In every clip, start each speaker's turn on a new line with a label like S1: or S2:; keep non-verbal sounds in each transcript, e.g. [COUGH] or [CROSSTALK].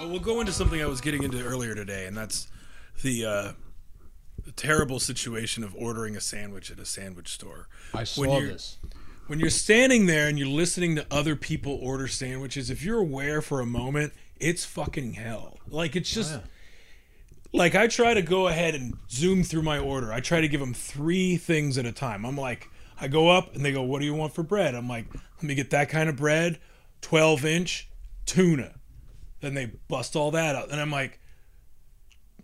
S1: we'll go into something I was getting into earlier today, and that's the, uh, the terrible situation of ordering a sandwich at a sandwich store.
S2: I saw
S1: you're-
S2: this.
S1: When you're standing there and you're listening to other people order sandwiches, if you're aware for a moment, it's fucking hell. Like it's
S2: Oh,
S1: just like I try to go ahead and zoom through my order. I try to give them three things at a time. I'm like, I go up and they go, "What do you want for bread?" I'm like, "Let me get that kind of bread, 12 inch tuna." Then they bust all that out, and I'm like,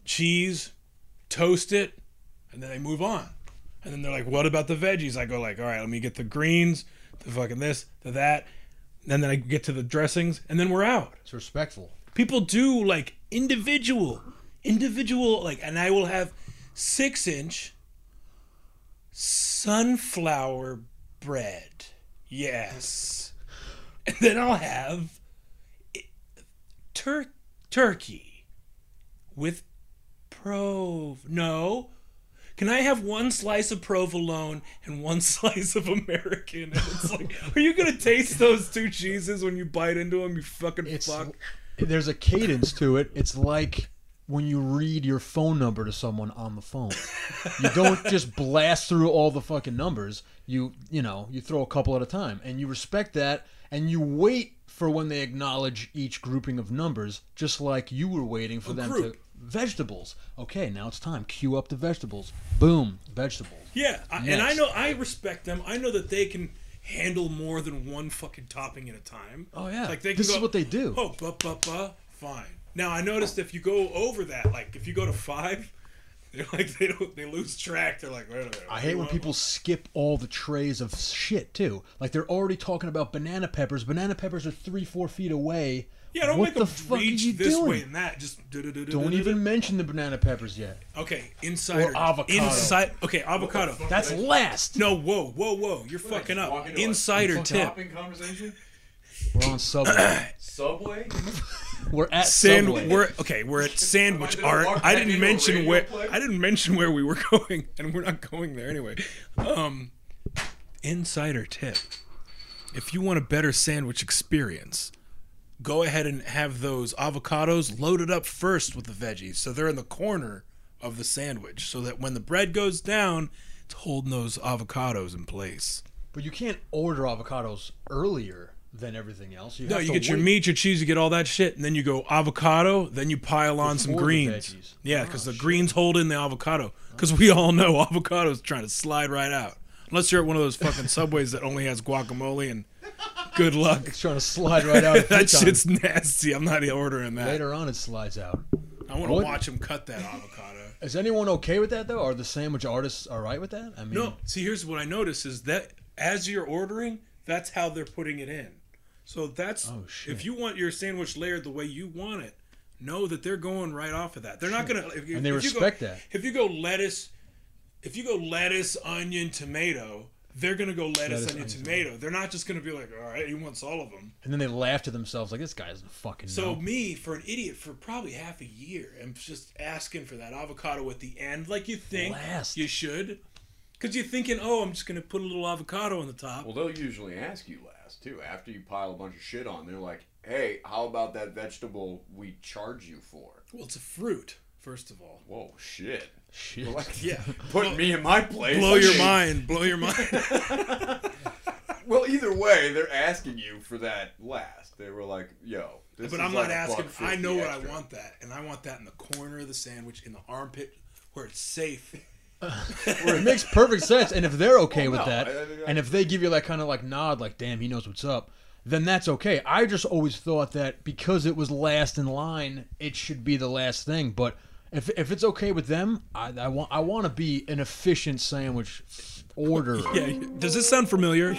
S1: cheese, toast it, and then they move on. And then they're like, "What about the veggies?" I go like, "All right, let me get the greens, the fucking this, the that." And then I get to the dressings, and then we're out
S2: It's respectful.
S1: people do like individual individual like and i will have six inch sunflower bread yes [LAUGHS] and then i'll have i- tur- turkey with prov no can I have one slice of provolone and one [LAUGHS] slice of American? And it's like, are you gonna taste those two cheeses when you bite into them? You fucking
S2: It's
S1: fuck.
S2: there's a cadence to it. It's like when you read your phone number to someone on
S1: [LAUGHS]
S2: the phone. You don't just blast through all the fucking numbers. You you know, you throw a couple at a time and you respect that and you wait for when they acknowledge each grouping of numbers just like you were waiting for them to
S1: group.
S2: vegetables. Okay, now it's time. Cue up the vegetables. Boom, vegetables.
S1: Yeah, I, and I
S2: Next.
S1: know I respect them. I know that they can handle more than one fucking topping at a time.
S2: Oh, yeah.
S1: like they can
S2: This is
S1: go,
S2: what they do.
S1: Oh, ba ba ba, fine. Now I noticed if you go over that, like if you go to five, [LAUGHS] they're like they don't they lose track. They're like, wait a minute.
S2: I hate when
S1: what-
S2: people skip all the trays of shit too. Like they're already talking about banana peppers. Banana peppers are three, four feet away.
S1: Yeah, don't
S2: what
S1: make them
S2: the fuck
S1: reach
S2: are you
S1: this
S2: doing?
S1: way and that. Just
S2: Don't even mention the banana peppers yet.
S1: Okay, insider
S2: avocado.
S1: Inside. Okay, avocado.
S2: That's last.
S1: No, whoa, whoa, whoa! You're fucking up. Insider tip.
S3: Topping conversation.
S2: We're on Subway.
S3: Subway.
S2: [LAUGHS] We're at
S1: Sand,
S2: Subway.
S1: we're okay. We're at sandwich
S3: Am I gonna
S1: art.
S3: walk
S1: I
S3: back
S1: didn't
S3: into a
S1: mention
S3: radio
S1: where.
S3: play?
S1: I didn't mention where we were [LAUGHS] going, and we're not going there anyway. Um, insider tip: If you want a better sandwich experience, go ahead and have those avocados loaded up first with the veggies, so they're in the corner of the sandwich, so that when the bread goes down, it's holding those avocados in place.
S2: but you can't order avocados earlier than everything else. You
S1: No,
S2: have
S1: you
S2: to
S1: get your
S2: wait.
S1: meat, your cheese, you get all that shit, and then you go avocado, then you pile on some
S2: Before the
S1: greens.
S2: veggies. Oh,
S1: Yeah, because the greens hold in the avocado. Because we all know avocado's trying to slide right out. Unless you're at one of those fucking subways that only has guacamole and good
S2: [LAUGHS]
S1: luck.
S2: It's trying to slide right out.
S1: [LAUGHS] That [LAUGHS]
S2: that
S1: shit's nasty. I'm not ordering that.
S2: Later on, it slides out.
S1: I want to
S2: What?
S1: watch him cut that avocado.
S2: Is anyone okay with that though? Are the sandwich artists all right with that? I mean,
S1: No, see, here's what I notice is that as you're ordering, that's how they're putting it in. So that's
S2: Oh, shit.
S1: if you want your sandwich layered the way you want it, know that they're going right off of that. They're not gonna if, you-
S2: And they
S1: if you go-
S2: respect that.
S1: If you go lettuce, if you go lettuce, onion, tomato, they're gonna go lettuce,
S2: Lettuce,
S1: onion,
S2: onion,
S1: tomato. They're not just gonna be like, all right, he wants all of them.
S2: and then they laugh to themselves like this guy doesn't fucking
S1: So
S2: know.
S1: me, for an idiot, for probably half a year, I'm just asking for that avocado at the end, like you think
S2: Last.
S1: you should, because you're thinking, oh, I'm just gonna put a little avocado on the top.
S3: Well, they'll usually ask you last too. After you pile a bunch of shit on, they're like, "Hey, how about that vegetable we charge you for?"
S1: Well, it's a fruit, first of all.
S3: Whoa, shit!
S1: [LAUGHS]
S2: Shit.
S3: Like,
S1: Yeah.
S3: putting me in my place.
S1: Blow your
S3: Hey.
S1: mind. Blow
S3: [LAUGHS]
S1: your mind.
S3: Well, either way, they're asking you for that last. They were like, "Yo." This is
S1: but I'm
S3: like
S1: not
S3: a buck
S1: asking. I know
S3: fifty
S1: what I
S3: extra.
S1: want that, and I want that in the corner of the sandwich, in the armpit, where it's safe.
S2: It makes perfect sense. And if they're okay
S3: Well,
S2: with
S3: no,
S2: that,
S3: I- I think I-
S2: and if they give you that kind of like nod, like, damn, he knows what's up, then that's okay. I just always thought that because it was last in line, it should be the last thing. But if, if it's okay with them, I, I want I want to be an efficient sandwich order.
S1: Yeah. Does this sound familiar?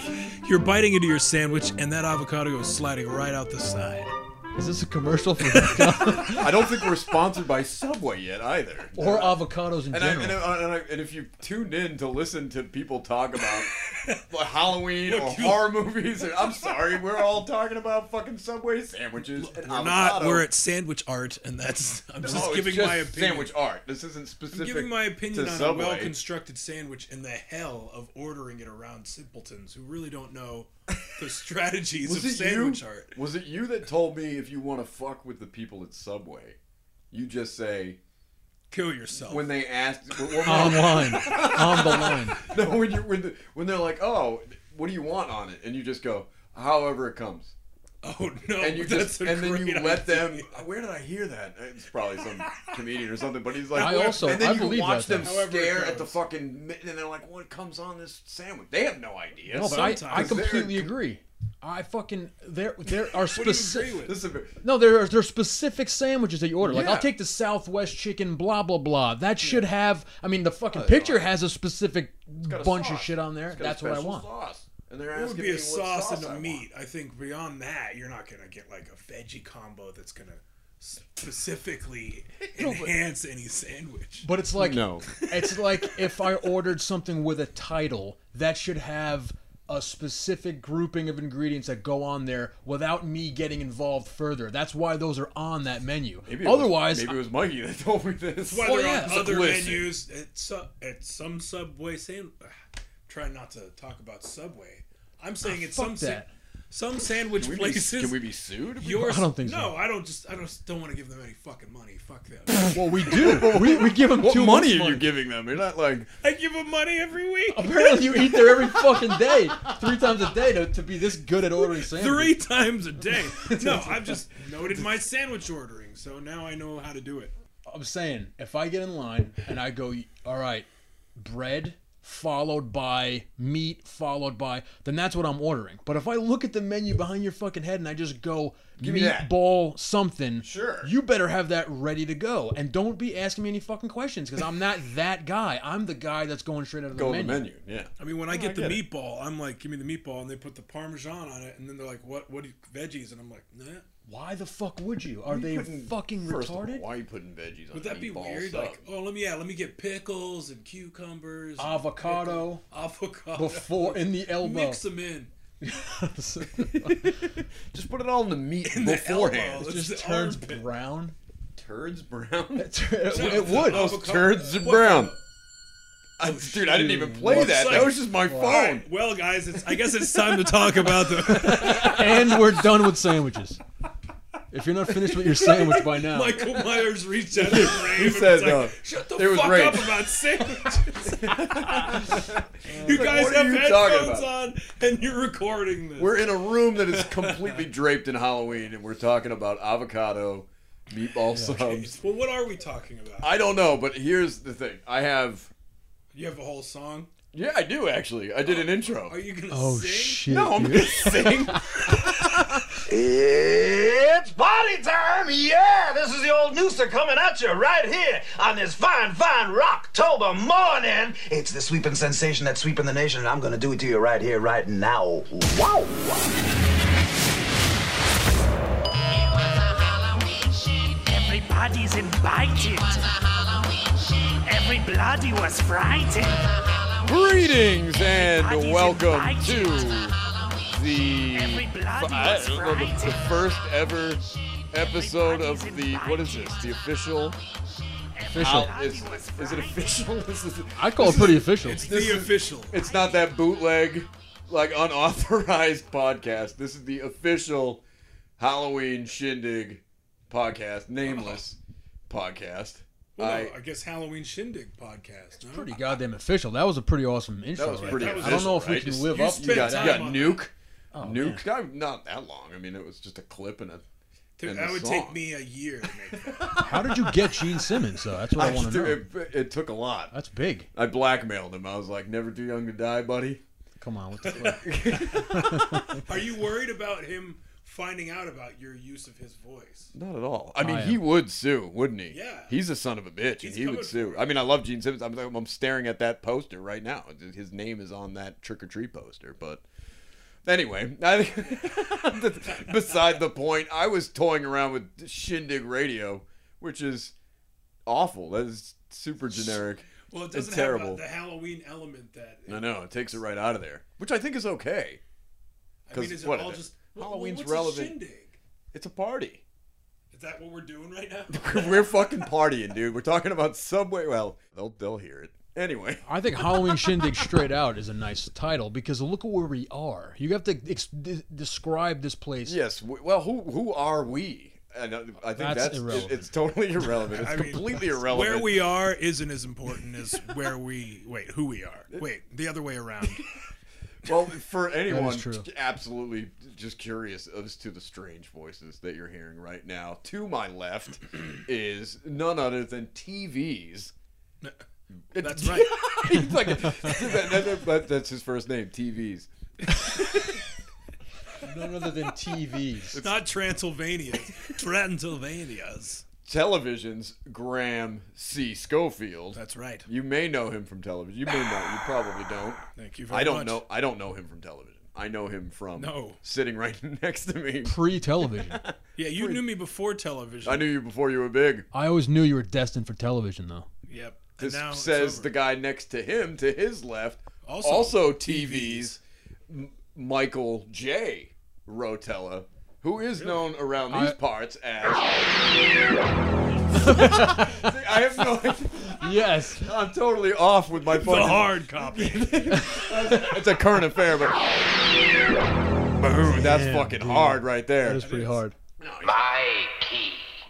S1: You're biting into your sandwich, and that avocado goes sliding right out the side.
S2: Is this a commercial for avocado-
S3: I don't think we're sponsored by Subway yet either.
S2: or avocados in
S3: And, I,
S1: [LAUGHS]
S2: general?
S3: and, I, and, I, and if you tuned in to listen to people talk about like Halloween or
S1: Look, you-
S3: horror movies. Or, I'm sorry, we're all talking about fucking Subway sandwiches and
S1: We're not.
S3: avocado.
S1: We're at sandwich art, and that's. [LAUGHS] I'm just
S3: No, it's
S1: giving
S3: just
S1: my opinion.
S3: Sandwich art. This isn't
S1: I'm
S3: specific.
S1: giving my opinion
S3: to
S1: on
S3: Subway.
S1: a well-constructed sandwich and the hell of ordering it around simpletons who really don't know the [LAUGHS] strategies of
S3: Was it
S1: sandwich
S3: you?
S1: art.
S3: Was it you that told me if you want to fuck with the people at Subway, you just say
S1: Kill yourself.
S3: when they ask [LAUGHS] well, well, no,
S2: [LAUGHS]
S1: Um,
S2: Online, on the line.
S3: no, [LAUGHS] when you when the, when they're like, oh, what do you want on it, and you just go, however it comes,
S1: [LAUGHS] oh no!
S3: [LAUGHS] and you
S1: that's
S3: just
S1: a
S3: and then you
S1: great
S3: let them. uh,
S1: idea.
S3: Where did I hear that? It's probably
S1: [LAUGHS]
S3: some comedian or something, but he's like,
S2: I
S3: "Where-"
S2: also-
S3: and then
S2: I
S3: you
S2: believe
S3: watch them
S2: that now.
S1: However it
S3: stare at the
S1: goes.
S3: fucking mi- and they're like, what comes on this sandwich? They have no idea.
S2: No, but I, I
S1: Sometimes
S3: they're-
S2: completely agree. I fucking there there are
S1: What do you
S2: specific.
S1: agree with?
S3: This is a-
S2: No, there are there are specific sandwiches that you order. Like
S3: Yeah.
S2: I'll take the Southwest chicken, blah blah blah. That should have. I mean, the fucking
S3: Oh,
S2: picture
S3: yeah.
S2: has a specific
S3: got a
S2: bunch of
S3: sauce.
S2: shit on there.
S3: It's got a
S2: That's what I
S3: special
S2: want.
S3: Sauce. And they're
S1: It
S3: asking
S1: would be
S3: me
S1: a
S3: what
S1: sauce,
S3: sauce
S1: and
S3: I
S1: a
S3: want.
S1: meat. I think beyond that, you're not gonna get like a veggie combo that's gonna
S3: [LAUGHS]
S1: specifically enhance any sandwich.
S2: But it's like [LAUGHS]
S3: No. [LAUGHS]
S2: it's like if I ordered something with a title that should have a specific grouping of ingredients that go on there without me getting involved further. That's why those are on that menu.
S3: Maybe it was-
S2: Otherwise,
S3: maybe it was Mikey that [LAUGHS] told me this.
S1: Why
S2: Oh,
S1: they're
S2: yeah.
S1: on other
S3: Listen.
S1: menus at, su- at some Subway sand. ugh, Trying not to talk about Subway. I'm saying at some
S2: Ah, fuck
S1: sa-
S2: that.
S1: some sandwich
S3: Can we, be,
S1: places.
S3: can we be sued? [LAUGHS] if we-
S1: Yours,
S2: I don't think so.
S1: No, I don't. Just I don't don't want to give them any fucking money. Fuck them.
S2: well, we do. [LAUGHS] we, we give
S3: [LAUGHS]
S2: them
S3: what
S2: too
S3: money
S2: much
S3: are you giving them? You're not like
S1: I give them money every week.
S2: Apparently, you eat there every fucking day, three times a day, to, to be this good at ordering sandwiches.
S1: Three times a
S2: [LAUGHS]
S1: day. No, I've just noted my sandwich ordering, so now I know how to do it.
S2: I'm saying, if I get in line and I go, all right, bread followed by meat followed by, then that's what I'm ordering. But if I look at the menu behind your fucking head and I just go
S3: me that.
S2: meatball something,
S3: Sure.
S2: you better have that ready to go, and don't be asking me any fucking questions because I'm not [LAUGHS] that guy. I'm the guy that's going straight out of the
S3: go on the
S2: menu.
S3: menu. Yeah.
S1: I mean, when
S2: Oh,
S1: I get
S3: I
S1: the
S3: get it.
S1: meatball, I'm like, "Give me the meatball," and they put the parmesan on it, and then they're like, "What? What do you, veggies?" And I'm like, "Nah."
S2: Why the fuck would you? Are
S3: You
S2: they
S3: putting-
S2: fucking
S3: first of all,
S2: retarded?
S3: why are you putting veggies on
S1: Would that be
S3: meatball
S1: weird?
S3: sub?
S1: Like, oh, let me yeah, let me get pickles and cucumbers, and
S3: [LAUGHS]
S2: Avocado
S1: avocado, [LAUGHS]
S2: before in the elbow. [LAUGHS]
S1: mix them in.
S3: just put it all in the meat
S1: the
S3: beforehand.
S1: elbow.
S2: it
S1: It's
S2: just
S1: the
S2: turns
S1: armpit.
S2: brown.
S3: Turds brown.
S2: [LAUGHS] It, it,
S1: No,
S2: it
S1: the
S2: would.
S1: avocado-
S3: Turds are
S1: What-
S3: brown. I,
S1: Oh,
S3: dude, I didn't even play
S1: Looks
S3: that.
S1: like-
S3: that was just my
S1: All
S3: phone.
S1: right, well, guys, it's, I guess it's time to talk about the
S3: [LAUGHS]
S1: [LAUGHS]
S2: and we're done with sandwiches. If you're not finished with your sandwich by now,
S1: Michael Myers reached out and rave. and
S3: said,
S1: was like,
S3: uh,
S1: "Shut the
S3: there was
S1: fuck
S3: rape."
S1: up
S3: [LAUGHS]
S1: about sandwiches." you
S3: like,
S1: guys
S3: "What are
S1: have
S3: you talking
S1: headphones on and you're recording this.
S3: We're in a room that is completely draped in Halloween, and we're talking about avocado meatball subs.
S1: well, what are we talking about?
S3: I don't know, but here's the thing. I have.
S1: You have a whole song.
S3: Yeah, I do actually. I did an intro.
S1: Are you gonna
S2: oh
S1: sing?
S2: shit!
S3: no, I'm
S2: dude.
S3: just
S1: [LAUGHS]
S3: saying.
S4: It's party time! Yeah, this is the old Nooster coming at you right here on this fine, fine Rocktober morning. It's the sweeping sensation that's sweeping the nation, and I'm gonna do it to you right here, right now. Wow!
S5: Everybody's invited. Every bloody was frightened.
S3: Greetings and welcome to the.
S5: Every bloody
S3: I
S5: was
S3: don't know, the, the
S5: frightened.
S3: first ever episode of the. What is this? The official.
S2: Official.
S3: Al- is, is it official? [LAUGHS] This is,
S2: I call it pretty official.
S1: It's the official.
S3: it's not that bootleg, like unauthorized [LAUGHS] podcast. This is the official Halloween shindig podcast, nameless podcast.
S1: Well, no,
S3: I-
S1: I guess Halloween Shindig podcast. no?
S2: pretty goddamn official. That was a pretty awesome intro.
S3: That was
S2: right
S3: pretty.
S2: there.
S1: was
S2: I don't know if
S3: official,
S2: we
S3: right?
S2: can
S3: Just-
S2: live
S1: you
S2: up
S1: spit-
S3: You
S2: to
S3: got,
S2: that.
S1: time
S3: you got
S1: on Oh,
S3: nuke,
S2: man.
S3: nuke. I- Not that long. I mean, it was just a clip and a.
S1: Dude,
S3: and
S1: that
S3: the
S1: would
S3: song.
S1: take me a year to make that.
S3: [LAUGHS]
S2: How did you get Gene Simmons? though? that's what I,
S3: I
S2: want
S3: just-
S2: to know.
S3: it, it took a lot.
S2: that's big.
S3: I blackmailed him. I was like, "Never too young to die, buddy."
S2: Come on, what the fuck?
S1: Are you worried about him finding out about your use of his voice?
S3: Not at all. I mean,
S2: I
S3: he
S2: am.
S3: would sue, wouldn't he?
S1: Yeah.
S3: He's a son of a bitch,
S1: He's
S3: and he
S1: coming
S3: would sue. I mean, I love Gene Simmons. I'm, I'm staring at that poster right now. His name is on that trick or treat poster. But anyway, I think [LAUGHS] that's beside the point, I was toying around with Shindig Radio, which is awful. That is super generic.
S1: Well, it doesn't
S3: It's
S1: have
S3: terrible.
S1: A, the Halloween element that.
S3: I know it takes it right out of there, which I think is okay.
S1: I mean,
S3: 'Cause
S1: is it
S3: what
S1: all
S3: is it?
S1: just well,
S3: Halloween's
S1: what's
S3: relevant.
S1: A shindig?
S3: It's a party.
S1: Is that what we're doing right now?
S3: We're fucking partying, dude. We're talking about Subway. Well, they'll they'll hear it anyway.
S2: I think Halloween Shindig Straight Out is a nice title because look at where we are. You have to ex- de- describe this place.
S3: Yes. we- Well, who who are we? And uh, I think
S2: That's
S3: that's, it-
S2: irrelevant.
S3: It's totally irrelevant. It's
S1: [LAUGHS] I mean,
S3: completely irrelevant.
S1: [LAUGHS] Where we are isn't as important as where we wait, who we are. Wait, the other
S3: [LAUGHS]
S1: way around.
S3: Well, for anyone
S2: true.
S3: absolutely just curious as to the strange voices that you're hearing right now, to my
S1: [CLEARS THROAT]
S3: left is none other than TV's. [LAUGHS]
S1: That's right.
S3: He's
S1: [LAUGHS]
S3: like, that- that- that- that's his first name, TV's.
S2: None other than TVs.
S3: [LAUGHS]
S1: It's not Transylvania. Transylvania's.
S3: Television's Graham C. Schofield.
S1: That's right.
S3: You may know him from television. You may not. You probably don't.
S1: [SIGHS] Thank you very
S3: I don't
S1: much.
S3: know. I don't know him from television. I know him from
S1: No.
S3: sitting right [LAUGHS] next to me.
S2: Pre television.
S1: Yeah, you knew me before television.
S3: I knew you before you were big.
S2: I always knew you were destined for television, though.
S1: Yep. And
S3: This
S1: [LAUGHS] now it's
S3: says
S1: over.
S3: the guy next to him, to his left, also,
S1: Also
S3: TV's M- Michael J. Rotella, who is known around these
S2: I-
S3: parts
S1: [LAUGHS]
S3: as. [LAUGHS] See, I have no.
S2: Yes.
S3: I'm totally off with my [LAUGHS]
S1: the
S3: fucking.
S1: hard copy.
S3: [LAUGHS] It's a current affair, but. Boom, that's
S2: Yeah,
S3: fucking
S2: dude.
S3: hard right there.
S2: That is pretty hard.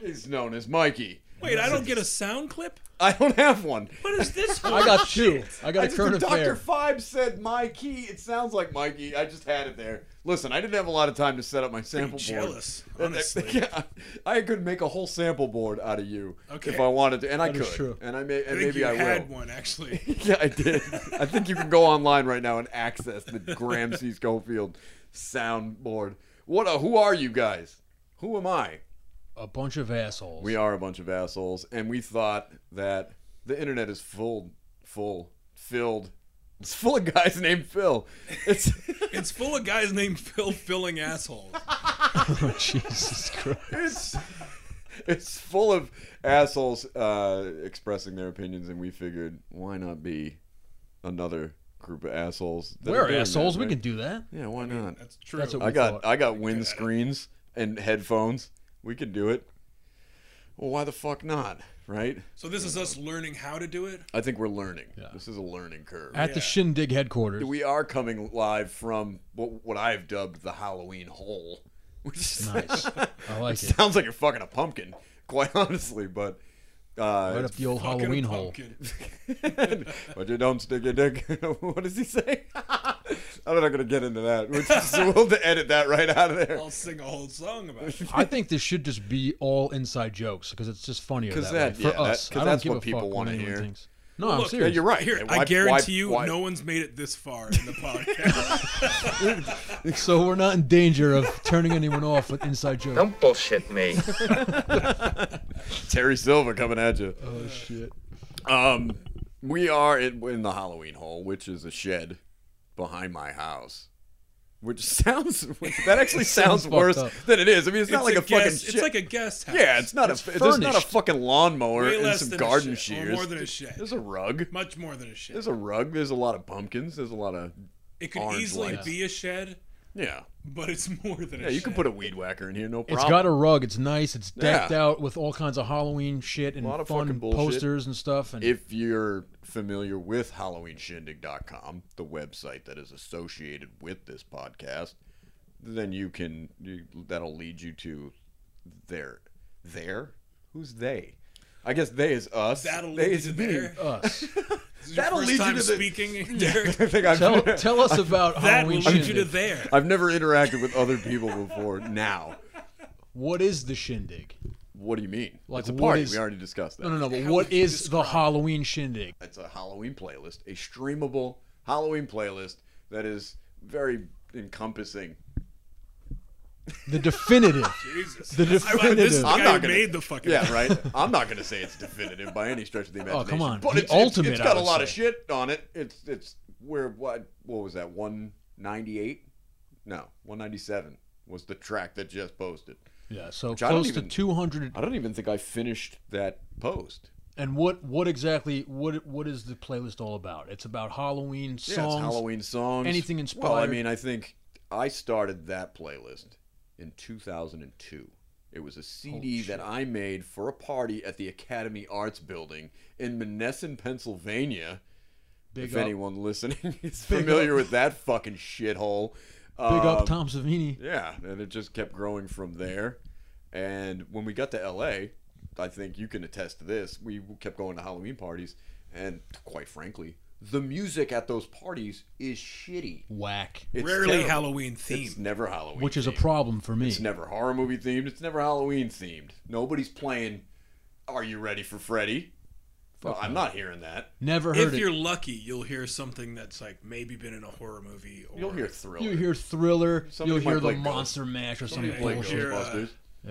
S3: He's known as Mikey.
S1: Wait, I don't get a sound clip?
S3: I don't have one.
S1: What is this for?
S2: I got two. I got
S3: I
S2: a
S3: just,
S2: current
S3: Dr.
S2: affair.
S3: Five said Mikey. It sounds like Mikey. I just had it there. Listen, I didn't have a lot of time to set up my sample board.
S1: jealous, honestly.
S3: [LAUGHS] yeah, I could make a whole sample board out of you if
S1: Okay.
S3: I wanted to, and I
S2: That
S3: could.
S2: is true.
S3: And I may,
S1: I
S3: and
S1: think
S3: maybe
S1: you
S3: I
S1: had
S3: will.
S1: one actually.
S3: [LAUGHS] Yeah, I did. I think you can go online right now and access the Graham C. Schofield soundboard. What? A, who are you guys? Who am I?
S2: A bunch of assholes.
S3: We are a bunch of assholes, and we thought that the internet is full, full, filled. It's full of guys named Phil. It's
S1: It's full of guys named Phil filling assholes.
S2: Oh,
S3: [LAUGHS]
S2: [LAUGHS] Jesus Christ.
S3: it's it's full of assholes uh, expressing their opinions, and we figured why not be another group of assholes? that are
S2: We're
S3: doing
S2: assholes.
S3: that,
S2: We
S3: right?
S2: can do that.
S3: Yeah, why not?
S1: That's true.
S2: That's what
S3: I
S2: we
S3: got
S2: thought.
S3: I got windscreens and headphones. We can do it. Well, why the fuck not? Right?
S1: so this is us learning how to do it.
S3: I think we're learning. This is a learning curve.
S2: At the
S1: Yeah.
S2: Shindig headquarters.
S3: uh, We are coming live from what, what I've dubbed the Halloween hole, which is- [LAUGHS]
S2: Nice. I like it.
S3: sounds like you're fucking a pumpkin, quite [LAUGHS] honestly. But uh,
S2: Right up the old Halloween hole.
S1: Pumpkin.
S3: [LAUGHS] but you don't stick your dick. [LAUGHS] what does he say? I'm not gonna get into that. Which is, so we'll have to edit that right out of there.
S1: [LAUGHS] I'll sing a whole song about it.
S2: I think this should just be all inside jokes because it's just funnier that,
S3: Because that-
S2: way for
S3: yeah, that-
S2: us.
S3: 'cause
S2: I don't
S3: that's
S2: give
S3: what
S2: a
S3: people
S2: fuck what
S3: wanna
S2: anyone
S3: hear.
S2: thinks. No, I'm
S1: Look,
S3: Yeah,
S2: serious.
S3: you're right.
S1: Here,
S3: Why-
S1: I guarantee
S3: why-
S1: you,
S3: why-
S1: no one's made it this far in the [LAUGHS] podcast.
S2: So we're not in danger of
S3: [LAUGHS]
S2: turning anyone off with inside jokes.
S6: Don't bullshit me.
S3: Terry Silva coming at you.
S2: Oh shit.
S1: Oh.
S3: Um, we are in, in the Halloween hole, which is a shed behind my house. Which sounds [LAUGHS] that
S1: [LAUGHS]
S3: actually sounds,
S2: Sounds fucked
S3: worse
S2: up.
S3: than it is. I mean, it's,
S1: it's
S3: not like a, fucking.
S1: guest,
S3: shed.
S1: It's like a guest house.
S3: Yeah, it's not
S2: It's
S3: a. There's not a
S2: furnished.
S3: fucking lawnmower
S1: Way
S3: and
S1: less
S3: some
S1: than a
S3: garden
S1: shed, or
S3: shears.
S1: more than a shed.
S3: There's a rug.
S1: much more than a shed.
S3: There's a rug. There's a lot of pumpkins. There's a lot of.
S1: it could
S3: orange
S1: easily
S3: lights.
S1: be a shed,
S3: Yeah.
S1: but it's more than
S3: Yeah,
S1: a shed.
S3: you can put a weed whacker in here, no problem.
S2: It's got a rug. It's nice. It's decked
S3: Yeah.
S2: out with all kinds of Halloween shit and
S3: Lot of fucking
S2: fun
S3: bullshit.
S2: posters and stuff. And
S3: if you're familiar with HalloweenShindig.com, the website that is associated with this podcast, then you can you, that'll lead you to their their who's they? I guess they is us.
S1: That'll
S3: They
S1: lead you
S3: is
S1: to
S3: me.
S1: there.
S2: us.
S1: This is your
S3: That'll
S1: first
S3: lead you
S1: time
S3: to [LAUGHS] the-
S1: speaking.
S3: I
S1: Derek.
S3: think I've,
S1: [LAUGHS]
S2: tell, tell us about
S1: that will
S2: Halloween
S1: lead you
S2: shindig.
S1: to there.
S3: [LAUGHS] I've never interacted with other people before now.
S2: what is the shindig?
S3: What do you mean?
S2: Like,
S3: it's a
S2: what
S3: party.
S2: is-
S3: We already discussed that.
S2: No, no, no. But
S1: How
S2: what
S1: would you
S2: is the Halloween shindig?
S3: It's a Halloween playlist, a streamable Halloween playlist that is very encompassing.
S1: [LAUGHS]
S2: The definitive.
S1: Jesus.
S2: The
S1: I, this is
S2: definitive.
S1: the
S3: I'm
S1: guy
S3: not
S1: who
S3: gonna-
S1: made the fucking.
S2: [LAUGHS]
S3: Yeah, right. I'm not going to say it's definitive by any stretch of the imagination.
S2: Oh, come on.
S3: But
S2: The
S3: it's, it's-
S2: ultimate,
S3: it's got
S2: I
S3: a
S2: would
S3: lot of
S2: say.
S3: shit on it. It's it's where what what was that? 198? No, 197 was the track that just posted.
S2: yeah. So
S3: I don't
S2: close
S3: even-
S2: to 200
S3: I don't even think I finished that post.
S2: And what what exactly what what is the playlist all about? It's about Halloween songs.
S3: Yeah, it's Halloween songs.
S2: anything
S3: Well, I
S2: inspired.
S3: mean, I think I started that playlist in 2002. It was a CD that I made for a party at the Academy Arts Building in Monessen, Pennsylvania.
S2: Big
S3: if
S2: up,
S3: anyone listening [LAUGHS] is
S2: Big
S3: familiar
S2: up.
S3: with that fucking shithole.
S2: big up Tom Savini.
S3: Yeah, and it just kept growing from there. And when we got to LA, I think you can attest to this. We kept going to Halloween parties, and quite frankly, the music at those parties is shitty.
S2: Whack,
S3: It's
S1: Rarely
S3: terrible.
S1: Halloween
S3: It's
S1: themed.
S3: never Halloween.
S2: which is a
S3: themed.
S2: problem for me.
S3: It's never horror movie themed. It's never Halloween themed. Nobody's playing. Are you ready for Freddy? Well, I'm not hearing that.
S2: Never
S1: If
S2: heard
S1: you're
S2: it.
S1: lucky, you'll hear something that's like maybe been in a horror movie. Or
S3: You'll hear thriller.
S2: You hear Thriller,
S3: Somebody
S2: you'll
S3: might
S2: hear the
S3: play Ghost.
S2: Monster Mash or
S3: Somebody
S2: something
S3: playing
S1: play Ghost.
S2: bullshit.
S1: You'll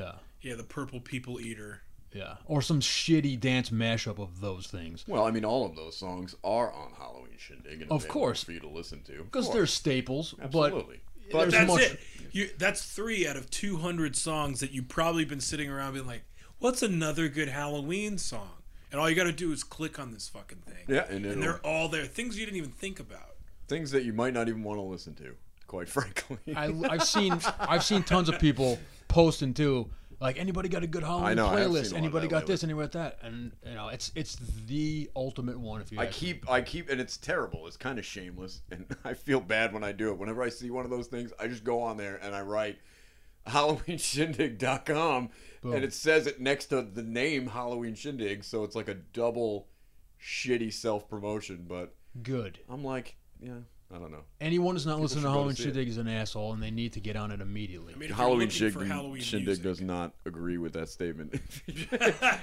S1: hear, uh,
S3: Ghostbusters.
S2: Yeah,
S1: yeah, the purple people eater.
S2: yeah, or some shitty dance mashup of those things
S3: Well, I mean, all of those songs are on Halloween Shindig, and
S2: Of
S3: available
S2: course.
S3: for you to listen to
S2: because
S3: Of
S2: they're
S3: course.
S2: staples.
S3: absolutely.
S2: But, there's
S1: That's
S2: much,
S1: it. You that's three out of two hundred songs that you probably been sitting around being like, "What's another good Halloween song?" And all you got to do is click on this fucking thing.
S3: Yeah, and,
S1: and
S3: it'll-
S1: they're all there. Things you didn't even think about.
S3: things that you might not even want to listen to, quite [LAUGHS] frankly.
S2: I, I've seen I've seen tons of people posting too, like anybody got a good Halloween
S3: know, I have seen a lot
S2: playlist?
S3: of
S2: Anybody
S3: that
S2: got this? Anybody got that? And you know, it's it's the ultimate one. If you
S3: I
S2: ask me.
S3: keep, I keep, and it's terrible. It's kind of shameless, and [LAUGHS] I feel bad when I do it. Whenever I see one of those things, I just go on there and I write [LAUGHS] HalloweenShindig.com, and it says it next to the name Halloween Shindig, so it's like a double shitty self promotion. But
S2: good.
S3: I'm like, yeah, I don't know.
S2: Anyone who's not listening
S3: should
S2: to
S3: go
S2: Halloween
S3: see it.
S2: Shindig is an asshole, and they need to get on it immediately.
S1: I mean, if you're
S3: Halloween
S1: looking
S3: Shindig,
S1: for Halloween
S3: Shindig
S1: music-
S3: does not agree with that statement. [LAUGHS]
S1: [LAUGHS]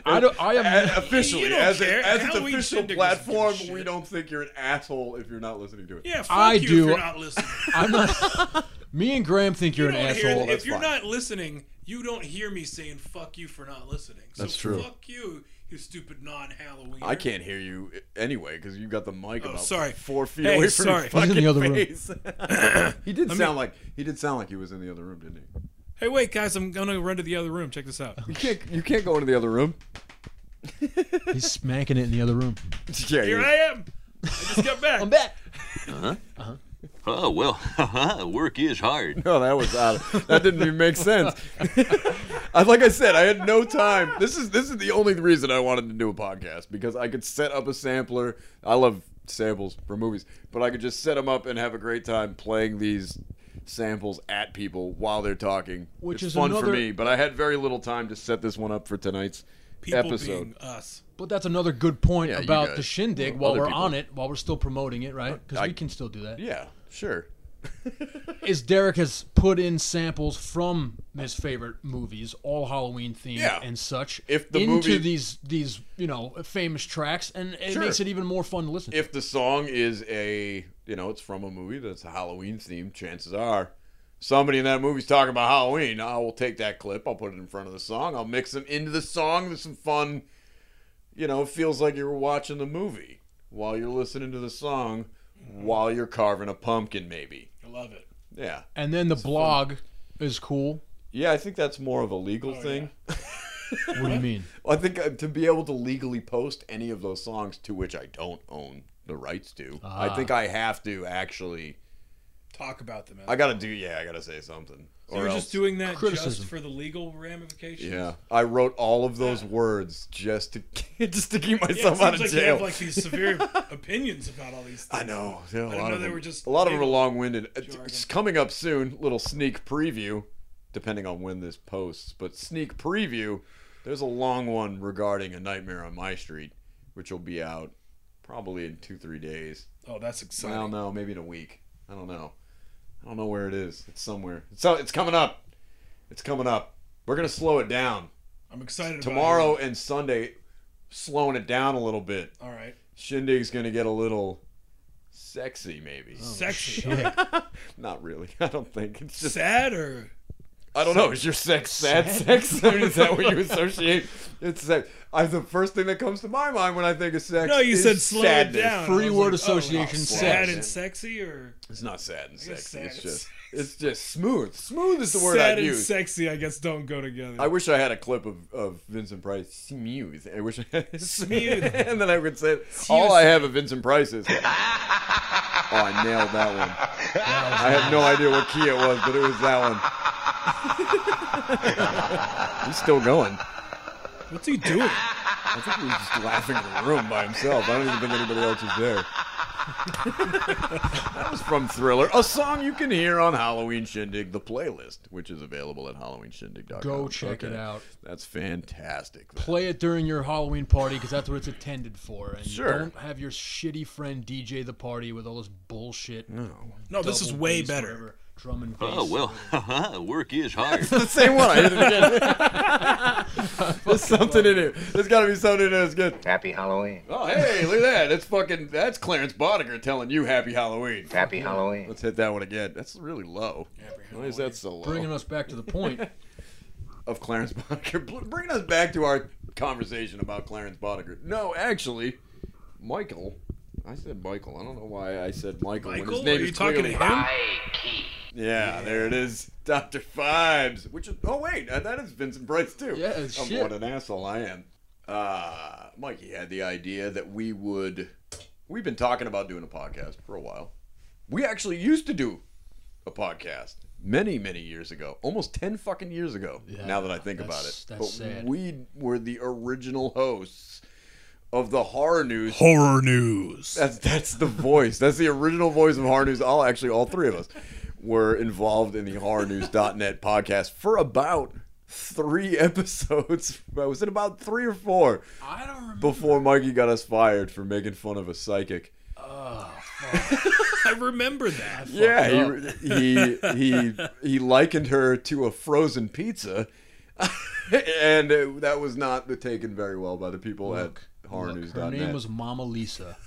S2: I don't. I
S3: And
S2: am.
S3: officially,
S1: You don't
S3: as,
S1: care.
S3: a, as an
S1: Halloween
S3: official
S1: Shindig doesn't give a
S3: platform,
S1: shit.
S3: we don't think you're an asshole if you're not listening to it.
S1: Yeah, fuck
S2: I
S1: you
S2: do-
S1: if you're not listening.
S2: I'm not. [LAUGHS] Me and Graham think you're
S1: You
S2: an
S1: don't hear-
S2: asshole.
S1: if
S3: that's
S1: you're
S3: fine.
S1: not listening, you don't hear me saying "fuck you" for not listening. So
S3: That's true.
S1: Fuck you, you stupid non-Halloween.
S3: I can't hear you anyway because you got the mic
S1: Oh,
S3: about
S1: sorry.
S3: four feet
S1: Hey,
S3: away from
S1: sorry.
S3: your fucking
S2: He's in the other room.
S3: face.
S1: [COUGHS]
S3: he did sound like he did sound like he was in the other room, didn't he?
S1: Hey, wait, guys, I'm gonna run to the other room. Check
S3: [LAUGHS]
S1: this out.
S3: You can't you can't go into the other room. [LAUGHS]
S2: He's smacking it in the other room.
S3: Yeah,
S1: Here
S3: you-
S1: I am. I just got back.
S2: back.
S6: Oh, well, [LAUGHS] work
S3: [LAUGHS]
S6: is hard.
S3: No, Oh, that was out. Of, that didn't even make sense. [LAUGHS] I, like I said, I had no time. This is this is the only reason I wanted to do a podcast because I could set up a sampler. I love samples for movies, but I could just set them up and have a great time playing these samples at people while they're talking,
S2: Which
S3: It's
S2: is
S3: fun for
S2: another-
S3: me. But I had very little time to set this one up for tonight's
S1: People
S3: episode.
S1: being us.
S2: But that's another good point
S3: Yeah, you
S2: about
S3: guys.
S2: the Shindig.
S3: Well,
S2: While
S3: other
S2: we're
S3: people.
S2: on it, while we're still promoting it, right? Because
S3: I-
S2: we can still do that.
S3: Yeah, sure.
S2: is Derek has put in samples from his favorite movies, all Halloween themed
S3: Yeah.
S2: and such,
S3: If the
S2: into
S3: movie-
S2: these these you know famous tracks, and it
S3: Sure.
S2: makes it even more fun to listen. to.
S3: if the song is a you know it's from a movie that's a Halloween theme, chances are somebody in that movie's talking about Halloween. I will take that clip. I'll put it in front of the song. I'll mix them into the song. There's some fun. You know, it feels like you're watching the movie while you're listening to the song, while you're carving a pumpkin, maybe.
S1: I love it.
S3: Yeah,
S2: and then the blog is cool.
S3: yeah. I think that's more of a legal thing.
S2: What do you mean?
S3: I think uh, to be able to legally post any of those songs to which I don't own the rights to, I think I have to actually.
S1: Talk about them.
S3: I gotta do. Yeah, I gotta say something.
S1: So you're just doing that
S2: criticism.
S1: just for the legal ramifications.
S3: Yeah, I wrote all of those
S1: Yeah.
S3: words just to [LAUGHS] just to keep
S1: Yeah, it
S3: myself
S1: seems
S3: out of
S1: like you
S3: jail.
S1: have like
S3: [LAUGHS]
S1: these severe opinions about all these things.
S3: I know. Yeah, a
S1: didn't
S3: lot
S1: know
S3: of
S1: they
S3: them-
S1: were just
S3: a lot of them are
S1: big
S3: long-winded. It's-
S1: jargon.
S3: It's coming up soon. Little sneak preview, depending on when this posts. But sneak preview. There's a long one regarding a nightmare on my street, which will be out probably in two three days.
S1: Oh, that's
S3: I
S1: exciting.
S3: don't know. Maybe in a week. I don't know. I don't know where it is. It's somewhere. So it's coming up. It's coming up. We're gonna slow it down
S1: I'm excited
S3: tomorrow
S1: about
S3: and Sunday. Slowing it down a little bit.
S1: it. All right.
S3: Shindig's gonna get a little sexy, maybe.
S1: Sexy.
S2: Shit.
S3: [LAUGHS] Not really. I don't think it's just
S1: Sad or
S3: I don't know. Is your sex sad [LAUGHS]
S1: [LAUGHS]
S3: sex? I mean, is that what you associate? It's sex. I, the first thing that comes to my mind when I think of sex.
S1: No, you
S3: is
S1: said slow
S3: sadness.
S1: it down.
S2: Free
S1: I was
S2: word
S1: oh,
S2: association,
S1: Sad
S3: sex.
S1: and sexy, or
S3: It's not sad and sexy.
S1: sad
S3: it's
S1: and
S3: just it's just smooth. Smooth is the word
S1: sad
S3: I'd
S1: and
S3: use.
S1: sexy? I guess don't go together.
S3: I wish I had a clip of, of Vincent Price smooth. I wish I had
S1: Smooth.
S3: [LAUGHS] and then I would say all I have of Vincent Price is. oh, I nailed that one. I have no idea what key it was, but it was that one.
S2: [LAUGHS]
S3: He's still going.
S1: What's he doing?
S3: I think he was just laughing in the room by himself. I don't even think anybody else was
S2: [LAUGHS]
S3: there. that was from Thriller, a song you can hear on Halloween Shindig, the playlist, which is available at HalloweenShindig.com.
S2: Go check it out.
S3: That's fantastic.
S2: Play it during your Halloween party because that's what it's intended for. And
S3: Sure.
S2: Don't have your shitty friend DJ the party with all this bullshit.
S1: No, this is
S2: double
S1: way
S2: bass,
S1: better.
S2: whatever, Drum and bass.
S6: Oh, well, [LAUGHS] work is
S3: [LAUGHS]
S6: hard.
S3: the same one. I hit it again.
S1: [LAUGHS]
S3: There's something in it. There's got to be something in it that's good.
S7: Happy Halloween.
S3: Oh, hey, look at that. That's fucking. That's Clarence Bodiger telling you Happy Halloween.
S7: Happy Halloween.
S3: Let's hit that one again. That's really low. Why is that so low?
S2: Bringing us back to the point. [LAUGHS]
S3: of Clarence Boddicker. Bl- Bringing us back to our conversation about Clarence Boddicker. No, actually, Michael. I said Michael. I don't know why I said Michael. when his
S1: Michael, are
S3: name
S1: you
S3: is
S1: talking to
S3: clearly-
S1: him?
S3: Yeah, there it is. Dr. Fibes. Which is. Oh, wait. uh, That is Vincent Price, too.
S2: Yeah,
S3: I'm
S2: shit.
S3: What an asshole I am. Uh, Mikey had the idea that we would. We've been talking about doing a podcast for a while. We actually used to do a podcast many, many years ago, almost 10 fucking years ago, now that I think about it.
S2: that's- that's
S3: but
S2: sad.
S3: we were the original hosts of the horror news.
S1: Horror news.
S3: That's that's the voice. That's the original voice of horror news. All actually, all three of us were involved in the horrornews.net podcast for about three [LAUGHS] episodes. Was it about three or four
S2: I don't remember.
S3: before Mikey got us fired for making fun of a psychic?
S1: I remember that.
S3: Yeah, he, he
S2: [LAUGHS]
S3: he he likened her to a frozen pizza, [LAUGHS] and uh, that was not taken very well by the people at
S2: Look, her
S3: horrornews.net.
S2: name was Mama Lisa,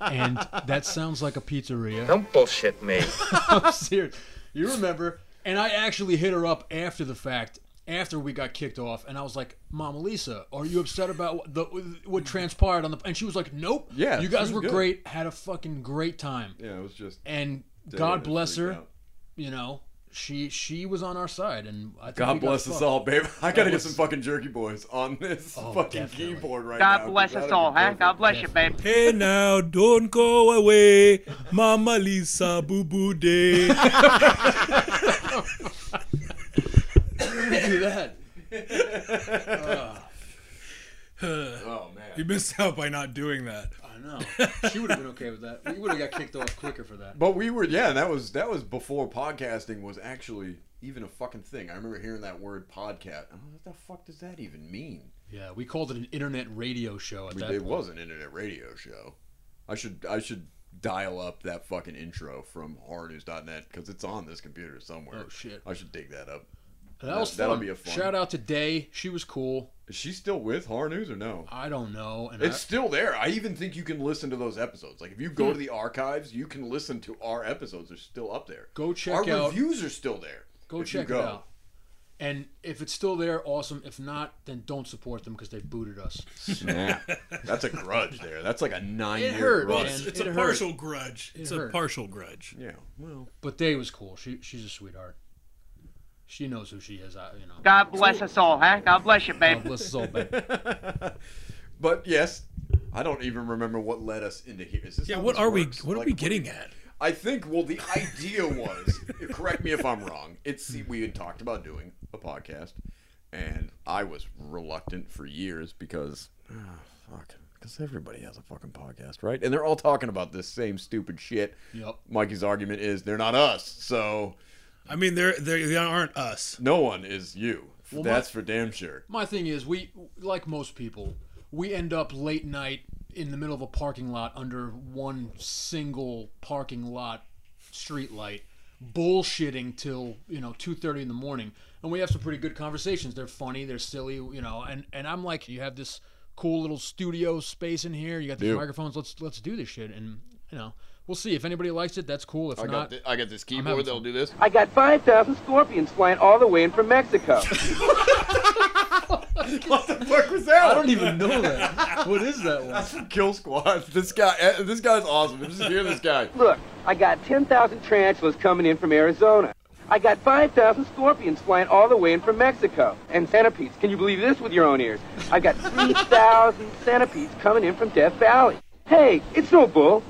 S2: and that sounds like a pizzeria.
S7: Don't bullshit me.
S2: [LAUGHS] I'm serious. You remember? And I actually hit her up after the fact, after we got kicked off, and I was like, "Mama Lisa, are you upset about what the what transpired on the?" And she was like, "Nope.
S3: Yeah,
S2: you
S3: she
S2: guys
S3: was
S2: were
S3: good.
S2: great. Had a fucking great time."
S3: yeah, it was just.
S2: And God
S3: it
S2: bless her.
S3: freaked out.
S2: You know, she she was on our side, and I think we
S3: God
S2: got
S3: bless us
S2: [LAUGHS] fucked.
S3: all, babe. [LAUGHS] I gotta get
S2: was-
S3: some fucking jerky boys on this
S2: Oh,
S3: fucking
S2: definitely.
S3: keyboard right now.
S8: God
S3: 'cause
S8: bless
S3: that'd
S8: us
S3: be
S8: all, huh?
S3: perfect.
S8: God bless you, babe.
S1: Hey now, don't go away, Mama Lisa Boo Boo Day. [LAUGHS]
S2: Do that.
S3: Oh man.
S1: you missed out by not doing that.
S2: I know. She would have been okay with that. We would have got kicked off quicker for that.
S3: But we were, yeah. That was that was before podcasting was actually even a fucking thing. I remember hearing that word podcast. I'm like, what the fuck does that even mean?
S2: Yeah, we called it an internet radio show at
S3: We-
S2: that
S3: it
S2: point.
S3: was an internet radio show. I should I should dial up that fucking intro from horrornews.net because it's on this computer somewhere.
S2: Oh, shit.
S3: I should dig that up.
S2: That was
S3: That'll
S2: fun.
S3: be a fun-
S2: Shout out to Day. She was cool.
S3: Is she still with Horror News or no?
S2: I don't know. And
S3: It's still there. I even think you can listen to those episodes. Like if you
S2: Hmm.
S3: go to the archives, you can listen to our episodes. They're still up there.
S2: Go check
S3: our
S2: out-
S3: reviews are still there.
S2: I, go
S3: if you
S2: check it out. And if it's still there, awesome. If not, then don't support them because they booted us. [LAUGHS]
S3: Snap. That's a grudge there. That's like a nine
S2: It
S3: year
S2: hurt,
S3: grudge.
S2: man.
S1: It's, it's
S2: It
S1: a
S2: hurt.
S1: partial grudge. It's a
S2: hurt.
S1: partial grudge.
S3: Yeah. Well.
S2: But Day was cool. She she's a sweetheart. She knows who she is. I, you know.
S8: God bless us all, huh? God bless you, babe.
S2: God bless us all, babe.
S3: But yes, I don't even remember what led us into here. Is this
S1: Yeah,
S3: how
S1: what
S3: this
S1: are
S3: works?
S1: we what are
S3: Like,
S1: we getting at?
S3: I think well the idea was [LAUGHS] correct me if I'm wrong. It's see, we had talked about doing a podcast and I was reluctant for years because ah, fuck because everybody has a fucking podcast, right? And they're all talking about this same stupid shit.
S2: Yep.
S3: Mikey's argument is they're not us. So
S1: I mean, they're, they're they aren't us.
S3: no one is you.
S2: my-
S3: That's for damn sure.
S2: My thing is, we like most people, we end up late night in the middle of a parking lot under one single parking lot street light, bullshitting till you know two thirty in the morning, and we have some pretty good conversations. They're funny, they're silly, you know. And and I'm like, you have this cool little studio space in here. You got these
S3: Dude.
S2: microphones. Let's let's do this shit. And you know, We'll see if anybody likes it. That's cool. If
S3: I got
S2: not,
S3: thi- I got this
S2: having
S3: keyboard that'll
S2: fun.
S3: do [LAUGHS] this.
S9: I got 5,000 scorpions flying all the way in from [LAUGHS] Mexico.
S3: What the fuck was that?
S2: I don't even know that. what is
S3: [LAUGHS]
S2: that one?
S3: That's from Kill Squad. This guy, eh, this guy's awesome. Just hear this guy.
S9: Look, I got 10,000 tarantulas coming in from Arizona. I got 5,000 scorpions flying all the way in from Mexico. And centipedes. Can you believe this with your own ears? I [LAUGHS] got 3,000 centipedes coming in from Death Valley. Hey, it's no bull.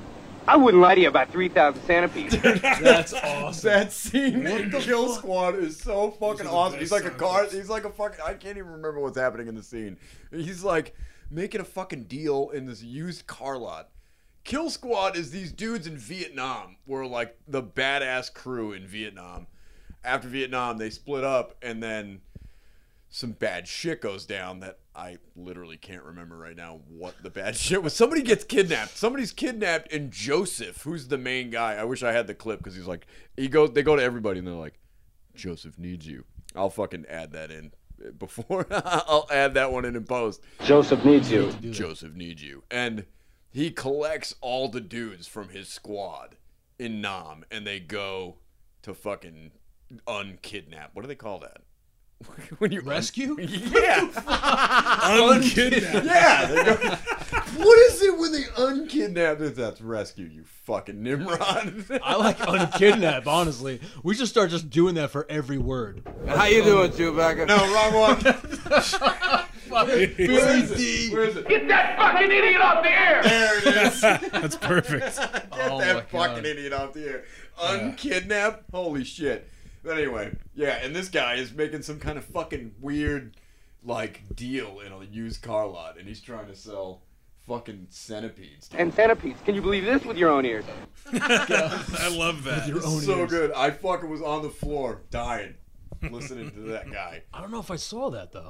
S9: I wouldn't lie to you about 3,000 centipedes.
S2: That's awesome.
S3: That scene in Kill Squad is so fucking awesome. He's like a car. He's like a fucking. I can't even remember what's happening in the scene. He's like making a fucking deal in this used car lot. Kill Squad is these dudes in Vietnam. Were like the badass crew in Vietnam. After Vietnam, they split up, and then some bad shit goes down that I literally can't remember right now what the bad [LAUGHS] shit was. Somebody gets kidnapped. Somebody's kidnapped, and Joseph, who's the main guy, I wish I had the clip because he's like, he goes, they go to everybody, and they're like, Joseph needs you. I'll fucking add that in [LAUGHS] before I'll add that one in in post.
S9: [LAUGHS] Joseph needs you.
S3: Joseph needs you, and he collects all the dudes from his squad in Nam, and they go to fucking unkidnap. What do they call that? [LAUGHS] when you
S2: Rescue?
S3: yeah. [LAUGHS]
S1: Unkidnapped.
S3: Yeah. they go- what is it when they unkidnap? If That's rescue, you fucking Nimrod. [LAUGHS]
S2: I like [LAUGHS] unkidnap, honestly. We should start just doing that for every word.
S9: How you doing, Chewbacca?
S3: no, wrong one. [LAUGHS] Where
S2: Billy
S3: is it?
S2: D.
S3: Where is it? Get
S5: That fucking idiot off the air!
S3: there it [LAUGHS] is. Get
S1: [LAUGHS] That's perfect.
S2: Oh my
S3: that
S2: God.
S3: fucking idiot off the air. Unkidnap? Holy shit. But anyway, yeah, and this guy is making some kind of fucking weird, like, deal in a used car lot, and he's trying to sell fucking centipedes. to
S9: And centipedes. Can you believe this with your own ears?
S1: I love that.
S2: Your own
S3: so
S2: ears.
S3: good. I fucking was on the floor dying listening to that guy.
S2: I don't know if I saw that though.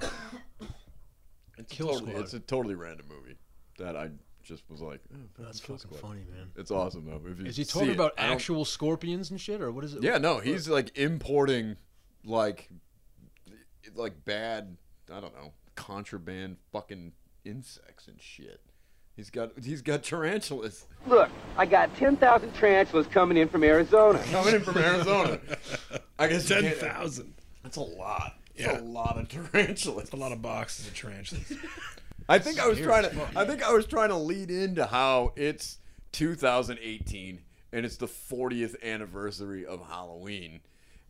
S3: It's,
S2: Kill
S3: totally,
S2: Squad.
S3: it's a totally random movie that I just was like, oh,
S2: That's
S3: Kill
S2: fucking
S3: Squad.
S2: funny, man.
S3: It's awesome though. If you
S2: Is he
S3: see
S2: talking
S3: it.
S2: about
S3: I don't-
S2: actual scorpions and shit, or what is it?
S3: Yeah, no, he's like importing like like bad, I don't know, contraband fucking insects and shit. He's got he's got tarantulas [LAUGHS]
S9: Look, I got 10,000 tarantulas coming in from Arizona.
S3: coming in from Arizona. I guess you
S1: Ten
S3: can't-
S1: thousand.
S3: That's a lot.
S1: Yeah.
S3: That's a lot of tarantulas.
S1: A lot of boxes of tarantulas.
S3: I think I was trying to. I think I was trying to lead into how it's 2018 and it's the 40th anniversary of Halloween,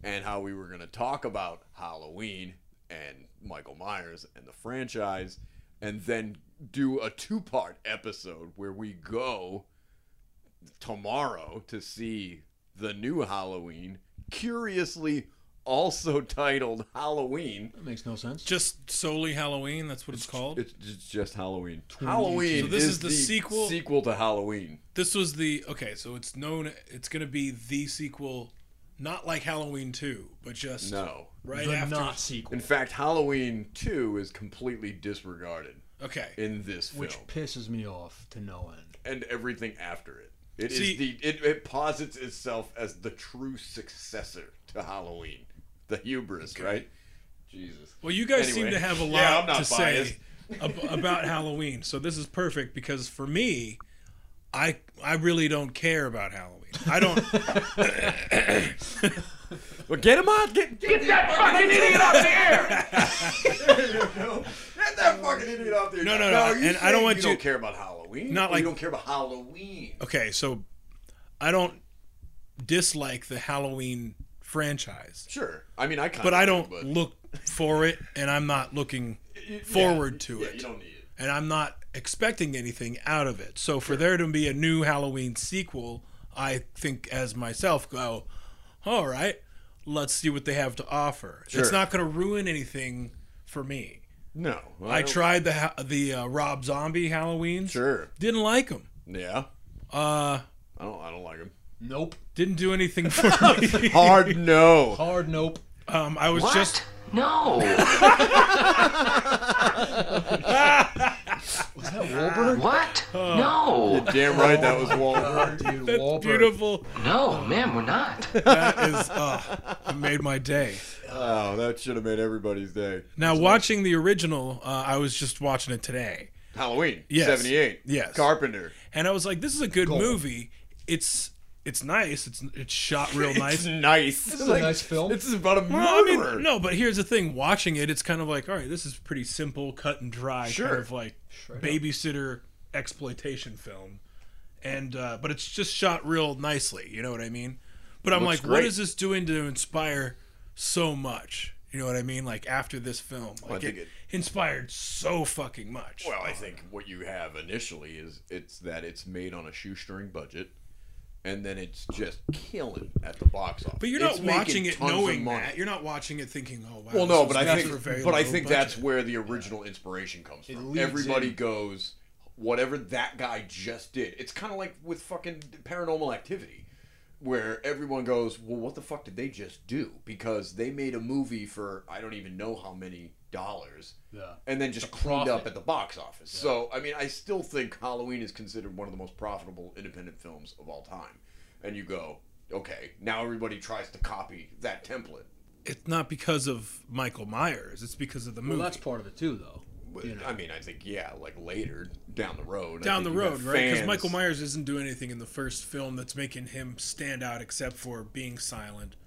S3: and how we were going to talk about Halloween and Michael Myers and the franchise, and then do a two-part episode where we go tomorrow to see the new Halloween, curiously also titled Halloween.
S2: That makes no sense.
S1: Just solely Halloween. That's what it's called.
S3: It's just, just Halloween. Halloween.
S1: So this is the sequel?
S3: Sequel to Halloween.
S1: this was the okay. So it's known. It's going to be the sequel, not like Halloween two, but just
S3: No.
S1: right
S2: the
S1: after.
S2: not sequel,
S3: In fact, Halloween Two is completely disregarded
S1: Okay.
S3: in this film,
S2: which pisses me off to no end.
S3: and everything after it. It is
S1: See-
S3: the it, it posits itself as the true successor to Halloween, the hubris, right? Jesus. [LAUGHS]
S1: Well, you guys seem
S3: Anyway.
S1: to have a lot
S3: Yeah, I'm not
S1: to say
S3: biased.
S1: ab- about Halloween, so this is perfect because for me, I I really don't care about Halloween. I don't.
S3: Well, get him out! Get, get
S5: That fucking idiot off the air!
S3: that fucking idiot out there!
S1: No, no, no,
S3: you
S1: and I
S3: saying
S1: don't want
S3: you
S1: you-
S3: don't care about Halloween.
S1: Not
S3: or
S1: like-
S3: you don't care about Halloween.
S1: okay, so I don't dislike the Halloween franchise,
S3: Sure. I mean, I kind
S1: but I don't look for it, and I'm not looking forward to
S3: Yeah, you
S1: it,
S3: don't need it.
S1: and I'm not expecting anything out of it. So for there to be a new Halloween sequel, I think as myself go, all right, let's see what they have to offer. It's
S3: Sure.
S1: not going to ruin anything for me.
S3: No,
S1: I,
S3: don't-
S1: tried the ha- the uh, Rob Zombie Halloween.
S3: Sure.
S1: Didn't like him.
S3: Yeah.
S1: Uh,
S3: I don't. I don't like him.
S2: Nope.
S1: didn't do anything for
S3: [LAUGHS]
S1: me.
S3: Hard no.
S2: Hard nope.
S1: Um, I was just
S7: No.
S2: Was that Wahlberg?
S7: what? No.
S3: Damn right that was [LAUGHS] Wahlberg.
S2: Dude,
S1: that's [LAUGHS]
S2: Wahlberg.
S1: beautiful.
S7: No, man, we're not.
S1: That is uh, it made my day.
S3: Oh, that should have made everybody's day.
S1: Now watching the original, uh, I was just watching it today,
S3: Halloween.
S1: Yes.
S3: Seventy eight.
S1: Yes.
S3: Carpenter.
S1: and I was like, "This is a good movie." it's it's nice. It's it's shot real
S3: It's
S1: nice.
S3: nice.
S2: is a nice film.
S3: It's about a
S1: Well, I
S3: murderer.
S1: mean, no, but here's the thing. Watching it, it's kind of like, all right, this is pretty simple, cut and dry,
S3: Sure.
S1: kind of like babysitter exploitation film. And uh, but it's just shot real nicely. You know what I mean? But I'm
S3: Looks
S1: like, what
S3: great.
S1: is this doing to inspire so much? You know what I mean? Like after this film, like
S3: Oh, I think
S1: it,
S3: it-
S1: inspired so fucking much.
S3: Well, I think what you have initially is it's that it's made on a shoestring budget, and then it's just killing at the box office.
S1: but you're
S3: It's
S1: not
S3: making
S1: watching it
S3: tons of
S1: knowing
S3: money.
S1: that. You're not watching it thinking, oh wow.
S3: well,
S1: this
S3: no,
S1: was
S3: but I
S1: made for a very
S3: think, but I
S1: low
S3: think
S1: budget.
S3: that's where the original inspiration comes from.
S2: leads
S3: Everybody
S2: in.
S3: goes, whatever that guy just did. It's kind of like with fucking Paranormal Activity, where everyone goes, well, what the fuck did they just do? Because they made a movie for I don't even know how many dollars,
S2: Yeah.
S3: and then just cleaned up
S2: profit.
S3: at the box office. So I mean, I still think Halloween is considered one of the most profitable independent films of all time. And you go, okay, now everybody tries to copy that template.
S1: it's not because of Michael Myers. It's because of the movie.
S2: Well, that's part of it too, though.
S3: But,
S2: You know.
S3: I mean, I think yeah, like later down the road. I
S1: down the
S3: think you
S1: road,
S3: have
S1: right? Because
S3: fans-
S1: Michael Myers isn't doing anything in the first film that's making him stand out, except for being silent,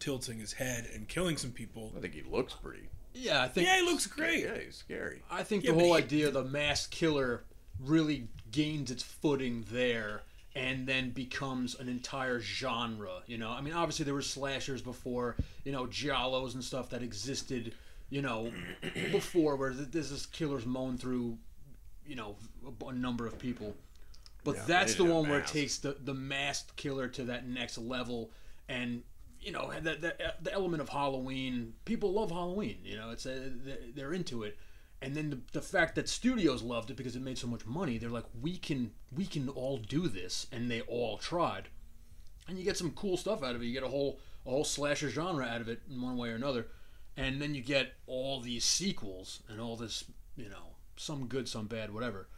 S1: tilting his head, and killing some people.
S3: I think he looks pretty.
S2: Yeah, I think.
S1: Yeah, he looks great.
S3: Yeah, he's scary.
S2: I think
S1: Yeah,
S2: the
S1: but
S2: whole
S1: he-
S2: idea of the mass killer really gains its footing there and then becomes an entire genre, you know. I mean, obviously there were slashers before, you know, giallos and stuff that existed, you know, [CLEARS THROAT] before where th- there's this killer's mown through, you know, a b- a number of people. But that's
S3: they
S2: the
S3: did a
S2: one where it
S3: mass.
S2: takes the the masked killer to that next level and you know that the, uh, the element of Halloween. People love Halloween. You know, it's a, they're- they're into it, and then the, the fact that studios loved it because it made so much money. They're like, we can we can all do this, and they all tried, and you get some cool stuff out of it. You get a whole a whole slasher genre out of it in one way or another, and then you get all these sequels and all this you know some good, some bad, whatever.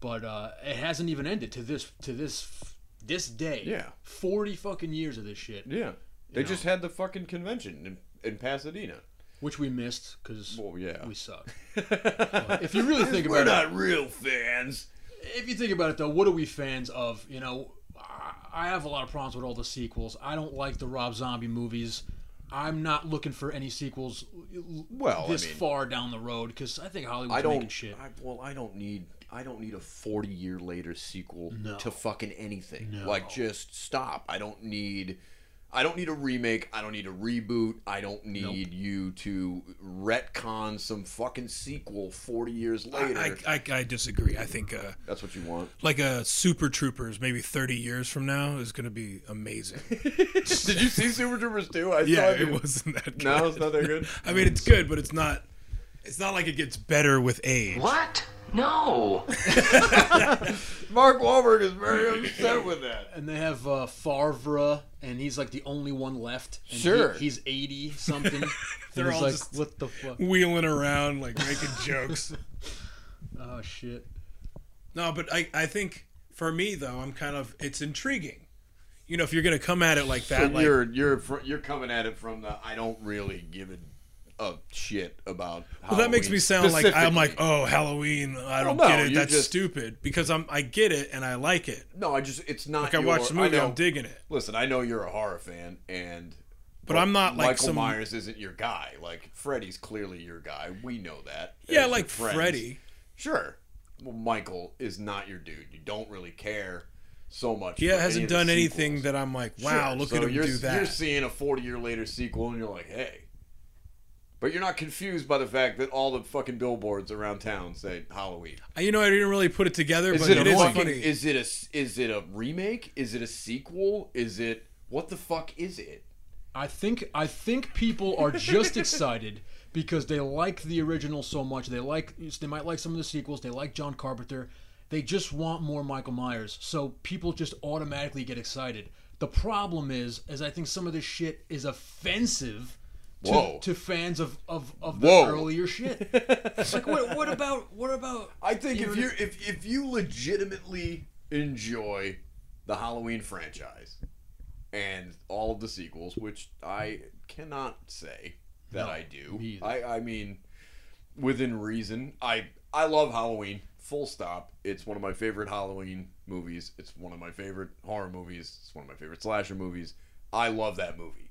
S2: But uh, it hasn't even ended to this to this this day.
S3: Yeah.
S2: forty fucking years of this shit
S3: Yeah, they just had the fucking convention in, in Pasadena.
S2: which we missed because
S3: Well, yeah. [LAUGHS]
S2: we suck. if you really think about it,
S3: real fans.
S2: if you think about it though, what are we fans of? You know, I- I have a lot of problems with all the sequels. I don't like the Rob Zombie movies. I'm not looking for any sequels l-
S3: Well, I
S2: this
S3: mean-
S2: far down the road because I think Hollywood's
S3: I
S2: making
S3: don't.
S2: shit.
S3: I, well, I don't need. I don't need a forty-year later sequel to fucking anything. Like, just stop. I don't need. I don't need a remake. I don't need a reboot. I don't need you to retcon some fucking sequel forty years later.
S1: I, I, I disagree. I think uh,
S3: That's what you want.
S1: like a Super Troopers, maybe 30 years from now, is going to be amazing.
S3: Did you see Super Troopers 2? I
S1: yeah,
S3: saw
S1: it wasn't that good.
S3: No, it's not that good.
S1: [LAUGHS] I mean, it's good, but it's not. It's not like it gets better with age.
S7: What? No.
S3: Mark Wahlberg is very upset with that.
S2: and they have uh, Favre, and he's like the only one left. And he-
S3: Sure.
S2: he's eighty
S3: [LAUGHS]
S2: something.
S1: They're
S2: and he's
S1: all
S2: like,
S1: just-
S2: what the fuck?
S1: Wheeling around like making jokes. [LAUGHS]
S2: Oh shit.
S1: No, but I, I think for me though, I'm kind of it's intriguing. You know, if you're gonna come at it like that, like
S3: you're you're fr- you're coming at it from the I don't really give a, a shit about.
S1: Well, that makes me sound like I'm like, oh, Halloween. I don't
S3: Well, no,
S1: get it.
S3: you
S1: That's
S3: just-
S1: stupid because I'm I get it and I like it.
S3: no, I just it's not.
S1: Like I
S3: your-
S1: watched the movie,
S3: know-
S1: I'm digging it.
S3: Listen, I know you're a horror fan, and
S1: But I'm not like
S3: Michael
S1: some-
S3: Myers isn't your guy. Like Freddy's clearly your guy. We know that.
S1: Yeah,
S3: as your
S1: like
S3: friends.
S1: Freddy.
S3: Sure. Well, Michael is not your dude. You don't really care so much.
S1: He
S3: for any
S1: hasn't
S3: of the
S1: done anything
S3: sequels.
S1: that I'm like, wow,
S3: Sure.
S1: look
S3: So
S1: at him
S3: you're,
S1: do that.
S3: You're seeing a 40 year later sequel, and you're like, hey. But you're not confused by the fact that all the fucking billboards around town say Halloween.
S1: you know, I didn't really put it together,
S3: Is
S1: but
S3: it,
S1: it
S3: a
S1: is
S3: fucking?
S1: funny.
S3: Is it a s- is it a remake? Is it a sequel? Is it what the fuck is it?
S2: I think I think people are just excited because they like the original so much. They like they might like some of the sequels. They like John Carpenter. They just want more Michael Myers. So people just automatically get excited. The problem is, is I think some of this shit is offensive to,
S3: Whoa.
S2: to fans of of, of the
S3: Whoa.
S2: earlier shit. it's like what, what about what about
S3: I think
S2: You
S3: if
S2: know-
S3: you if if you legitimately enjoy the Halloween franchise and all of the sequels, which I cannot say that I do.
S2: me either.
S3: I I mean within reason. I I love Halloween. Full stop. It's one of my favorite Halloween movies. It's one of my favorite horror movies. It's one of my favorite slasher movies. I love that movie.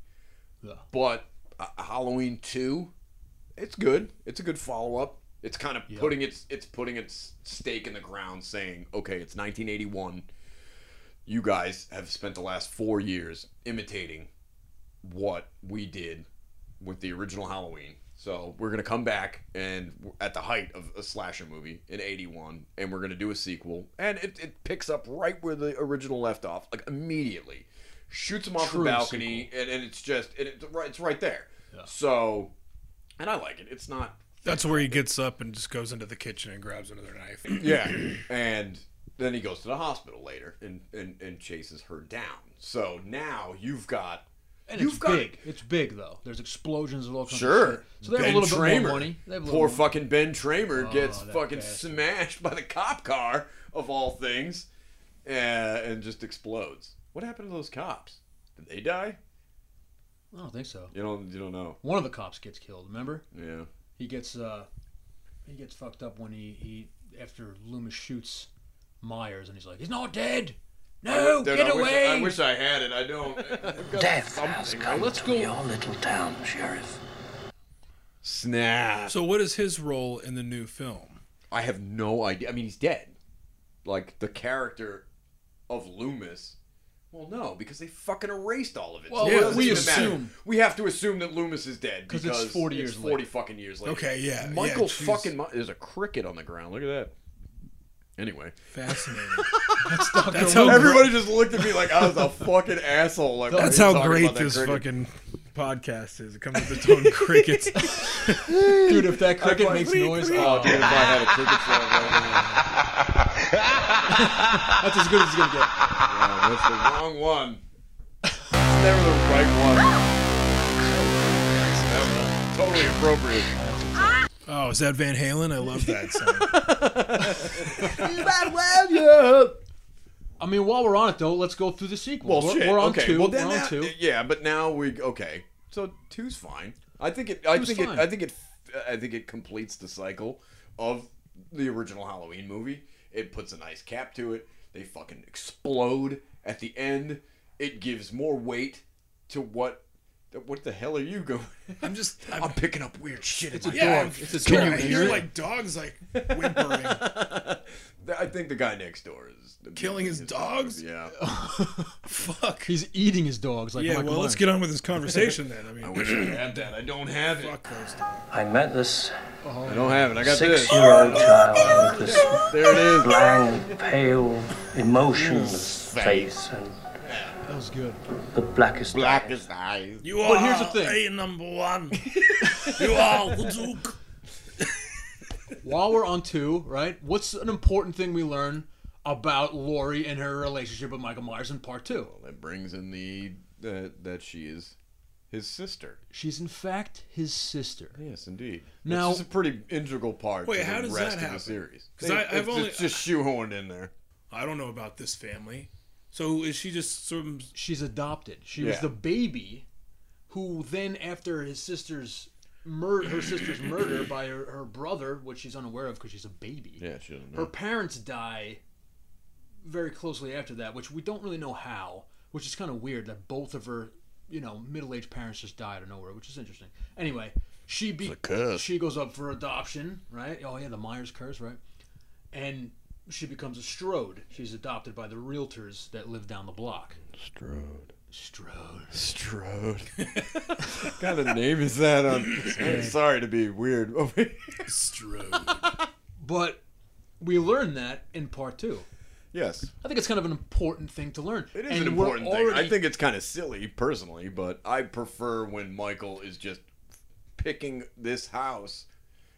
S2: Yeah.
S3: But uh, Halloween two, it's good. It's a good follow up. It's kind of putting its it's putting its stake in the ground, saying, okay, it's 1981. You guys have spent the last four years imitating what we did with the original Halloween. So we're gonna come back and we're at the height of a slasher movie in '81, and we're gonna do a sequel, and it, it picks up right where the original left off, like immediately, shoots him off
S2: True
S3: the balcony, and, and it's just and it, right- it's right there. So, and I like it. It's not
S1: That's where he gets up and just goes into the kitchen and grabs another knife. [CLEARS THROAT]
S3: yeah, [CLEARS THROAT] and then he goes to the hospital later and and, and chases her down. So now you've got
S2: And
S3: you've
S2: it's
S3: got
S2: big. It's big though. There's explosions of all kinds. Of
S3: Sure.
S2: shit. So they have
S3: Ben
S2: a little bit
S3: Tramer.
S2: more money. They have a little
S3: Poor
S2: more- Oh,
S3: fucking Ben Tramer gets
S2: that
S3: fucking
S2: bastard.
S3: smashed by the cop car of all things, uh, and just explodes. What happened to those cops? Did they die?
S2: I don't think so.
S3: You don't. You don't know.
S2: One of the cops gets killed. Remember?
S3: Yeah.
S2: He gets uh, he gets fucked up when he he after Loomis shoots Myers and he's like, he's not dead. No,
S3: Dude,
S2: Oh, get
S3: I wish-
S2: away.
S3: I wish I had it. I don't.
S2: [LAUGHS]
S3: I've got something.
S2: Let's go.
S4: little town, Sheriff.
S3: Snap.
S1: So, what is his role in the new film?
S3: I have no idea. I mean, he's dead. Like the character of Loomis. Well, no, because they fucking erased all of it.
S2: Well,
S3: it
S1: we-
S3: doesn't
S1: we
S3: even matter.
S2: assume-
S3: we have to assume that Loomis is dead
S2: 'Cause
S3: because
S2: it's 40 years
S3: It's Forty
S2: later.
S3: fucking years later.
S1: Okay, yeah,
S3: Michael
S1: yeah, geez.
S3: fucking. Mi- There's a cricket on the ground. Look at that. Anyway, [LAUGHS]
S1: Fascinating.
S2: That's
S1: how-
S2: how.
S3: everybody just looked at me like I was a fucking asshole. Like
S1: That's
S3: we were
S1: how
S3: talking
S1: great
S3: about that
S1: this
S3: cricket.
S1: fucking podcast is. It comes with
S3: [LAUGHS]
S1: its own crickets.
S2: Dude, if that
S3: I'd
S2: cricket
S3: like-
S2: makes noise,
S3: Oh,
S2: oh,
S3: dude, if I had a cricket sound right now.
S2: that's as good as it's gonna get.
S3: Oh, that's the wrong one. It's never the right one. That was totally appropriate.
S1: Oh, is that Van Halen? I love that song.
S3: [LAUGHS]
S2: I mean, while we're on it though, let's go through the sequel.
S3: Well,
S2: we're,
S3: shit.
S2: we're on
S3: okay.
S2: two.
S3: Well,
S2: we're
S3: then
S2: on
S3: that-
S2: two.
S3: Yeah, but now we okay. So two's fine. I think it. I
S2: Two's
S3: think
S2: fine.
S3: it. I think it. I think it completes the cycle of the original Halloween movie. It puts a nice cap to it. They fucking explode at the end. It gives more weight to what. What the hell are you going?
S1: I'm just. I'm,
S3: I'm picking up weird shit. It's
S1: yeah,
S2: dog.
S1: I'm-
S2: It's a
S1: Can
S2: dog.
S1: you
S2: You
S1: hear
S2: hear it?
S1: like dogs like whimpering?
S3: [LAUGHS] I think the guy next door is
S1: Killing his dogs?
S3: Yeah.
S1: Fuck.
S2: He's eating his dogs like
S1: Yeah.
S2: Michael
S1: Well, let's
S2: Myers.
S1: get on with this conversation then. I mean,
S3: I [LAUGHS] wish I had that. I don't have it.
S1: fuck those dogs.
S10: I met this
S3: I don't have it. I got this.
S10: six-year-old child with this
S3: There it is.
S10: blank, pale, emotionless face and
S2: That was good.
S10: the blackest
S3: Black as eyes.
S1: You are
S2: here's the thing.
S1: a number
S2: [LAUGHS]
S1: one. you are the Duke.
S2: While we're on two, right? What's an important thing we learn about Lori and her relationship with Michael Myers in part two?
S3: That brings in the that that she is his sister.
S2: She's in fact his sister.
S3: Yes, indeed.
S2: Now-
S3: it's a pretty integral part.
S1: Wait,
S3: to
S1: how
S3: the
S1: does
S3: rest
S1: that
S3: of
S1: happen?
S3: the series?
S1: 'Cause
S3: They-
S1: I- I've
S3: it's,
S1: only-
S3: it's just shoehorned in there.
S1: I don't know about this family. So is she just some?
S2: She's adopted. She was
S3: Yeah.
S2: the baby who then after his sister's murder her sister's murder by her, her brother, which she's unaware of because she's a baby.
S3: Yeah, she doesn't know.
S2: Her parents die very closely after that, which we don't really know how, which is kind of weird that both of her, you know, middle-aged parents just died out of nowhere, which is interesting. Anyway, she be
S3: curse.
S2: she goes up for adoption, right? Oh yeah, the Myers curse, right? And she becomes a Strode. She's adopted by the realtors that live down the block.
S3: Strode.
S2: Strode.
S3: Strode. [LAUGHS] what kind of name is that?
S1: [LAUGHS]
S3: On sorry to be weird. [LAUGHS] over here.
S2: But we learn that in part two.
S3: yes,
S2: I think it's kind of an important thing to learn.
S3: It is
S2: And
S3: an
S2: we're
S3: important thing. I
S2: already-
S3: think it's kind of silly, personally, but I prefer when Michael is just picking this house,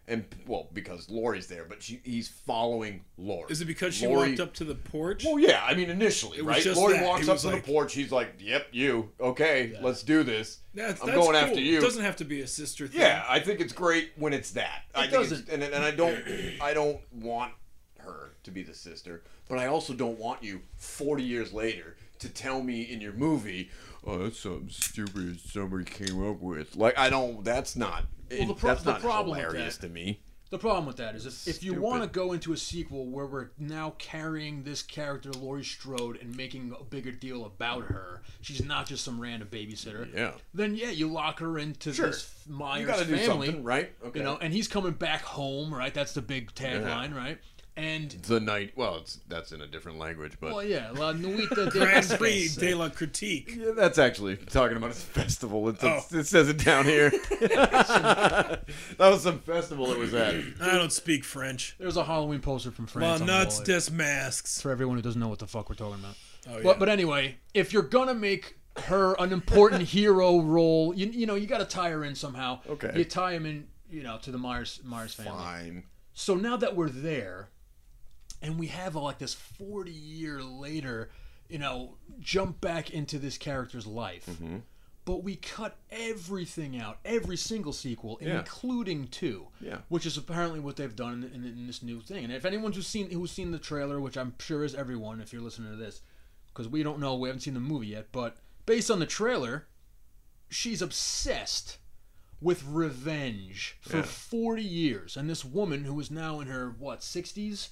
S3: and well, because Lori's there, but she, he's following Lori.
S1: Is it because she
S3: Lori-
S1: walked up to the porch?
S3: Well, yeah. I mean, initially,
S1: It was
S3: right?
S1: just
S3: Lori
S1: that.
S3: walks
S1: He
S3: up
S1: was
S3: to
S1: like-
S3: the porch. He's like, "Yep, you. Okay, let's do this.
S1: That's,
S3: I'm
S1: that's
S3: going
S1: cool.
S3: after you."
S1: It doesn't have to be a sister thing.
S3: Yeah, I think it's great when it's that. I think it's-
S2: doesn't.
S3: and and I don't I don't want her to be the sister, but I also don't want you 40 years later to tell me in your movie, oh, that's something stupid somebody came up with. Like I don't. That's not.
S2: Well, the pro-
S3: that's
S2: the
S3: not
S2: problem with
S3: hilarious
S2: that-
S3: to me.
S2: The problem with that is if, if you
S3: Stupid.
S2: want to go into a sequel where we're now carrying this character Laurie Strode and making a bigger deal about her, she's not just some random babysitter.
S3: Yeah.
S2: Then yeah, you lock her into
S3: Sure.
S2: this Myers
S3: You got to do
S2: family,
S3: something, right? Okay.
S2: You know, and he's coming back home, right? That's the big tagline, right? And
S3: the night. Well, it's that's in a different language, but
S2: well, yeah,
S3: [LAUGHS]
S2: La Nuita de
S1: Grand
S2: Andes.
S1: Prix de la Critique.
S3: Yeah, that's actually talking about a festival. It,
S1: Oh.
S3: it says it down
S2: [LAUGHS]
S3: here. [LAUGHS] that was some festival it was at.
S1: I don't speak French.
S2: There's a Halloween poster from
S1: La
S2: France. on the wall
S1: nuts
S2: there.
S1: des masks.
S2: for everyone who doesn't know what the fuck we're talking about.
S1: Oh,
S2: But
S1: yeah.
S2: but anyway, if you're gonna make her an
S1: [LAUGHS]
S2: important hero role, you you know you got to tie her in somehow.
S3: Okay.
S2: You tie him in, you know, to the Myers Myers family.
S3: Fine.
S2: So now that we're there, and we have uh, like this 40 year later, you know, jump back into this character's life.
S3: Mm-hmm.
S2: But we cut everything out, every single sequel,
S3: Yeah.
S2: including two,
S3: Yeah.
S2: which is apparently what they've done in, in, in this new thing. And if anyone's who's seen who's seen the trailer, which I'm sure is everyone, if you're listening to this, because we don't know, we haven't seen the movie yet, but based on the trailer, she's obsessed with revenge for 40 years and this woman who is now in her what 60s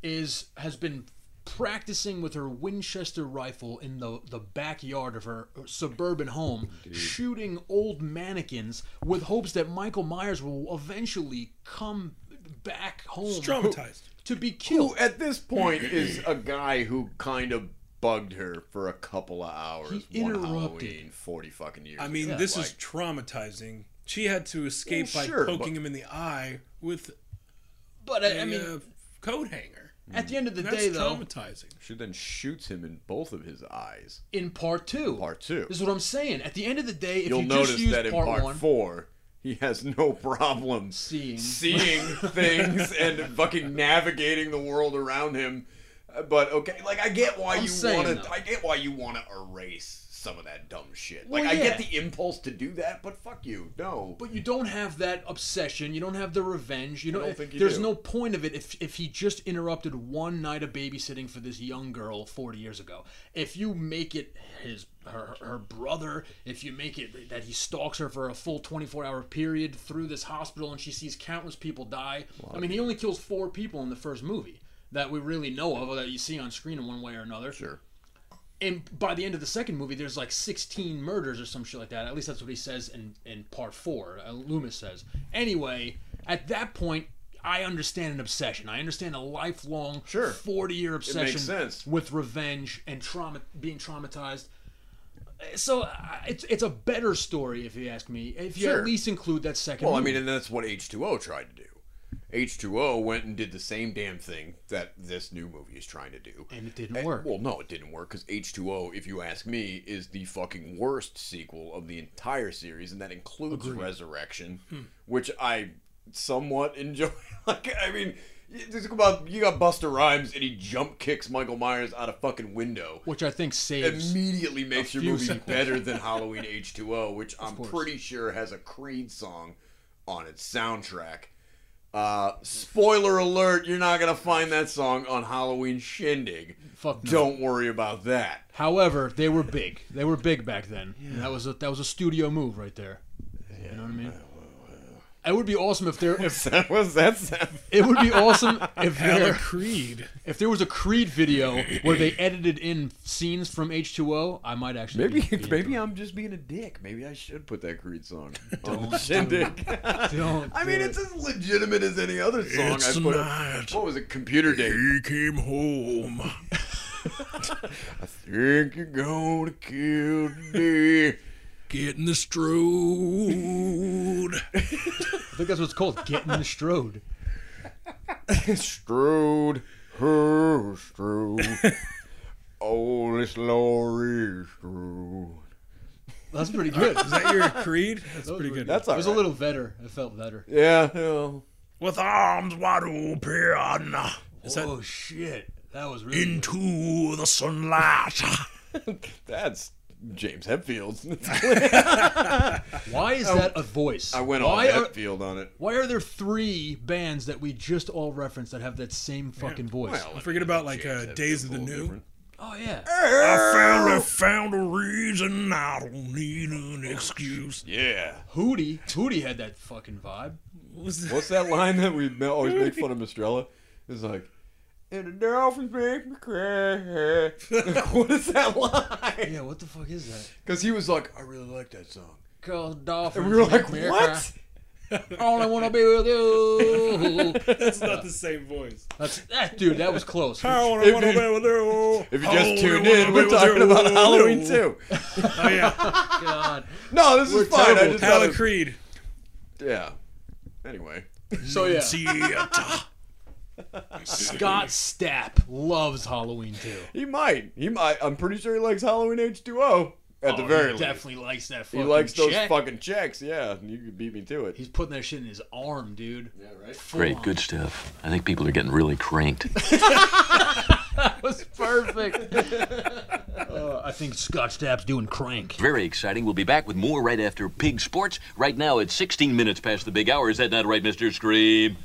S2: is has been practicing with her Winchester rifle in the the backyard of her suburban home shooting old mannequins with hopes that Michael Myers will eventually come back home
S1: Traumatized.
S2: to be killed
S3: Who at this
S2: [CLEARS THROAT]
S3: point is a guy who kind of bugged her for a couple of hours.
S2: He
S3: one
S2: interrupted.
S3: Halloween, forty fucking years.
S1: I mean,
S3: ago.
S1: this
S3: Like,
S1: is traumatizing. She had to escape
S3: Well,
S1: by
S3: sure,
S1: poking
S3: but-
S1: him in the eye with
S2: but I,
S1: a
S2: I mean
S3: um,
S1: uh, coat hanger.
S2: at the end of the
S1: That's
S2: day though
S1: traumatizing.
S3: she then shoots him in both of his eyes.
S2: in part 2
S3: Part two.
S2: this is what I'm saying at the end of the day if
S3: You'll
S2: you just
S3: notice
S2: use
S3: that in
S2: part,
S3: part
S2: 1
S3: four, he has no problem
S2: Seeing. [LAUGHS]
S3: seeing things and fucking navigating the world around him. Uh, But okay, like I get why
S2: I'm
S3: you
S2: saying,
S3: want
S2: though.
S3: to. I get why you want to erase some of that dumb shit.
S2: Well,
S3: like I get
S2: yeah.
S3: the impulse to do that, but fuck you, no.
S2: But you don't have that obsession. You don't have the revenge. You don't.
S3: don't think you
S2: there's
S3: do.
S2: no point of it if if he just interrupted one night of babysitting for this young girl 40 years ago. If you make it his her, her brother, if you make it that he stalks her for a full 24 hour period through this hospital and she sees countless people die. I mean, he only kills four people in the first movie that we really know of or that you see on screen in one way or another.
S3: Sure.
S2: And by the end of the second movie, there's like 16 murders or some shit like that. At least that's what he says in, in part four. Uh, Loomis says. Anyway, at that point, I understand an obsession. I understand a lifelong,
S3: Sure.
S2: 40 year obsession
S3: sense.
S2: with revenge and trauma, being traumatized. Uh, So uh, it's it's a better story if you ask me. If you
S3: Sure.
S2: at least include that second.
S3: Well, I
S2: movie.
S3: mean, and that's what H2O tried to do. H2O went and did the same damn thing that this new movie is trying to do.
S2: And it didn't work.
S3: Well, no, it didn't work because H2O, if you ask me, is the fucking worst sequel of the entire series, and that includes Resurrection,
S2: Hmm.
S3: which I somewhat enjoy. [LAUGHS] like, I mean, you just about you got Buster Rhymes and he jump kicks Michael Myers out a fucking window
S2: which I think saves.
S3: immediately makes your
S2: few
S3: movie
S2: sequels.
S3: better [LAUGHS] than Halloween H2O, which I'm
S2: course.
S3: pretty sure has a Creed song on its soundtrack. Uh, spoiler alert, you're not going to find that song on Halloween Shindig.
S2: Fuck no.
S3: Don't worry about that. [LAUGHS]
S2: However, they were big. They were big back then. That was a that was a studio move right there. You know what I mean? It would be awesome if there if
S3: That was that's that.
S2: it would
S3: [LAUGHS]
S2: be awesome if
S1: Hella
S2: there
S1: Creed.
S2: if there was a Creed video where they edited in scenes from H2O, I might
S3: [LAUGHS]
S2: actually
S3: Maybe
S2: be, be
S3: maybe
S2: into
S3: I'm just being a dick. Maybe I should put that Creed song on the Shindig.
S2: it. Don't
S3: I mean,
S2: do
S3: it's
S2: it.
S3: as legitimate as any other song I
S1: It's
S3: put. up-
S1: not.
S3: What was it? Computer Day.
S1: He came
S3: [LAUGHS]
S1: home.
S3: Think you're gonna kill me.
S1: Getting
S3: [LAUGHS]
S1: the strode.
S2: I think that's what it's called, getting the strode.
S3: Strode, her Strode. oh, this Laurie Strode.
S2: That's pretty good.
S1: Is that [LAUGHS] your Creed? That's pretty good.
S3: That's all
S2: It was a little better. It felt better.
S3: Yeah, well,
S1: With arms wide open. Is that
S2: oh shit, that was really good.
S1: into the [LAUGHS] sunlight?
S3: that's James Hepfield.
S2: Why is that a voice?
S3: I went all
S2: Why are-
S3: Hepfield on it.
S2: Why are there three bands that we just all referenced that have that same fucking voice?
S1: Forget about like uh, Days of the New.
S2: Oh yeah.
S1: I finally found a reason I don't need an excuse.
S3: Yeah.
S2: Hootie. Hootie had that fucking vibe.
S1: [LAUGHS] What's that?
S3: What's that line that we ma- always make fun of Mistrella? It's like, and the dolphins make me cry. [LAUGHS] Like, what is that line?
S2: Yeah, what the fuck is that?
S3: Because he was like, I really like that song.
S2: Called dolphin.
S3: And we were like, what?
S2: Only wanna be with you.
S1: That's not the same voice.
S2: That's that dude. That was close.
S1: I wanna
S3: If
S1: wanna
S3: you-
S1: be with you.
S3: If you
S1: Oh,
S3: just
S1: we
S3: tuned
S1: wanna
S3: in,
S1: be
S3: we're
S1: with
S3: talking
S1: you.
S3: about Halloween
S2: [LAUGHS]
S3: too.
S1: Oh yeah,
S2: God.
S3: No, this is fine. I
S2: terrible.
S3: just
S1: Halla
S3: thought
S1: Creed.
S3: it- yeah. Anyway,
S2: So yeah,
S1: Theater.
S2: Scott Stapp loves Halloween too.
S3: he might. He might. I'm pretty sure he likes Halloween H2O at the
S2: Oh,
S3: very
S2: he
S3: least.
S2: definitely likes that.
S3: He
S2: Fucking
S3: likes those
S2: check.
S3: fucking checks. Yeah, you could beat me to it.
S2: He's putting that shit in his arm, dude. Yeah,
S3: right?
S6: [LAUGHS] Great, good stuff. I think people are getting really cranked.
S2: That was [LAUGHS] perfect. Uh, I think Scott Stapp's doing crank.
S6: [LAUGHS] Very exciting. We'll be back with more right after Pig Sports. Right now, it's 16 minutes past the big hour. Is that not right, Mr. Scream?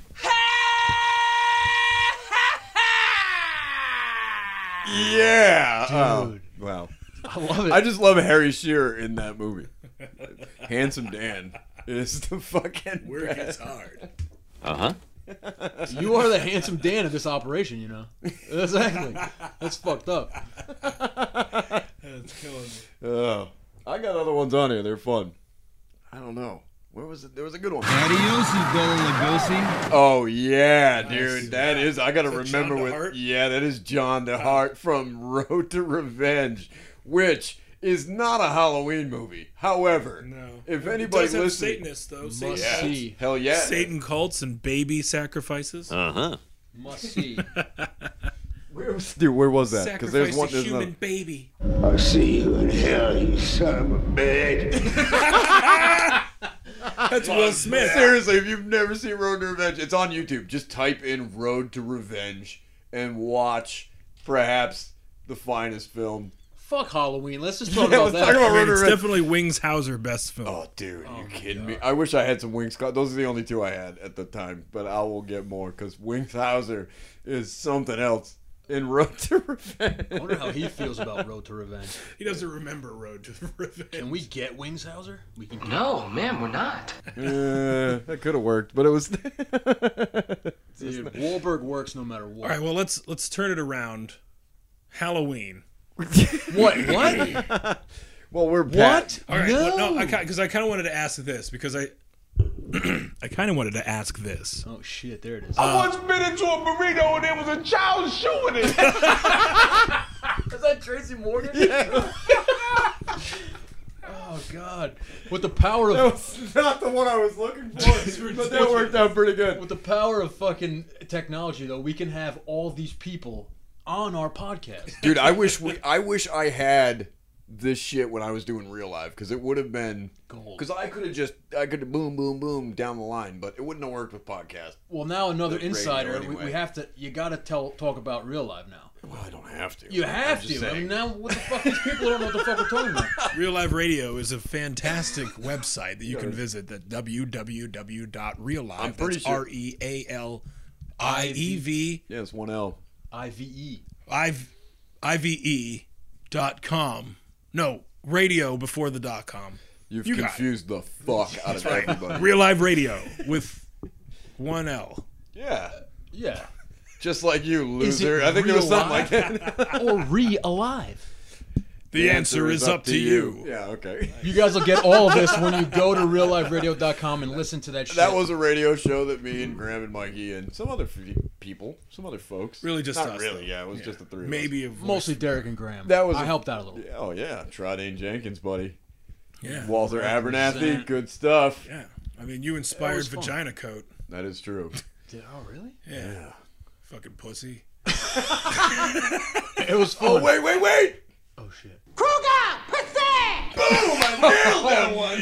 S3: Yeah. Oh,
S2: Dude.
S3: wow.
S2: I love it.
S3: I just love Harry Shearer in that movie. Handsome Dan is the fucking
S1: Where it gets
S3: best.
S1: hard.
S6: Uh huh.
S2: you are the handsome Dan of this operation, you know. Exactly. That's fucked up.
S1: That's killing me.
S3: Oh, I got other ones on here. They're fun. I don't know. Where was it? There was a good one.
S11: Adios, you Bella Lugosi.
S3: [LAUGHS] Oh yeah, dude. that is. I gotta
S1: that John
S3: remember with.
S1: DeHart?
S3: Yeah, that is John DeHart from Road to Revenge, which is not a Halloween movie. However,
S1: No.
S3: if
S1: It
S3: anybody
S1: does have
S3: listening,
S1: Satanists though.
S2: Must
S1: Satan,
S3: yeah,
S2: see.
S3: hell yeah,
S1: Satan cults and baby sacrifices.
S6: Uh huh.
S2: Must see.
S3: Where was, dude, where was that? Because
S1: Sacrifice
S3: there's one.
S1: a
S3: There's
S1: human
S3: another. [LAUGHS]
S1: baby.
S5: I see you in hell, you son of a bitch.
S1: That's Will Smith.
S3: Seriously, if you've never seen Road to Revenge, it's on YouTube. Just type in Road to Revenge and watch perhaps the finest film.
S2: Fuck Halloween. Let's just
S3: [LAUGHS]
S2: talk
S3: Yeah,
S2: about
S3: let's
S2: that.
S3: talk about
S1: I mean,
S3: Road to
S1: it's
S3: Revenge.
S1: definitely Wings Hauser best film.
S3: Oh, dude, you kidding me? I wish I had some Wings. Those are the only two I had at the time, but I will get more because Wings Hauser is something else in Road to
S2: I
S3: Revenge.
S2: wonder how he feels about Road to Revenge.
S1: He doesn't remember Road [LAUGHS] to Revenge.
S2: Can we get Wingshauser? We can. Get
S7: No, man, we're not.
S3: Uh, that could have worked, but it was.
S2: Dude, Wahlberg works no matter what.
S1: All right, well let's let's turn it around. Halloween.
S3: [LAUGHS]
S2: What? What?
S3: well, we're
S2: what?
S3: back.
S1: All right,
S2: no.
S1: well, no,
S3: Oh.
S1: because I, kind of wanted to ask this because I [CLEARS THROAT] I kind of wanted to ask this.
S2: oh shit! There it
S3: Uh,
S2: is.
S11: Once bit into a burrito and there was a child shooting it.
S2: Is that Tracy
S3: [LAUGHS]
S2: Morgan? [LAUGHS] oh God! With the power
S3: That
S2: of
S3: was not the one I was looking for, but that worked out pretty good.
S2: with the power of fucking technology, though, we can have all these people on
S3: [LAUGHS]
S2: our podcast.
S3: Dude, I wish we, I wish I had this shit when I was doing real live because it would have been
S2: Gold.
S3: because I could have just I could have boom boom boom down the line, but it wouldn't have worked with podcast.
S2: Well, now another
S3: Radio
S2: insider. We,
S3: anyway.
S2: we have to. You got to tell talk about real life now.
S3: Well, I don't have to.
S2: You
S3: I'm
S2: have
S3: just
S2: to. I
S3: saying.
S2: mean, now what the fuck? These people don't know what the fuck we're talking
S3: [LAUGHS]
S2: about.
S1: Real Live Radio is a fantastic website that you can visit. That www.reallive.
S3: I'm pretty
S1: that's
S3: sure-
S1: R E A L I E V
S3: Yeah, it's one L.
S2: IVE.
S1: I V E dot com. No radio before the dot com.
S3: You've
S1: You got it.
S3: confused the fuck out of everybody.
S1: Real Live Radio with one L.
S3: Yeah,
S2: Yeah.
S3: just like you, loser.
S2: it
S3: I think it was
S2: real
S3: something like that.
S2: Or re alive.
S1: The, answer, is up, to you.
S3: Yeah, okay.
S2: You guys will get all of this when you go to realliferadio.com and listen to that shit.
S3: That was a radio show that me and Graham and Mikey and some other f- people, some other folks.
S1: Really just
S3: Not
S1: us,
S3: really.
S1: though.
S3: Yeah, it was just the three. of us.
S1: Maybe a voice.
S2: mostly Derek and Graham.
S3: That was
S2: I
S3: a-
S2: helped out a little.
S3: Yeah, Oh yeah, Trodane Jenkins, buddy.
S1: Yeah.
S3: Walter Abernathy, good stuff.
S1: Yeah. I mean, you inspired
S2: was fun.
S1: Vagina Coat.
S3: That is [LAUGHS] true.
S2: Did- oh, really?
S1: Yeah. Fucking pussy.
S2: It was
S3: Oh
S2: fun.
S3: wait, wait, wait!
S2: Oh, shit.
S3: Nailed that one.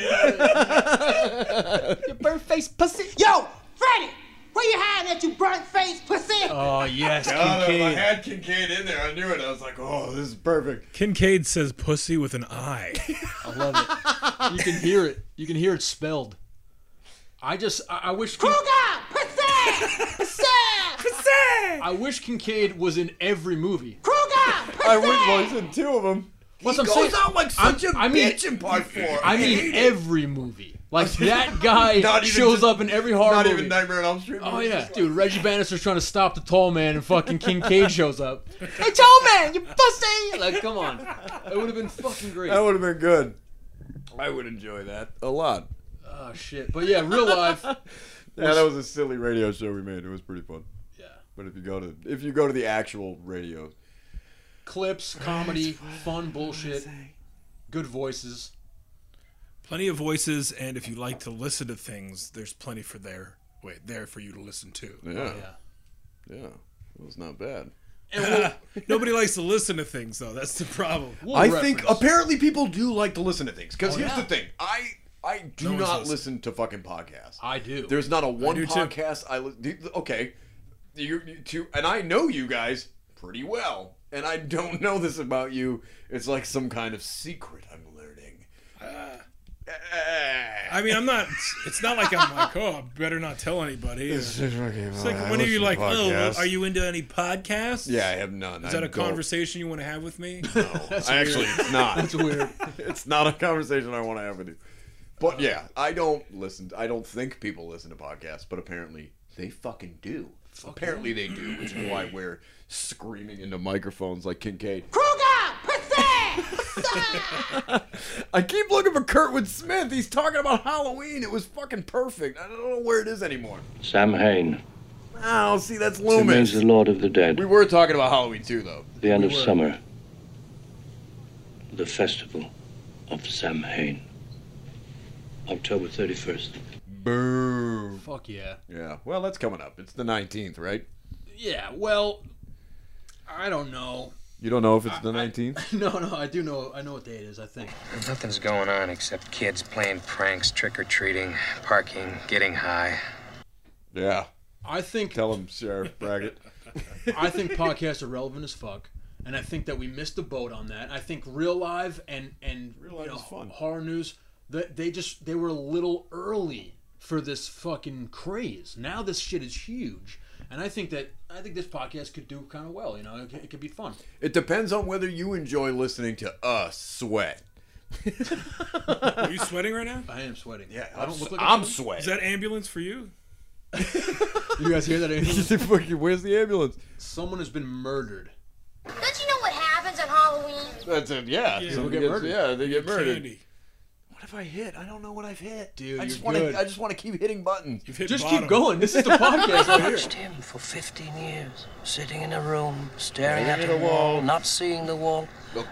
S2: Your burnt face pussy.
S11: Yo, oh! Freddie, where you hiding at, you burnt face pussy?
S10: Uh.
S2: Oh, yes,
S3: God, if I
S2: Kincaid.
S3: had Kincaid in there. I knew it. I was like, oh, this is perfect.
S1: Kincaid says pussy with an I. [LAUGHS]
S2: I love it. You can hear it. You can hear it spelled. I just, I,
S3: [LAUGHS]
S2: I wish. Kin-
S11: Kruger, pussy,
S10: [LAUGHS]
S11: pussy,
S2: I wish Kincaid was in every movie.
S11: Kruger,
S3: I was watching two of them.
S2: What's
S3: he
S2: I'm
S3: goes
S2: saying-
S3: out like such a
S2: I mean-
S3: bitch in part four.
S2: I mean, every movie.
S3: [LAUGHS]
S2: Like that guy
S3: Not even
S2: shows
S3: just-
S2: up in every horror
S3: not
S2: movie.
S3: even Nightmare on Elm Street.
S2: Oh
S3: movies.
S2: yeah, dude. Reggie Bannister's trying to stop the tall man, and
S3: [LAUGHS]
S2: fucking Kincaid shows up. Hey, tall man, you pussy! Like, come on. It would have been fucking great.
S3: That would have been good. I would enjoy that a lot.
S2: Oh shit. But yeah, real life.
S3: Yeah, that was a silly radio show we made. It was pretty fun.
S2: Yeah.
S3: But if you go to if you go to the actual radio,
S2: Clips, comedy, fun bullshit, good voices.
S1: Plenty of voices, and if you like to listen to things, there's plenty for there. Wait, there for you to listen [LAUGHS] to.
S3: yeah,
S2: Oh, Yeah.
S3: yeah, it was not bad.
S1: Nobody likes to listen to things though. That's the problem.
S2: We'll
S3: I
S2: reference. Oh,
S3: think apparently people do like to listen to things. Because here's
S2: yeah.
S3: the thing, I I do
S1: No one's
S3: not
S1: listening.
S3: listen to fucking podcasts.
S2: I do.
S3: There's not a one
S1: do too.
S3: podcast I li- okay. You, you two and I know you guys pretty well, and I don't know this about you. It's like some kind of secret I'm learning.
S2: Ah.
S3: Eh,
S1: I mean, I'm not. It's not like I'm like, oh, I better not tell anybody. It's like, when are you like, oh, are you into any podcasts?
S3: Yeah, I have none.
S1: Is that a conversation you want to have with me?
S3: I actually, it's not.
S2: That's weird.
S3: [LAUGHS] it's not a conversation I want to have with you. But yeah, I don't listen. I don't think people listen to podcasts, but apparently they fucking do. apparently they do, which is
S1: [CLEARS THROAT]
S3: why we're screaming into microphones like Kincaid.
S11: Kruger, pussy!
S3: [LAUGHS] I keep looking for Kurtwood Smith. He's talking about Halloween. It was fucking perfect. I don't know where it is anymore.
S10: Sam Hain,
S3: Oh, see, that's
S10: who
S3: Loomis.
S10: means the Lord of the Dead,
S3: We were talking about Halloween too, though.
S10: the end of summer, the festival of Sam Hain, October 31st.
S3: Boo.
S2: [LAUGHS] Fuck yeah.
S3: Yeah. Well, that's coming up. It's the 19th, right?
S2: Yeah. Well, I don't know.
S3: You don't know if it's the 19th?
S2: [LAUGHS] No, no, I do know. I know what day it is. I think.
S7: Nothing's going on except kids playing pranks, trick or treating, parking, getting high.
S3: Yeah.
S2: I think.
S3: Tell him, Sheriff Brackett. [LAUGHS]
S2: I think podcasts are relevant as fuck, and I think that we missed the boat on that. I think real live and and
S3: Real Live
S2: you know,
S3: is fun.
S2: horror news that they just they were a little early for this fucking craze. Now this shit is huge, and I think that I think this podcast could do kind of well. You know, it, it could be fun.
S3: It depends on whether you enjoy listening to us sweat.
S1: Are you sweating right now?
S2: I am sweating. I
S3: I
S2: don't look like
S3: I'm
S2: a-
S1: Is
S3: sweating.
S1: that ambulance for you?
S2: You
S3: [LAUGHS]
S2: guys hear that?
S3: Fucking, where's the ambulance?
S2: Someone has been murdered.
S11: Don't you know what happens on Halloween?
S3: That's it. Yeah.
S1: Yeah.
S3: Someone
S2: Get
S3: gets-
S2: murdered.
S3: Yeah, they get murdered.
S1: Candy.
S3: What have I hit? I don't know what I've hit,
S2: Dude,
S3: I just
S2: you're
S3: wanna-
S2: good.
S3: I just want to keep hitting buttons.
S1: You've hit
S2: Just
S1: bottom.
S2: keep going. This is
S3: [LAUGHS]
S2: the podcast right here.
S10: Watched him for 15 years, sitting in a room, staring at the wall, not seeing the wall,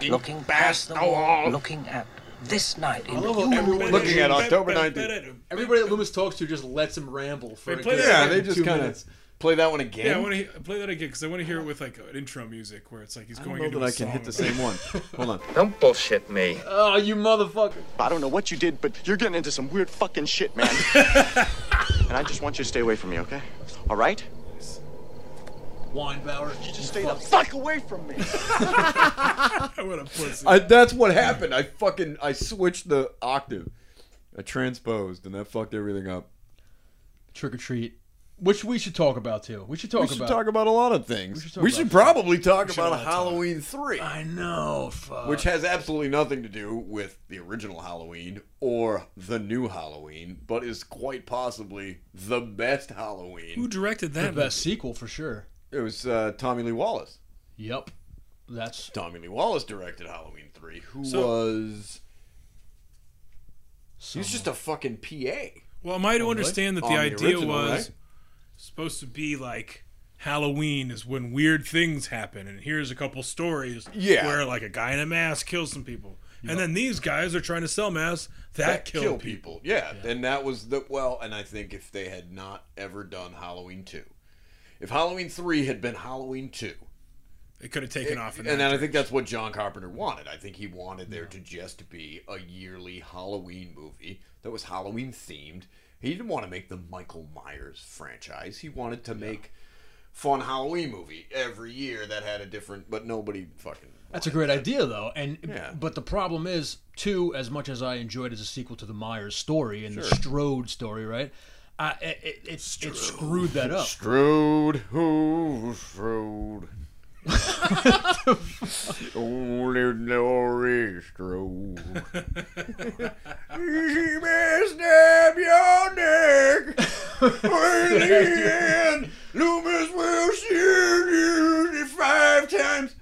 S3: Looking
S10: past the
S3: the
S10: wall,
S3: wall.
S10: looking at this night in
S2: love how
S10: you
S2: everyone-
S3: Looking at October
S2: Everybody that Loomis talks to just lets him ramble for
S1: They
S2: a
S1: play
S2: good
S1: that-
S3: Yeah,
S1: Yeah,
S3: they
S2: fucking
S3: just
S2: two
S3: kind of
S2: minutes.
S3: play that one again.
S1: Yeah, I want to play that again because I want to hear it with like an intro music where it's like he's
S3: I
S1: going
S3: don't know
S1: into
S3: that
S1: a
S3: I can hit
S1: song
S3: the
S1: [LAUGHS] about
S3: same one. Hold on.
S7: Don't bullshit me.
S2: Oh, you motherfucker!
S12: I don't know what you did, but you're getting into some weird fucking shit,
S13: [LAUGHS]
S12: man. and I just want you to stay away from me, okay? All right?
S2: Weinbauer. You
S12: Just stay the fuck away from me.
S1: it. What
S3: [LAUGHS]
S1: a pussy.
S3: I, that's what happened. I fucking I switched the octave. I transposed and that fucked everything up.
S2: trick or treat, which we should talk about too. We should talk
S3: We should
S2: about.
S3: talk about a lot of things. We
S2: should
S3: should,
S2: talk about-
S3: probably talk
S1: all
S3: about
S1: talk.
S3: Halloween 3,
S2: I know. Fuck.
S3: which has absolutely nothing to do with the original Halloween or the new Halloween, but is quite possibly the best
S1: Who
S3: Halloween.
S1: directed
S2: the
S1: that?
S2: best sequel for sure.
S3: It was uh, Tommy Lee Wallace.
S2: Yep. That's
S3: Tommy Lee Wallace directed Halloween 3, who
S1: So-
S3: was. He was just a fucking PA.
S1: Well, am I to understand that the
S3: On the
S1: idea
S3: original,
S1: was
S3: right?
S1: supposed to be like Halloween is when weird things happen, and here's a couple stories
S3: Yeah.
S1: where like a guy in a mask kills some people, and then these guys are trying to sell masks that,
S3: that
S1: kill,
S3: kill
S1: people.
S3: people. Yeah, and that was the well. And I think if they had not ever done Halloween two, if Halloween three had been Halloween two,
S1: It could have taken off, in
S3: and
S1: that
S3: then I think that's what John Carpenter wanted. I think he wanted there to just be a yearly Halloween movie that was Halloween themed. He didn't want to make the Michael Myers franchise. He wanted to make fun Halloween movie every year that had a different, but nobody fucking.
S2: that's a great idea though. And
S3: Yeah.
S2: but the problem is, too, as much as I enjoyed as a sequel to the Myers story and the Strode story, right? I, it, it, it, it screwed that up. [LAUGHS]
S3: Strode, who strode? Only Noristro.
S5: She may stab your neck. Alien Loomis will shoot you five times.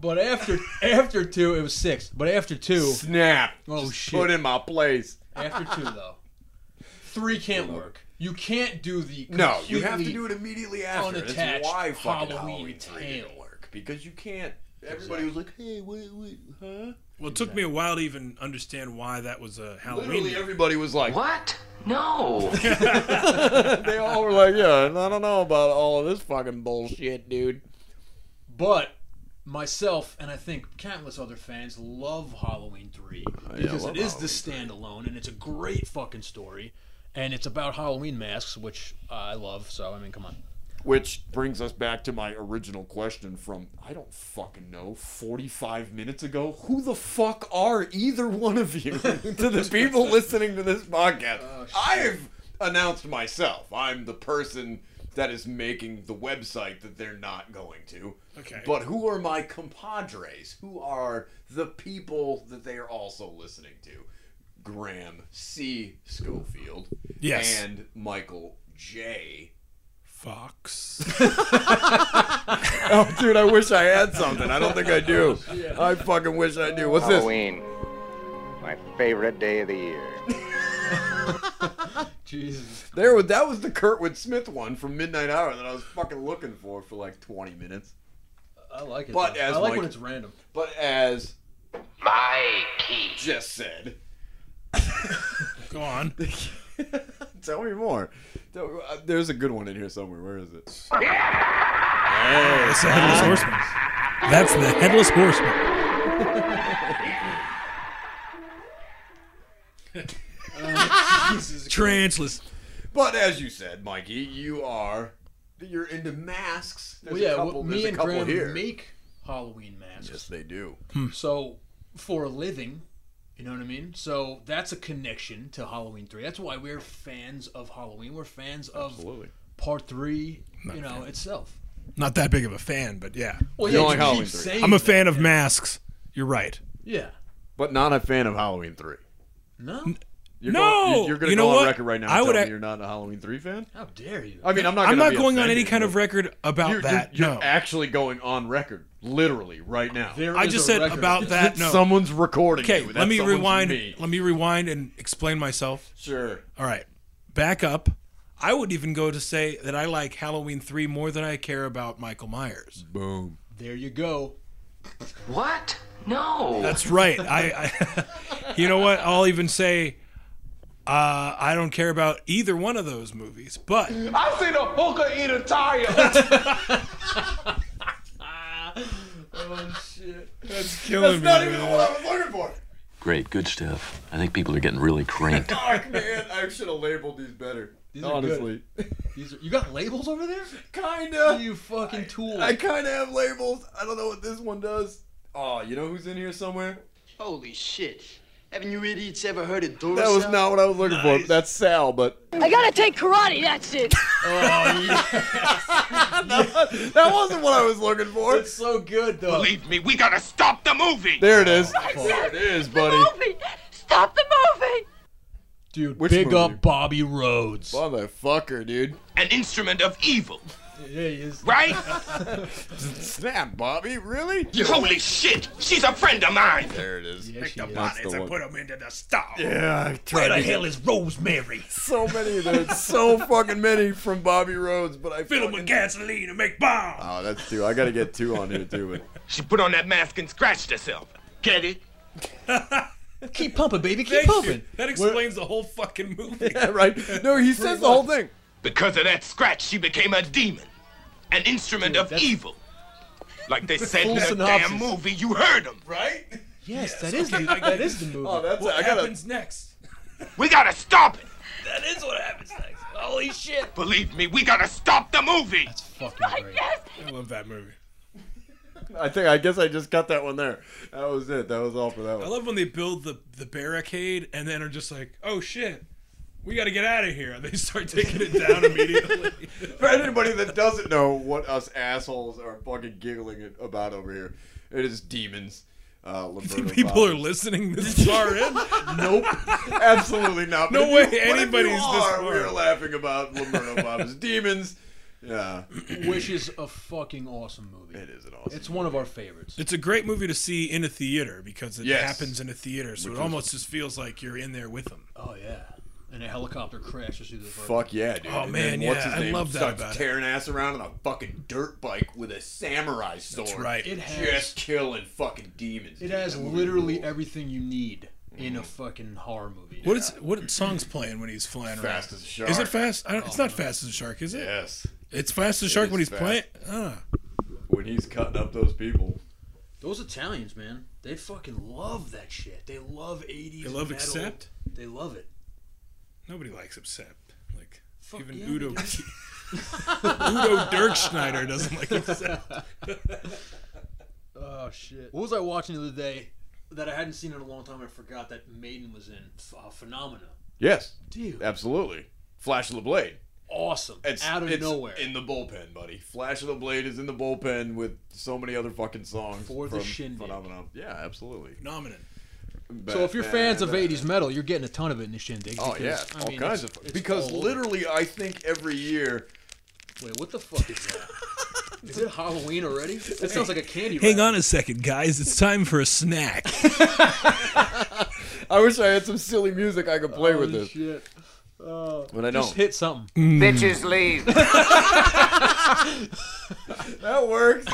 S2: But after [LAUGHS] after two, it was six. But after two,
S3: snap.
S2: Oh
S3: Just
S2: shit!
S3: put in my place.
S2: After two, though, three can't work. You can't do the
S3: No, you have to
S2: completely
S3: do it immediately after. That's
S2: unattached
S3: why fucking
S2: Halloween
S3: Halloween three
S2: tale.
S3: didn't work because you can't. Everybody was like, "Hey, wait, wait, huh?"
S1: Well, it took me a while to even understand why that was a Halloween.
S3: Literally
S1: movie.
S3: everybody was like,
S1: "What?
S6: No."
S3: [LAUGHS] they all were like, "Yeah, I don't know about all of this fucking bullshit, dude."
S2: But myself and I think countless other fans love Halloween 3
S3: yeah, I
S2: because
S3: love
S2: it is the standalone and it's a great fucking story and it's about Halloween masks which I love so I mean come on.
S3: Which brings us back to my original question from I don't fucking know, 45 minutes ago. Who the fuck are either one of
S1: [LAUGHS]
S3: you to the people listening to this podcast?
S1: Oh,
S3: I've announced myself. I'm the person that is making the website that they're not going to.
S1: Okay.
S3: But who are my compadres? Who are the people that they are also listening to? Graham C. Schofield.
S1: Yes.
S3: And Michael J.
S1: Fox.
S3: [LAUGHS] oh, dude, I wish I had something. I don't think I do. I fucking wish I do. What's this?
S14: Halloween, my favorite day of the year.
S2: Jesus.
S3: There, was- that was the Kurtwood Smith one from Midnight Hour that I was fucking looking for for like 20 minutes.
S2: I like it.
S3: But
S2: though.
S3: as
S2: I like
S3: Mike-
S2: when it's random.
S3: But as Mikey just said, [LAUGHS]
S1: go on.
S3: Tell me more. Tell me- uh, There's a good one in here somewhere. Where is it?
S1: Hey, it's the Headless Horseman. That's the Headless Horseman. [LAUGHS] Tranceless.
S3: But as you said, Mikey, you are you're into masks. There's
S2: well, yeah,
S3: a couple,
S2: well, me
S3: there's a
S2: and
S3: couple
S2: Graham
S3: here.
S2: make Halloween masks.
S3: Yes, they do.
S2: So for a living, you know what I mean? So that's a connection to Halloween 3. That's why we're fans of Halloween. We're fans of Part 3, you know, itself.
S1: Not that big of a fan, but yeah.
S2: Well, yeah, You like you keep Halloween three. saying
S1: I'm a
S2: that,
S1: fan of masks. You're right.
S2: Yeah.
S3: But not a fan of Halloween three.
S2: No.
S3: You're
S1: No!
S3: going, you're, you're going to
S1: You know
S3: go on
S1: what?
S3: record right now.
S1: I
S3: I
S1: would
S3: would.
S1: ac-
S3: you're not a Halloween three fan.
S2: How dare you?
S3: I mean, I'm not.
S1: I'm
S3: gonna
S1: not
S3: be
S1: going on any
S3: offended,
S1: kind of record about
S3: You're,
S1: that.
S3: you're,
S1: no.
S3: you're actually going on record, literally right now.
S1: I just said about that. No.
S3: someone's recording.
S1: Okay,
S3: you.
S1: let
S3: That's
S1: me
S3: someone's
S1: rewind.
S3: me.
S1: Let me rewind and explain myself.
S3: Sure.
S1: All right, back up. I would even go to say that I like Halloween three more than I care about Michael Myers.
S3: Boom.
S2: There you go.
S10: What? No.
S1: That's right. I, [LAUGHS] I you know what? I'll even say uh, I don't care about either one of those movies, but
S5: I seen a hooker eat a tire.
S2: oh shit!
S1: That's
S5: killing
S1: me,
S5: That's not
S1: man.
S5: even the one I was looking for.
S6: Great, good stuff. I think people are getting really cranked.
S3: Fuck, man. I should have labeled these better.
S2: These are good.
S3: honestly,
S2: These are, you got labels over there?
S3: Kinda.
S2: You fucking tool.
S3: I kind of have labels. I don't know what this one does. Oh, you know who's in here somewhere?
S15: Holy shit. Haven't you idiots ever heard of Duracell?
S3: That was not what I was looking for. That's Sal, but
S16: I gotta take karate,
S15: [LAUGHS]
S16: that's it.
S15: Oh,
S3: [LAUGHS] that wasn't what I was looking for. It's
S2: so good, though.
S3: Believe me, we gotta stop the movie. There it is. There it is, buddy.
S16: Stop the movie!
S2: Dude,
S3: Which
S2: big
S3: movie?
S2: up Bobby Rhodes.
S3: Motherfucker, dude.
S13: An instrument of evil.
S2: Yeah, he is.
S12: [LAUGHS]
S13: Right?
S3: Snap, Bobby, really?
S13: Holy shit! She's a friend of mine!
S3: There it is.
S1: Pick the
S3: That's
S1: bodies
S3: the
S1: and
S3: one.
S1: put them into the stall.
S3: Yeah, I
S1: Where
S3: tried
S1: the
S3: to-
S1: hell is Rosemary?
S3: So many.
S15: [LAUGHS]
S3: There's so fucking many from Bobby Rhodes, but I
S1: Fill them with gasoline and make bombs.
S3: Oh, that's two. I gotta get two on here too.
S13: She put on that mask and scratched herself. Get it?
S2: Keep pumping, baby. Keep
S1: Thank you.
S2: pumping.
S1: That explains the whole fucking
S2: [LAUGHS]
S1: movie. [LAUGHS]
S3: yeah, right. No, he says the whole thing.
S13: Because of that scratch, she became a demon. An instrument of evil. Like they said in
S2: Full
S13: the
S2: synopsis.
S13: damn movie, you heard them, right?
S2: Yes,
S1: Yes,
S2: that is
S1: okay,
S2: the,
S1: I get
S2: that
S1: it.
S2: is the movie.
S1: Oh, that's- What I gotta- happens next?
S13: We gotta stop it!
S1: That is what happens next. Holy shit.
S13: Believe me, we gotta stop the movie! That's
S2: fucking
S13: great.
S1: I love that movie.
S3: I think. I guess I just got that one there. That was it. That was all for that
S1: I
S3: one.
S1: love when they build the, the barricade and then are just like, oh shit, we got to get out of here. They
S2: [LAUGHS]
S1: start taking it down immediately.
S3: For anybody that doesn't know what us assholes are fucking giggling about over here, it is demons. Uh,
S1: You think [LAUGHS] people are listening
S2: [LAUGHS]
S1: this far in?
S3: [LAUGHS] nope, absolutely not.
S1: No
S3: But if
S1: way
S3: what if
S1: anybody's this
S3: are, We're
S1: far.
S3: laughing about
S1: [LAUGHS]
S3: Lamberto Bob's demons. Yeah,
S2: which is a fucking awesome movie. It
S3: Oh. is an awesome.
S2: It's one of our favorites.
S1: It's a great movie to see in a theater because it
S2: Yes.
S1: happens in a theater, so it
S2: Which is-
S1: almost just feels like you're in there with them.
S2: Oh yeah, and a helicopter crashes through the
S3: Fuck yeah, dude.
S1: Oh
S3: And
S1: man,
S3: then what's his
S1: yeah, I
S3: name
S1: love that
S3: starts
S1: about it.
S3: tearing ass around on a fucking dirt bike with a samurai sword.
S1: right.
S2: It has-
S3: just killing fucking demons.
S2: It
S3: dude.
S2: has
S3: That movie
S2: literally everything you need in a fucking horror movie.
S1: What is what song's playing when he's flying around?
S2: Fast as a shark.
S1: Is it fast? I don't, it's
S2: Oh,
S1: not fast as a shark, is it?
S3: Yes.
S1: It's fast as
S3: It
S1: a shark when
S3: is
S1: he's
S3: fast.
S1: playing. Ah.
S3: when he's cutting up those people.
S2: Those Italians, man, they fucking love that shit. They love eighties.
S1: They love
S2: metal.
S1: Accept?
S2: They love it.
S1: Nobody likes Accept. Like
S2: Fuck
S1: even
S2: yeah,
S1: Udo
S2: we do. [LAUGHS]
S1: Udo Dirkschneider doesn't like Accept.
S2: oh shit! What was I watching the other day that I hadn't seen in a long time? I forgot that Maiden was in Ph- uh, Phenomena.
S3: Yes.
S2: Dude.
S3: Absolutely. Flash of the Blade.
S2: Awesome.
S3: It's
S2: Out of
S3: it's
S2: nowhere.
S3: In the bullpen, buddy. Flash of the Blade is in the bullpen with so many other fucking songs.
S2: For the
S3: from
S2: shindig.
S3: Phenomenon. Yeah, absolutely.
S1: Phenomenon.
S2: so if you're fans of '80s metal, you're getting a ton of it in the shindig.
S3: Oh yeah,
S2: because, I
S3: all
S2: mean,
S3: kinds
S2: it's-
S3: of
S2: it's
S3: because
S2: all over.
S3: literally I think every year
S2: Wait, what the fuck is that? is it Halloween already? That sounds like a candy.
S1: Hang on a second, guys. It's time for a snack.
S3: I wish I had some silly music I could play with this.
S2: Shit. Oh.
S3: But I
S2: Just
S3: don't.
S2: hit something.
S3: Mm.
S11: Bitches
S9: [LAUGHS]
S11: leave.
S3: that works.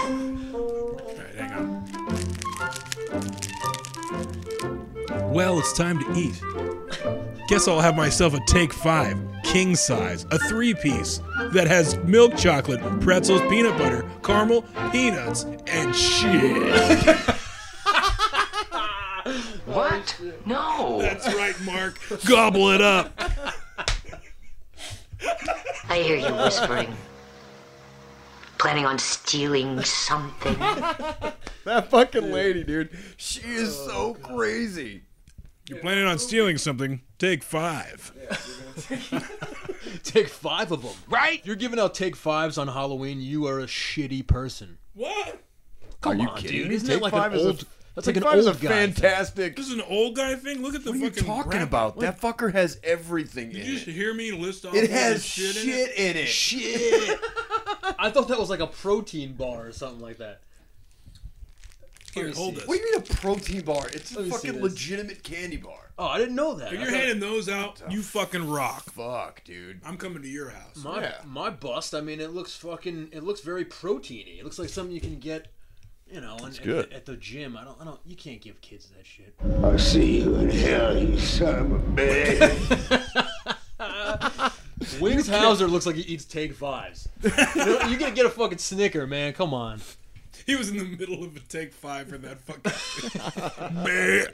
S1: Well, it's time to eat. Guess I'll have myself a take five, king size, a three piece that has milk chocolate, pretzels, peanut butter, caramel, peanuts, and shit.
S6: [LAUGHS] What? No.
S1: That's right, Mark. Gobble it up.
S17: I hear you whispering. Planning on stealing something.
S3: [LAUGHS] That fucking lady, dude. She is
S2: Oh,
S3: so crazy.
S1: You're planning on stealing something? Take five.
S2: Take five of them. Right? You're giving out take fives on Halloween. You are a shitty person.
S1: What?
S2: Come
S3: Are you
S2: on,
S3: kidding
S2: dude.
S3: me?
S2: Isn't
S3: Take
S2: that like an
S3: five is a-
S2: old? that's like
S3: Take
S2: an
S3: Five is
S2: old
S3: a
S2: guy.
S3: fantastic.
S1: This is an old guy thing. Look at the
S3: What are you
S1: fucking.
S3: talking
S1: wrap.
S3: about?
S1: What-
S3: That fucker has everything in
S1: Did you
S3: it.
S1: just hear me list off? all
S3: It
S1: this
S3: has
S1: shit, in
S3: shit
S1: it.
S3: in it.
S2: Shit. I thought that was like a protein bar or something like that.
S1: Here,
S2: Let me
S1: hold
S2: see.
S1: this.
S3: What do you mean a protein bar? It's
S2: Let
S3: a
S2: me see
S3: fucking
S2: this.
S3: legitimate candy bar.
S2: Oh, I didn't know that.
S1: If
S2: I
S1: you're
S2: thought-
S1: handing those out, you fucking rock.
S3: Fuck, dude.
S1: I'm coming to your house.
S2: my my bust. I mean, it looks fucking. It looks very proteiny. It looks like something you can get, you know, in-
S11: It's
S2: at,
S11: good.
S2: The, at the gym. I don't. I don't. You can't give kids that shit.
S11: I'll see you in hell, you son of a bitch.
S2: [LAUGHS] Wings Hauser looks like he eats take fives. you know, you gotta get a fucking Snicker, man. Come on.
S1: He was in the middle of a take five for that
S3: [LAUGHS]
S1: fucking. Man.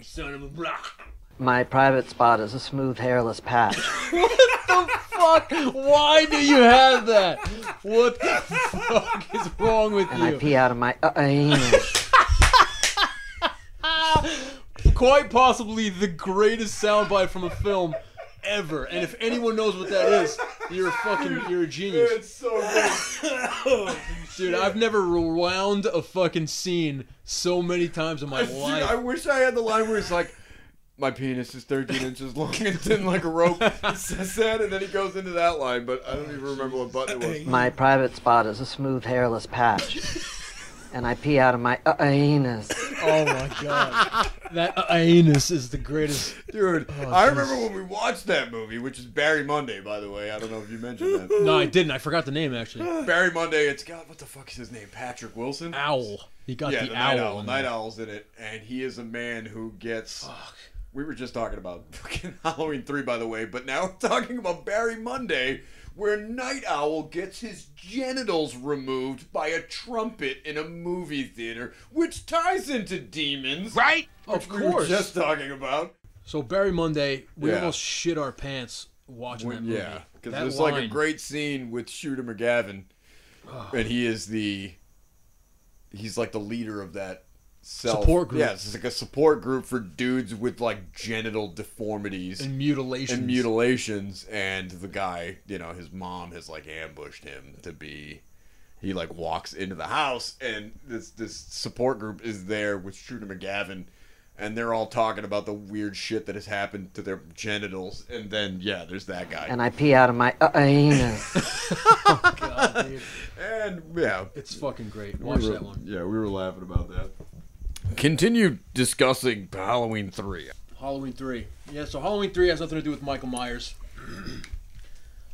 S2: Son of a block.
S18: My private spot is a smooth, hairless patch.
S2: What the fuck? Why do you have that? What the fuck is wrong with
S18: and I
S2: you?
S18: pee out of my uh, anus.
S2: [LAUGHS] Quite possibly the greatest soundbite from a film ever. And if anyone knows what that is, you're a fucking you're a genius.
S3: It's so good.
S2: [COUGHS] Dude, I've never rewound a fucking scene so many times in my
S3: Dude,
S2: life.
S3: I wish I had the line where it's like, my penis is 13 inches long and thin like a rope. It says that, and then he goes into that line, but I don't even remember what button it was.
S18: My private spot is a smooth,
S16: [LAUGHS]
S18: hairless patch. and I pee out of my uh, anus.
S2: Oh my god. That uh, anus is the greatest.
S3: Dude,
S2: Oh,
S3: I
S2: jeez.
S3: remember when we watched that movie, which is Barry Monday, by the way. I don't know if you mentioned that.
S2: No, I didn't. I forgot the name actually.
S3: Barry Monday, it's God, what the fuck is his name? Patrick Wilson?
S2: Owl. He got
S3: yeah,
S2: the,
S3: the, Night
S2: owl.
S3: Owl.
S2: in
S3: Night
S2: there.
S3: Owl's in it, and he is a man who gets. We were just talking about [LAUGHS] fucking Halloween 3, by the way, but now we're talking about Barry Monday, where Night Owl gets his genitals removed by a trumpet in a movie theater, which ties into demons.
S13: Right?
S3: Which
S2: Of
S3: we were
S2: course.
S3: just talking about.
S2: So Barry Monday, we
S3: Yeah.
S2: almost shit our pants watching that
S3: When-
S2: movie.
S3: Yeah, because
S2: That
S3: there's like a
S2: line.
S3: great scene with Shooter McGavin, and he is the he's like the leader of that self-
S2: Support group.
S3: Yeah, it's like a support group for dudes with like genital deformities
S2: And mutilations.
S3: and mutilations. And the guy, you know, his mom has like ambushed him to be. He like walks into the house, and this this support group is there with Shooter McGavin, and they're all talking about the weird shit that has happened to their genitals. And then yeah, there's that guy.
S18: And I pee out of my uh, anus.
S3: [LAUGHS] and yeah,
S2: it's fucking great.
S3: We
S2: Watch
S3: were-
S2: that one.
S3: Yeah, we were laughing about that. Continue discussing Halloween three.
S2: Halloween three. Yeah, so Halloween three has nothing to do with Michael Myers.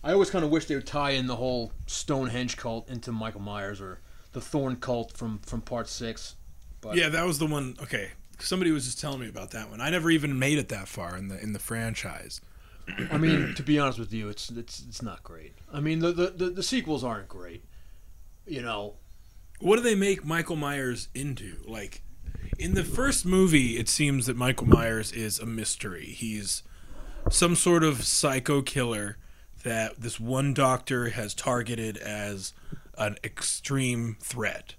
S2: I always kind of wish they would tie in the whole Stonehenge cult into Michael Myers or the Thorn cult from from part six. But
S1: yeah, that was the one. Okay, somebody was just telling me about that one. I never even made it that far in the in the franchise.
S2: I mean, to be honest with you, it's it's it's not great. I mean, the the, the, the sequels aren't great. You know,
S1: what do they make Michael Myers into? Like in the first movie, it seems that Michael Myers is a mystery. He's some sort of psycho killer that this one doctor has targeted as an extreme threat.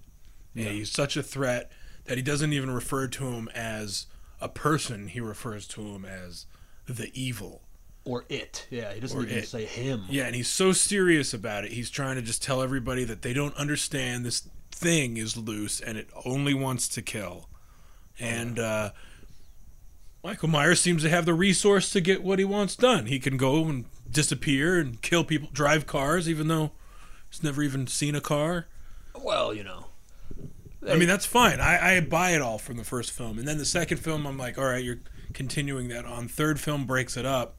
S1: And he's such a threat that he doesn't even refer to him as a person. He refers to him as the evil.
S2: Or it. Yeah, he doesn't
S1: Or
S2: even
S1: it.
S2: say him.
S1: Yeah, and he's so serious about it. He's trying to just tell everybody that they don't understand this thing is loose and it only wants to kill. And uh, Michael Myers seems to have the resource to get what he wants done. He can go and disappear and kill people, drive cars, even though he's never even seen a car.
S2: Well, you know.
S1: I mean, that's fine. I, I buy it all from the first film. And then the second film, I'm like, all right, you're continuing that on. Third film breaks it up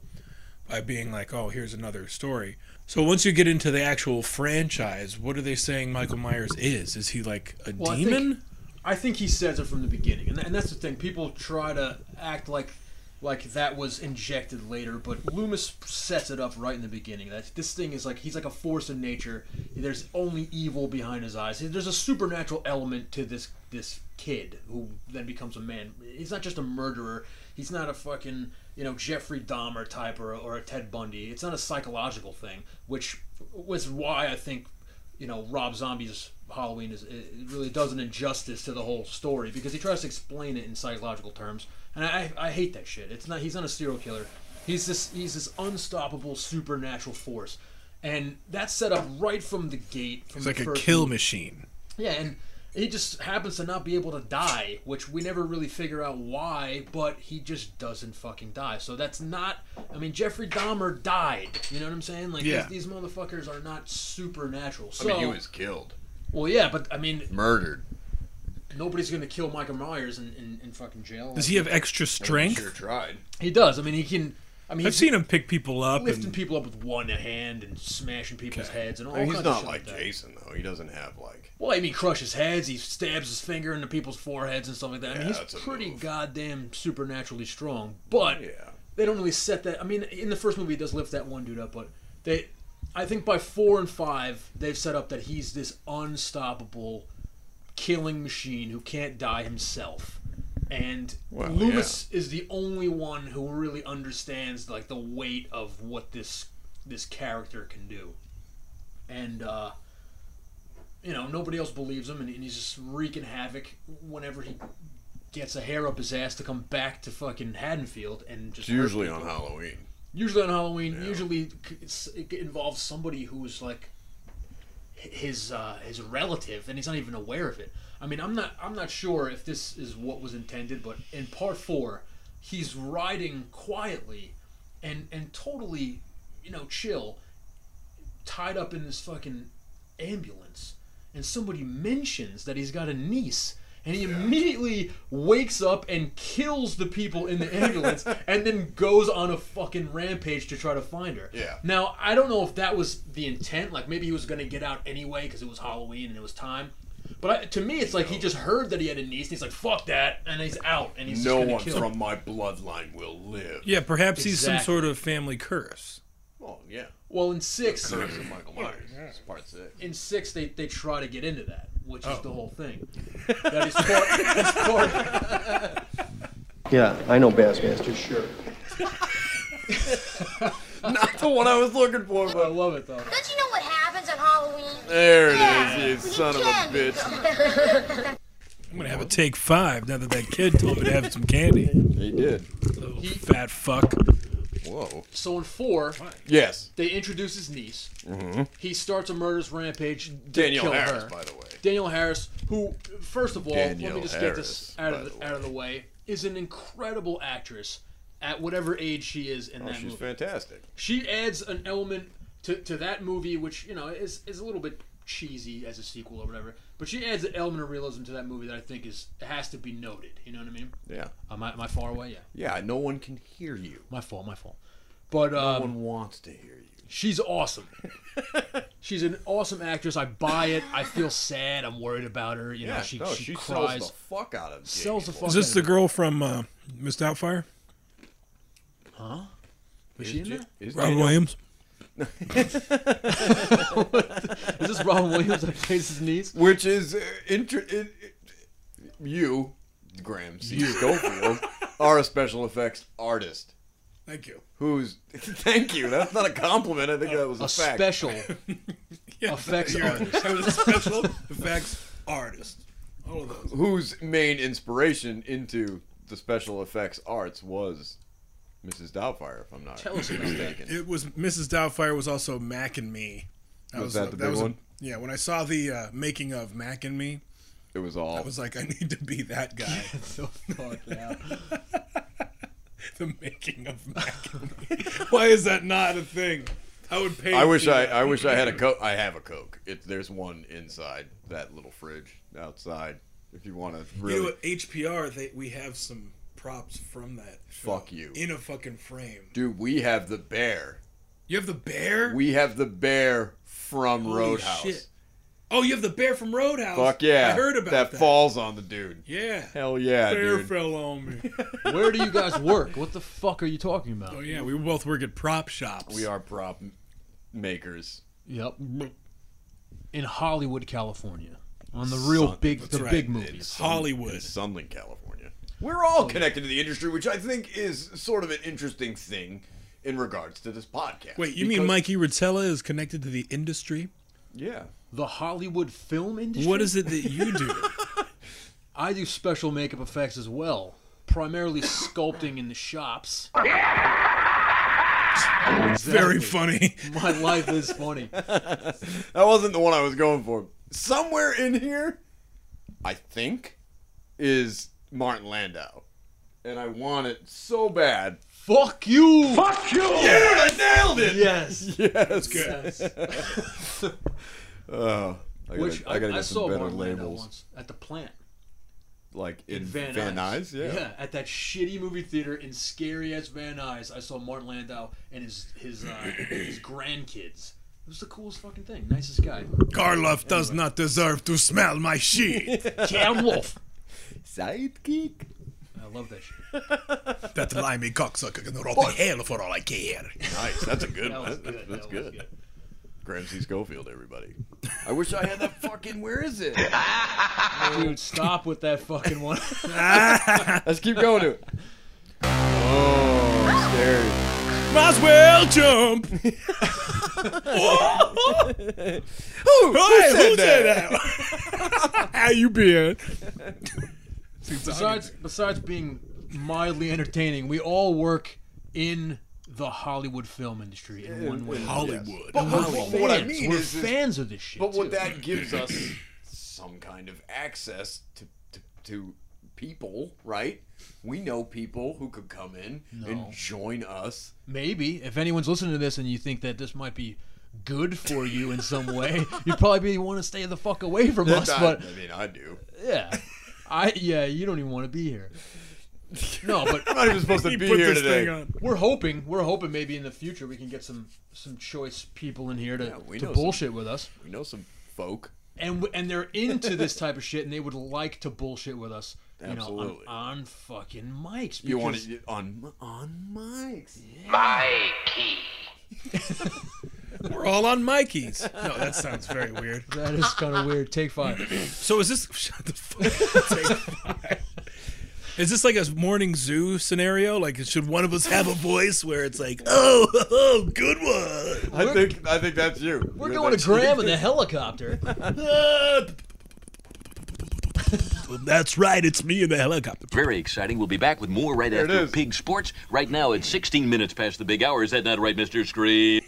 S1: by being like, oh, here's another story. So once you get into the actual franchise, what are they saying Michael Myers is? Is he like a
S2: Well, I think-
S1: demon?
S2: I think, he says it from the beginning, and, and that's the thing. People try to act like like that was injected later, but Loomis sets it up right in the beginning. That this thing is like he's like a force of nature. There's only evil behind his eyes. There's a supernatural element to this this kid who then becomes a man. He's not just a murderer. He's not a fucking you know Jeffrey Dahmer type or or a Ted Bundy. It's not a psychological thing, which was why I think you know Rob Zombie's Halloween is it it really does an injustice to the whole story because he tries to explain it in psychological terms, and I I I hate that shit. It's not he's not a serial killer. He's this he's this unstoppable supernatural force, and that's set up right from the gate. From
S1: He's
S2: the
S1: like a
S2: first
S1: kill
S2: movie.
S1: machine.
S2: Yeah, and he just happens to not be able to die, which we never really figure out why, but he just doesn't fucking die. So that's not. I mean, Jeffrey Dahmer died. You know what I'm saying? Like,
S3: Yeah.
S2: these, these motherfuckers are not supernatural.
S3: I
S2: So,
S3: mean, he was killed,
S2: Well, yeah, but I mean,
S3: murdered.
S2: nobody's going to kill Michael Myers in, in, in fucking jail.
S1: Does he have extra
S2: Oh,
S1: strength?
S3: Sure tried.
S2: He does. I mean, he can. I mean,
S1: I've
S2: he's
S1: seen him pick people up.
S2: lifting
S1: And,
S2: people up with one hand and smashing people's heads and all
S3: I mean,
S2: kinds
S3: he's
S2: of
S3: not
S2: shit like
S3: like
S2: that.
S3: Jason though. He doesn't have like.
S2: Well, I mean, he crushes heads. He stabs his finger into people's foreheads and stuff like that. I mean,
S3: Yeah,
S2: he's
S3: that's a
S2: pretty goddamn supernaturally strong. But
S3: Yeah.
S2: they don't really set that. I mean, in the first movie, he does lift that one dude up, but they, I think by four and five, they've set up that he's this unstoppable killing machine who can't die himself. And
S3: Well,
S2: Loomis is the only one who really understands like the weight of what this this character can do. And uh, you know, nobody else believes him, and, and he's just wreaking havoc whenever he gets a hair up his ass to come back to fucking Haddonfield and just
S3: It's
S2: hurt
S3: usually
S2: people.
S3: on Halloween.
S2: Usually on Halloween. Usually c- it's, it involves somebody who's like h- his uh, his relative, and he's not even aware of it. I mean, I'm not I'm not sure if this is what was intended, but in part four, he's riding quietly and and totally you know chill, tied up in this fucking ambulance, and somebody mentions that he's got a niece. And he immediately wakes up and kills the people in the
S3: [LAUGHS]
S2: ambulance and then goes on a fucking rampage to try to find her.
S3: Yeah.
S2: Now, I don't know if that was the intent. Like, maybe he was going to get out anyway because it was Halloween and it was time. But I, to me, it's like he just heard that he had a niece and he's like, fuck that. And he's out and he's
S3: no
S2: just
S3: one
S2: gonna kill.
S3: from my bloodline will live.
S1: yeah, perhaps he's some
S2: Exactly.
S1: sort of family curse.
S3: Well, yeah.
S2: Well, in six.
S3: The curse of Michael Myers. It's part six.
S2: In six, they, they try to get into that, which is
S3: Oh.
S2: the whole thing. That is
S3: [LAUGHS]
S2: part. that's part
S19: Yeah, I know Bassmaster, sure.
S3: Not the one I was looking for, but
S2: I love it though.
S11: Don't you know what happens on Halloween?
S3: There it is, you son of a bitch.
S11: bitch.
S1: I'm gonna have a take five now that that kid told me to have some candy.
S2: [LAUGHS]
S3: He did.
S1: Little fat fuck.
S3: Whoa.
S2: So in four,
S3: Yes.
S2: they introduce his niece.
S3: Mm-hmm.
S2: He starts a murderous rampage. To
S3: Danielle
S2: kill
S3: Harris,
S2: her.
S3: by the way.
S2: Daniel Harris, who, first of all, let
S3: Danielle
S2: me just get this
S3: Harris,
S2: out
S3: by
S2: of the,
S3: the
S2: out of the way, is an incredible actress at whatever age she is in
S3: Oh,
S2: that
S3: she's
S2: movie.
S3: fantastic.
S2: She adds an element to, to that movie, which you know is is a little bit cheesy as a sequel or whatever. But she adds an element of realism to that movie that I think is has to be noted. You know what I mean?
S3: Yeah.
S2: Am I, am I far away? Yeah.
S3: Yeah, no one can hear you.
S2: My fault. My fault. But
S3: no
S2: um,
S3: one wants to hear you. [LAUGHS]
S2: She's awesome. she's an awesome actress. I buy it. I feel sad. I'm worried about her. You know,
S3: Yeah,
S2: she,
S3: no,
S2: she,
S3: she sells
S2: cries.
S3: the fuck out of
S2: Sells the
S3: Jamie
S2: fuck
S1: Is this
S2: out
S1: the
S2: of it.
S1: girl from uh, Missed Outfire?
S2: Huh? Was she in there?
S3: Is
S1: Robin
S3: Danielle-
S1: Williams.
S2: Is this Robin
S3: [LAUGHS]
S2: Williams that plays his niece?
S3: Which is uh, inter- it, it- you, Graham C. Schofield, are a special effects artist.
S1: Thank you.
S3: Who's [LAUGHS] thank you. That's not a compliment. I think that was a,
S2: A
S3: fact. [LAUGHS]
S2: special
S1: Yeah,
S2: effects
S1: you're-
S2: artist.
S1: I was a special effects artist. All of those.
S3: Whose main inspiration into the special effects arts was Mrs. Doubtfire, if I'm not
S2: Tell us about that.
S3: mistaken.
S1: It was Mrs. Doubtfire was also Mac and Me.
S3: Was that the big
S1: a-
S3: one?
S1: yeah, when I saw the uh, making of Mac and Me,
S3: It was
S1: I
S3: all
S1: was like, I need to be that guy.
S2: so fuck yeah.
S1: [LAUGHS] the making of Mac and Me. Why is that not a thing? I would pay.
S3: I wish
S1: to-
S3: I, I wish I had a coke. I have a coke. It, there's one inside that little fridge outside. If you want to really
S1: You know, at HPR, they, we have some props from that. film
S3: fuck you,
S1: In a fucking frame.
S3: dude. We have the bear.
S1: You have the bear?
S3: We have the bear from
S1: Holy
S3: Roadhouse.
S1: shit. Oh, you have the bear from Roadhouse.
S3: Fuck yeah!
S1: I heard about
S3: that,
S1: that.
S3: falls on the dude.
S1: Yeah.
S3: Hell yeah,
S1: Bear
S3: dude.
S1: fell on me.
S2: Where do you guys work? What the fuck are you talking about?
S1: [LAUGHS] Oh yeah, we both work at prop shops.
S3: we are prop m- makers.
S2: Yep. In Hollywood, California, on the real
S3: Son-
S2: big,
S3: that's
S2: the
S1: right.
S2: big
S3: In
S2: movies.
S3: Sun-
S1: Hollywood.
S3: in Sunland, California. We're all
S1: Oh,
S3: connected to the industry, which I think is sort of an interesting thing in regards to this podcast.
S1: Wait, you
S3: Because-
S1: mean Mikey Rotella is connected to the industry?
S3: Yeah.
S2: The Hollywood film industry.
S1: What is it that you
S3: [LAUGHS]
S1: do?
S2: I do special makeup effects as well, primarily sculpting in the shops.
S1: Very funny.
S2: [LAUGHS] My life is funny.
S3: That wasn't the one I was going for. Somewhere in here, I think, is Martin Landau. And I want it so bad.
S2: Fuck you.
S3: Fuck you! Dude, I nailed it!
S2: Yes.
S3: Yes. good. Oh, I gotta,
S2: Which I,
S3: I gotta
S2: I
S3: get
S2: saw
S3: some better
S2: Martin Landau
S3: labels.
S2: once at the plant
S3: Like in,
S2: in Van,
S3: Nuys, yeah.
S2: Yeah, at that shitty movie theater in scary ass Van Nuys, I saw Martin Landau and his
S3: [CLEARS THROAT]
S2: his uh, his grandkids. It was the coolest fucking thing. Nicest guy.
S1: Karloff does not deserve to smell
S3: [LAUGHS]
S1: my shit.
S2: Jan Wolf.
S3: Sidekick.
S2: I love that shit.
S1: that limey cocksucker can rot in hell for all I care.
S3: Nice. That's a [LAUGHS] good
S2: That
S3: one.
S2: was good.
S3: That's
S2: That was
S3: good.
S2: good.
S3: Graham C. Schofield, everybody. [LAUGHS] I wish I had that fucking. Where is it?
S2: Dude, stop with that fucking one.
S3: [LAUGHS] Let's keep going to it. [LAUGHS] Oh, scary.
S1: Might as well
S3: [LAUGHS]
S1: jump.
S3: Who,
S1: Hey, who said that? [LAUGHS] How you been?
S2: besides besides being mildly entertaining, we all work in the Hollywood film industry in one way.
S1: Hollywood.
S3: But what,
S2: We're
S3: what I
S2: fans.
S3: mean
S2: we're
S3: is, is-
S2: fans of this shit.
S3: but what
S2: too.
S3: that gives us some kind of access to, to, to people, right? We know people who could come in
S2: No.
S3: and join us.
S2: maybe if anyone's listening to this and you think that this might be good for you in some way, [LAUGHS] you'd probably be want to stay the fuck away from us.
S3: I,
S2: But
S3: I mean, I do.
S2: yeah, I yeah, you don't even want to be here. No, but
S3: [LAUGHS] I'm not even
S1: [LAUGHS]
S3: supposed to
S1: He
S3: be
S1: put
S3: here
S1: this
S3: today.
S1: thing on.
S2: we're hoping we're hoping maybe in the future we can get some some choice people in here to,
S3: Yeah, we
S2: to
S3: know some-
S2: bullshit with us.
S3: We know some folk.
S2: and w- and they're into this type of shit, and they would like to bullshit with us, you know,
S3: Absolutely.
S2: on, on fucking mics. Because,
S3: You want to on on mics?
S1: We're all on Mikey's. No, that sounds very weird.
S2: That is kind of weird. Take
S3: [LAUGHS]
S2: five.
S1: So is this [LAUGHS] shut the fuck? up, Take five. Is this like a morning zoo scenario? Like, should one of us have a voice where it's like, "Oh, oh good one"?
S3: I think I think that's you.
S2: We're
S3: You're
S2: going
S3: that
S2: to Graham in the helicopter.
S1: Ah. That's right, it's me in the helicopter.
S6: Very exciting. We'll be back with more right after Pig Sports. Right now, it's 16 minutes past the big hour. Is that not right, Mr. Scree?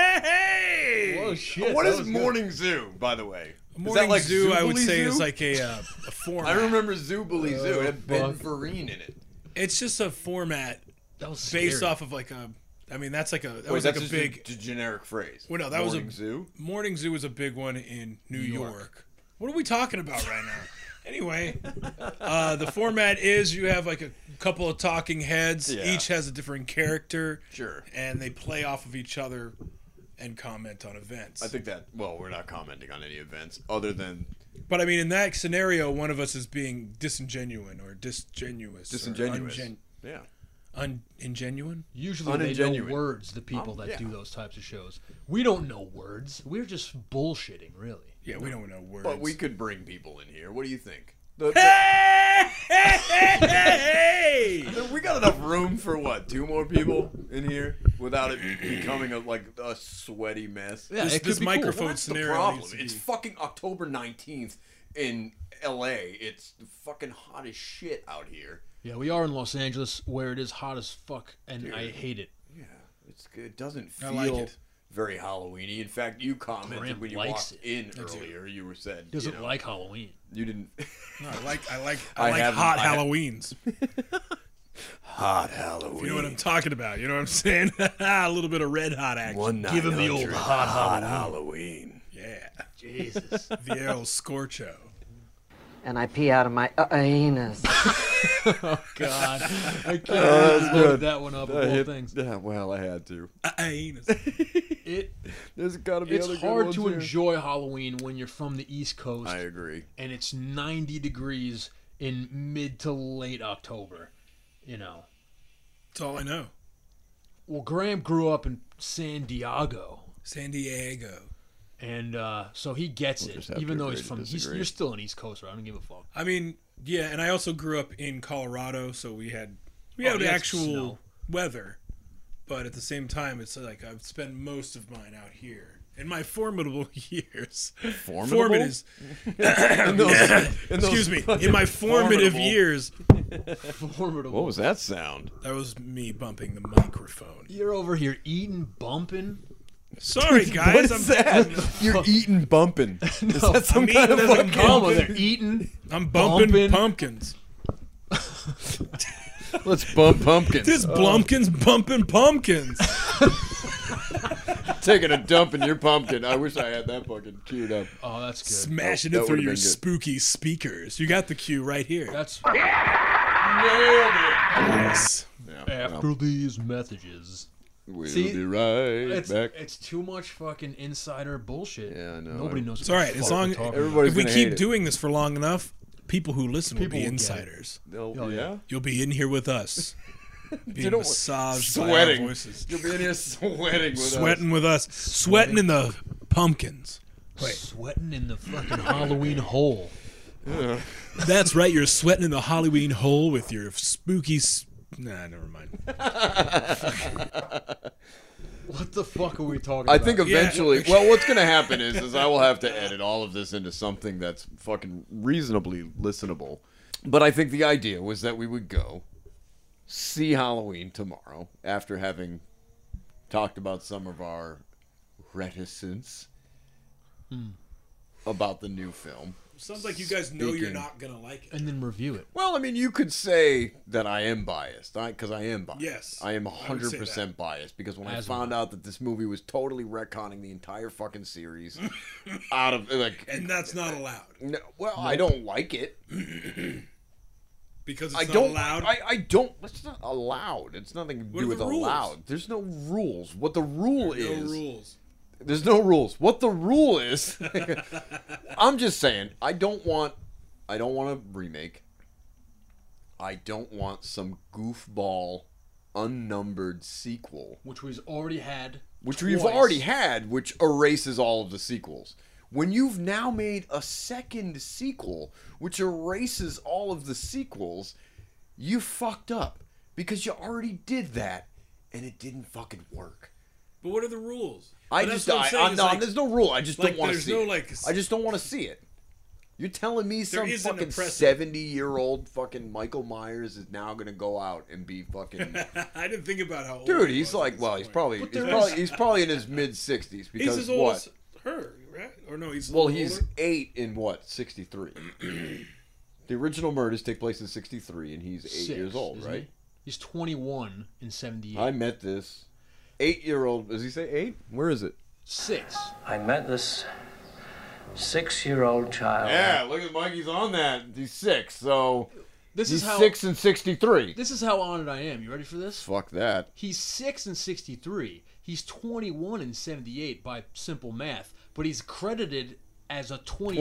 S1: Whoa, shit.
S3: What is Morning Zoo, by the way?
S1: Morning
S3: is that like
S1: Zoo, I would
S3: Zoobly
S1: say,
S3: Zoo?
S1: is like a, uh, a format.
S3: I remember Zoobly Zoo. It had Ben
S1: fuck.
S3: Vereen in it.
S1: It's just a format based
S3: scary.
S1: off of like a. I mean, that's like a Oh, that
S3: Wait,
S1: was like a
S3: that's just
S1: big.
S3: g- generic phrase.
S1: Well, no, that
S3: Morning
S1: was a
S3: Zoo.
S1: Morning Zoo was a big one in New, York. What are we talking about right now? [LAUGHS] anyway, uh, the format is you have like a couple of talking heads.
S3: Yeah.
S1: Each has a different character.
S3: Sure.
S1: And they play off of each other and comment on events.
S3: I think that. Well, we're not commenting on any events other than
S1: But I mean, in that scenario, one of us is being disingenuine or disgenuous. or
S3: Disingenuous.
S1: ungen-
S3: Yeah.
S1: Uningenuine?
S2: Usually they know words, the
S3: Um,
S2: people
S1: Oh,
S2: that
S1: yeah.
S2: do those types of shows. We don't know words. We're just bullshitting, really.
S1: Yeah, we don't know words.
S3: But we could bring people in here. What do you think? The- [LAUGHS] we got enough room for what? Two more people in here without it becoming a, like a sweaty mess.
S2: Yeah, This- it could this be cool. microphone
S3: That's
S1: scenario
S3: The problem.
S1: needs to
S3: It's
S1: be-
S3: fucking October nineteenth in L.A. It's fucking hot as shit out here.
S2: Yeah, we are in Los Angeles, where it is hot as fuck, and I
S3: Dude.
S2: hate it.
S3: Yeah, it's good. It doesn't
S2: I
S3: feel
S2: like it.
S3: very Halloweeny. In fact, you commented
S2: Graham
S3: when you
S2: likes
S3: walked
S2: it.
S3: in
S2: I do.
S3: earlier. You were said
S2: Doesn't
S3: you know,
S2: like
S3: [LAUGHS]
S2: Halloween.
S3: You didn't.
S1: No, I like I like
S3: I
S1: I, like
S3: haven't-
S1: hot
S3: I ha-
S1: Halloweens.
S3: Hot Halloween.
S1: You know what I'm talking about. You know what I'm saying? [LAUGHS] a little bit of red hot action.
S3: One
S1: Give him the old
S3: 900
S1: hot,
S3: hot
S1: Halloween. Yeah. [LAUGHS]
S18: Jesus.
S1: the old Scorcho.
S18: And I pee out of my uh, anus. oh,
S2: God. [LAUGHS] I
S3: Oh,
S2: can't believe
S3: that's
S2: you loaded
S3: good.
S2: that one up of
S3: I
S2: all
S3: hit-
S2: things.
S3: Yeah, well, I had to.
S1: [LAUGHS]
S2: It,
S3: There's gotta be
S2: it's
S3: other good
S2: hard
S3: ones
S2: to
S3: here.
S2: enjoy Halloween when you're from the East Coast.
S3: I
S1: [COUGHS]
S3: agree.
S2: And it's 90 degrees in mid to late October. You know.
S1: That's all I know.
S2: Well, Graham grew up in San Diego,
S1: San Diego.
S2: and uh, so he gets
S1: We'll just
S2: it,
S1: have
S2: even
S1: to
S2: though
S1: agree
S2: he's
S1: to
S2: from. He's,
S1: disagree.
S2: you're still an East Coaster. I don't give a fuck. [LAUGHS]
S1: I mean, yeah, and I also grew up in Colorado, so we had we
S2: Oh,
S1: had
S2: yeah, it's
S1: actual
S2: snow.
S1: weather. But at the same time, it's like I've spent most of mine out here in my formidable [LAUGHS] years.
S3: Formidable?
S1: Formative is-
S3: In those- in those
S1: Excuse me.
S3: fucking
S1: In my formative
S3: formidable-
S1: years.
S2: Formidable.
S3: What was that sound?
S1: That was me bumping the microphone.
S2: You're over here eating, bumping.
S3: [LAUGHS]
S1: Sorry, guys.
S3: what is
S1: I'm [LAUGHS]
S3: that? You're eating
S2: [LAUGHS]
S3: bumping. Is that some [LAUGHS]
S1: I'm eating
S3: kind of
S1: as I'm
S3: fucking
S1: bumping.
S2: They're eating.
S1: I'm bumping,
S2: bumping.
S1: pumpkins.
S3: Let's bump pumpkins.
S1: This Blumpkin's bumping pumpkins.
S3: [LAUGHS] Taking a dump in your pumpkin. I wish I had that fucking queued up.
S2: Oh, that's good.
S1: Smashing
S3: That
S1: it through
S3: would've
S1: your
S3: been good.
S1: spooky speakers. You got the cue right here.
S2: That's
S1: yes.
S2: After these messages.
S3: We'll
S2: See,
S3: be right
S2: it's,
S3: back.
S2: It's too much fucking insider bullshit. Yeah,
S3: I know.
S2: Nobody knows.
S1: It's
S2: what
S1: all
S2: the
S1: right. As
S2: fuck we're
S1: long
S2: talking
S1: if we
S2: about.
S1: keep doing this for long enough, people who listen will be
S2: People will get it.
S1: insiders.
S3: Oh,
S2: Oh,
S3: yeah.
S2: yeah.
S1: You'll be in here with us, being
S3: Dude, don't-
S1: massaged by
S3: sweating.
S1: our voices,
S3: You'll be in here [LAUGHS] sweating with
S1: sweating with us, sweating in the pumpkins.
S2: sweating in the
S3: [LAUGHS]
S2: fucking Halloween hole.
S1: That's right. You're sweating in the Halloween hole with your spooky. s nah, never mind.
S2: What the fuck are we talking?
S3: I
S2: about?
S3: think eventually, well, what's going to happen is, is I will have to edit all of this into something that's fucking reasonably listenable. But I think the idea was that we would go see Halloween tomorrow after having talked about some of our reticence
S2: Hmm.
S3: about the new film.
S1: Sounds like you guys know you're
S3: Speaking-
S1: not gonna like it.
S2: and then review it.
S3: Well, I mean, you could say that I am biased, because I am biased.
S1: Yes,
S3: I am
S1: I would say
S3: 100%
S1: that.
S3: biased because when
S2: As
S3: I found out that this movie was totally retconning the entire fucking series
S1: [LAUGHS]
S3: out of like,
S1: And that's not allowed
S3: no, well, I don't like it.
S1: because it's
S3: I
S1: not
S3: don't.
S1: allowed.
S3: I, I don't. It's not allowed. It's nothing to
S1: are
S3: do with
S1: the rules?
S3: allowed. There's no rules. What the rule
S1: no
S3: is.
S1: rules.
S3: There's no rules. What the rule is. [LAUGHS] I'm just saying. I don't want. I don't want a remake. I don't want some goofball, unnumbered sequel
S2: Which we've already had.
S3: which we've
S2: twice.
S3: already had, which erases all of the sequels. When you've now made a second sequel, which erases all of the sequels, you fucked up because you already did that and it didn't fucking work.
S1: But what are the rules?
S3: I
S1: But that's
S3: just,
S1: what
S3: I,
S1: saying,
S3: I'm
S1: is
S3: not,
S1: like-
S3: there's no rule. I just
S1: like,
S3: don't want to
S1: there's
S3: see
S1: no,
S3: it.
S1: like, s-
S3: I just don't want to see it. You're telling me
S1: There
S3: some
S1: is an
S3: fucking
S1: oppressive-
S3: seventy-year-old fucking Michael Myers is now gonna go out and be
S1: [LAUGHS]
S3: fucking
S1: I didn't think about how old.
S3: dude? He's like, well, he's probably he's
S1: But there
S3: probably
S1: is-
S3: he's probably in his mid-sixties
S1: he's
S3: because
S1: as old
S3: what?
S1: as her, right? Or no, he's a
S3: well,
S1: little
S3: he's
S1: older.
S3: eight in what sixty-three. [CLEARS THROAT] the original murders take place in sixty-three, and he's eight
S2: Six,
S3: years old,
S2: isn't
S3: right?
S2: he? He's 21 in 78.
S3: I met this eight-year-old. Does he say eight? Where is it?
S2: Six.
S10: I met this six year old child.
S3: Yeah, look at Mikey's on that. He's six, so
S2: This
S3: he's
S2: is how-
S3: six and sixty-three.
S2: This is how honored I am. You ready for this?
S3: Fuck that.
S2: He's 6 and 63. He's 21 and 78 by simple math, but he's credited as a 23 year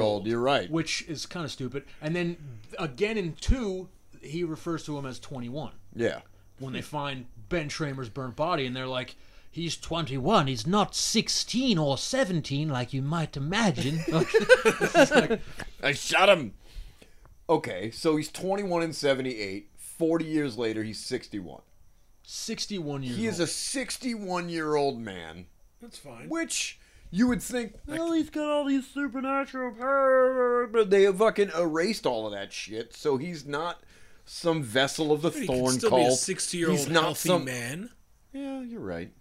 S2: old,
S3: 23-year-old, you're right.
S2: Which is kind of stupid. And then again in 2, he refers to him as 21.
S3: Yeah.
S2: When they find Ben Tramer's burnt body and they're like, he's 21, he's not 16 or 17 like you
S3: [LAUGHS]
S2: might imagine.
S3: I shot him. Okay, so he's 21 and 78. 40 years later, he's 61.
S2: 61 years
S3: He is
S2: old.
S3: a 61 year old man,
S1: That's fine.
S3: which you would think, well, he's got all these supernatural powers, but they fucking erased all of that shit, so he's not some vessel of the
S1: But he could
S3: thorn
S1: still
S3: cult.
S1: be a 60 year old
S3: He's
S1: healthy
S3: not some.
S1: man.
S3: Yeah, you're right.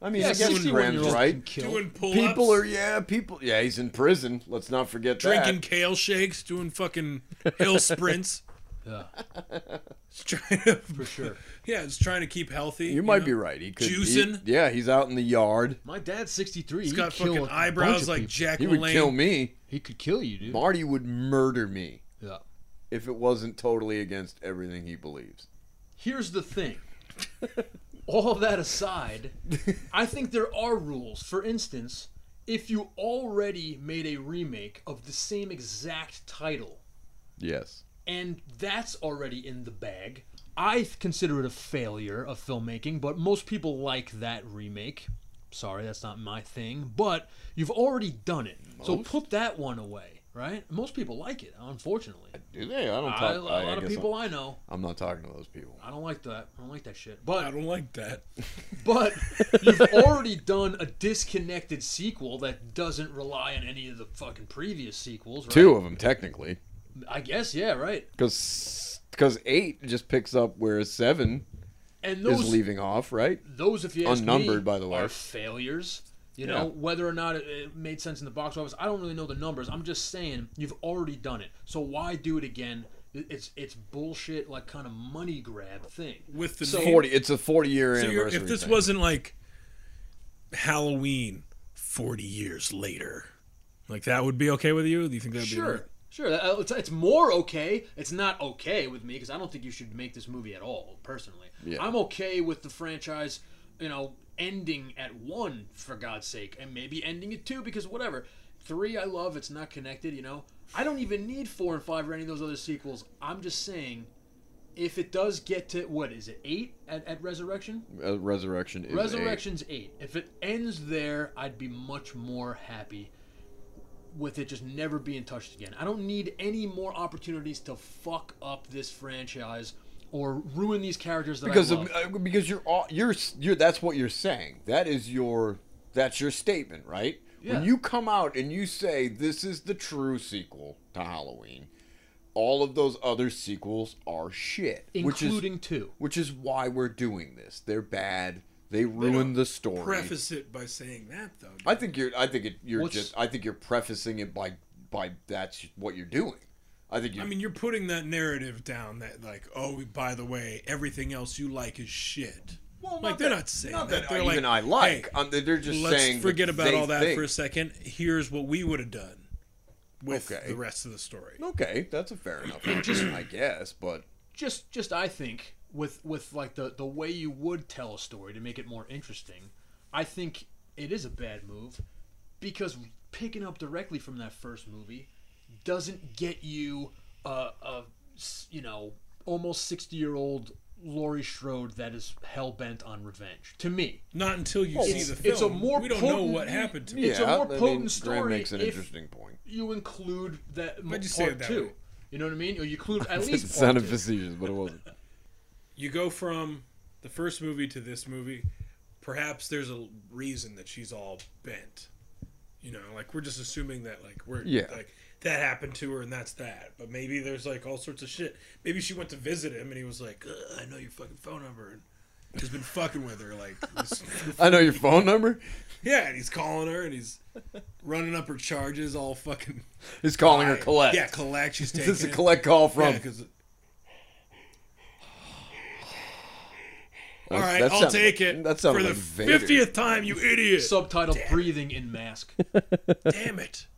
S3: I mean,
S1: Yeah,
S3: I guess
S1: 61 year
S3: Graham's
S1: olds
S3: right.
S1: can kill. Doing pull-ups.
S3: people are, yeah, people, yeah, he's in prison. Let's not forget that.
S1: Drinking kale shakes, doing fucking
S3: [LAUGHS]
S1: hill sprints.
S2: Yeah.
S1: He's trying to,
S2: For sure.
S1: Yeah, he's trying to keep healthy.
S3: You might
S1: know?
S3: be right. He could he-
S1: juicing.
S3: yeah, he's out in the yard.
S2: My dad's 63.
S1: He's
S2: He'd
S1: got
S2: kill
S1: fucking
S2: a bunch
S1: eyebrows
S2: of
S1: like
S2: people.
S1: Jack
S3: He would
S1: LaLanne.
S3: kill me.
S2: He could kill you, dude.
S3: Marty would murder me
S2: Yeah.
S3: if it wasn't totally against everything he believes.
S2: Here's the thing. All of
S3: [LAUGHS]
S2: that aside, I think there are rules. For instance, if you already made a remake of the same exact title
S3: Yes.
S2: and that's already in the bag, I consider it a failure of filmmaking, but most people like that remake. Sorry, that's not my thing, but you've already done it. So put that one away, right? Most people like it, unfortunately.
S3: Do they? I don't talk.
S2: I- a lot of
S3: guess
S2: people
S3: I'm,
S2: I know.
S3: I'm not talking to those people.
S2: I don't like that. I don't like that shit. But
S1: I don't like that.
S2: [LAUGHS] But you've already done a disconnected sequel that doesn't rely on any of the fucking previous sequels, right?
S3: Two of them technically,
S2: I guess, yeah, right.
S3: because because eight just picks up where seven
S2: And those
S3: is leaving off, right?
S2: those, if you ask
S3: unnumbered,
S2: me,
S3: by the way.
S2: are failures. You know
S3: Yeah.
S2: whether or not it, it made sense in the box office. I don't really know the numbers. I'm just saying you've already done it, so why do it again? It- It's it's bullshit, like kind of money grab thing.
S1: With the
S2: so,
S3: forty. It's a forty-year
S1: So you're,
S3: anniversary.
S1: if this
S3: thing.
S1: wasn't like Halloween 40 years later, like that would be okay with you? Do you think that'd be all right?
S2: Sure, sure. Uh, It's, it's more okay. It's not okay with me because I don't think you should make this movie at all. Personally,
S3: Yeah.
S2: I'm okay with the franchise, you know, ending at one for God's sake, and maybe ending at two because whatever. Three, I love. It's not connected. You know, I don't even need four and five or any of those other sequels. I'm just saying, if it does get to what is it eight at, at Resurrection?
S3: Uh, resurrection is
S2: Resurrection's eight. If it ends there, I'd be much more happy with it just never being touched again. I don't need any more opportunities to fuck up this franchise or ruin these characters that
S3: because
S2: I
S3: of,
S2: love.
S3: uh, because you're all, you're you're that's what you're saying. That is your that's your statement, right?
S2: Yeah.
S3: When you come out and you say this is the true sequel to Halloween, all of those other sequels are shit,
S2: including
S3: uh, which is
S2: two.
S3: which is why we're doing this. They're bad. They ruin the story.
S1: Preface it by saying that, though.
S3: I think you're. I think it, you're
S2: What's-
S3: just. I think you're prefacing it by by that's what you're doing. I think you.
S1: I mean, you're putting that narrative down that, like, oh, by the way, everything else you like is shit.
S3: Well,
S1: like,
S3: not
S1: they're
S3: that-
S1: not saying
S3: not
S1: that.
S3: that
S1: They're
S3: even I
S1: like,
S3: like.
S1: hey,
S3: Um, they're just
S1: let's
S3: saying what
S1: forget about
S3: they
S1: all that
S3: think.
S1: for a second. Here's what we would have done with
S3: Okay.
S1: the rest of the story.
S3: okay, that's a fair
S2: [CLEARS THROAT]
S3: enough. argument, I guess, but
S2: Just just I think with with like the the way you would tell a story to make it more interesting, I think it is a bad move because picking up directly from that first movie doesn't get you uh, a s- you know almost 60 year old Laurie Strode that is hell bent on revenge. To me,
S1: Not until you
S2: Oh,
S1: see
S2: it's-
S1: the film.
S2: it's a more
S1: we don't know
S2: potent-
S1: what happened to
S2: Yeah.
S1: it.
S2: It's a
S3: I
S2: more potent
S3: mean, Graham
S2: story
S3: makes an
S2: if-
S3: interesting point.
S2: you include that
S1: Why'd you say it
S2: part
S1: that
S2: two.
S1: way?
S2: You know what I mean? Or you
S1: [LAUGHS]
S2: include at
S3: it
S2: least part
S3: sounded
S2: two.
S3: facetious, but it wasn't.
S1: You go from the first movie to this movie. Perhaps there's a reason that she's all bent. You know, like we're just assuming that, like we're
S3: Yeah.
S1: like that happened to her and that's that. But maybe there's like all sorts of shit. Maybe she went to visit him and he was like, "Ugh, I know your fucking phone number and has been fucking with her. Like, this-
S3: I know your phone number.
S1: Yeah, and he's calling her and he's running up her charges all fucking.
S3: He's calling her collect.
S1: Yeah, collect.
S3: [LAUGHS]
S1: She's
S3: This
S1: taking.
S3: is a
S1: it.
S3: collect call from-
S1: Yeah, 'cause-
S3: That-
S1: all right,
S3: that
S1: I'll
S3: sounded
S1: take
S3: like-
S1: it
S3: that
S1: for
S3: sounded
S1: the
S3: like Vader.
S1: fiftieth time, you idiot.
S2: Subtitle
S1: Damn it.
S2: Breathing in Mask.
S1: Damn it!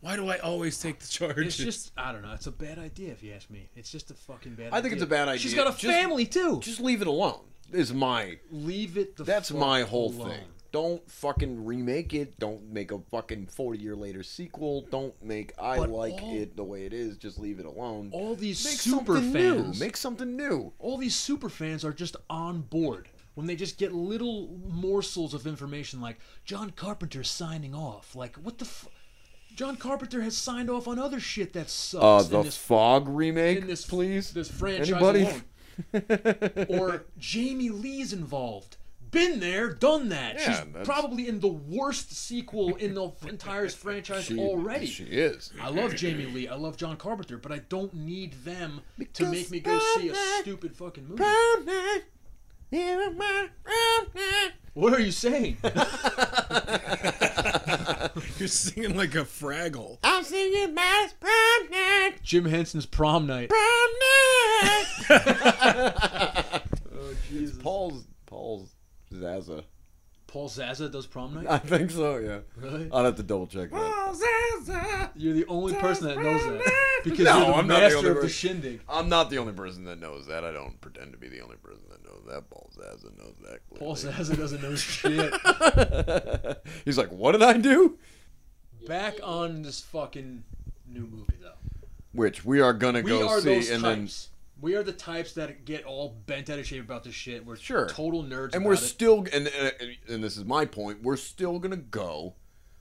S1: Why do I always take the charges?
S2: It's just I don't know. It's a bad idea if you ask me. It's just a fucking bad.
S3: I think it's a bad idea.
S2: She's got a
S3: Just-
S2: family too.
S3: Just leave it alone. Is my
S2: leave it. The
S3: that's my
S2: fuck
S3: whole
S2: alone.
S3: thing. Don't fucking remake it. Don't make a fucking forty year later sequel. Don't make I
S2: But
S3: like
S2: all-
S3: it the way it is. Just leave it alone.
S2: All these
S3: Make
S2: super
S3: something new.
S2: fans.
S3: Make something new.
S2: All these super fans are just on board when they just get little morsels of information like John Carpenter signing off. Like what the. F- John Carpenter has signed off on other shit that sucks.
S3: Uh, the
S2: in this
S3: Fog remake,
S2: in this-
S3: please.
S2: this franchise
S3: Anybody? [LAUGHS]
S2: alone. or Jamie Lee's involved. Been there, done that.
S3: Yeah,
S2: She's
S3: that's-
S2: probably in the worst sequel in the
S3: [LAUGHS]
S2: entire franchise
S3: She-
S2: already.
S3: she is.
S2: I love Jamie Lee. I love John Carpenter, but I don't need them to make me go see a stupid fucking movie. What are you saying?
S1: [LAUGHS]
S2: [LAUGHS]
S1: You're singing like a Fraggle.
S5: I'm singing my prom night.
S2: Jim Henson's prom night.
S5: Prom night.
S3: [LAUGHS] oh, Jesus. Paul's Paul's Zaza.
S2: Paul Zaza does prom night.
S3: I think so. Yeah.
S2: Really?
S3: I'll have to double check that.
S2: You're the only person that knows that because
S3: no,
S2: you're the
S3: I'm not
S2: master
S3: the only
S2: of the
S3: person.
S2: shindig.
S3: I'm not the only person that knows that. I don't pretend to be the only person that knows that. Paul Zaza knows that. Clearly.
S2: Paul Zaza doesn't know
S3: [LAUGHS]
S2: shit.
S3: He's like, what did I do?
S2: Back on this fucking new movie though.
S3: Which we are gonna
S2: we
S3: go
S2: are
S3: see,
S2: those
S3: and
S2: types. We are the types that get all bent out of shape about this shit. We're
S3: Sure.
S2: total nerds.
S3: then and we're
S2: about it.
S3: still and, and and this is my point. We're still gonna go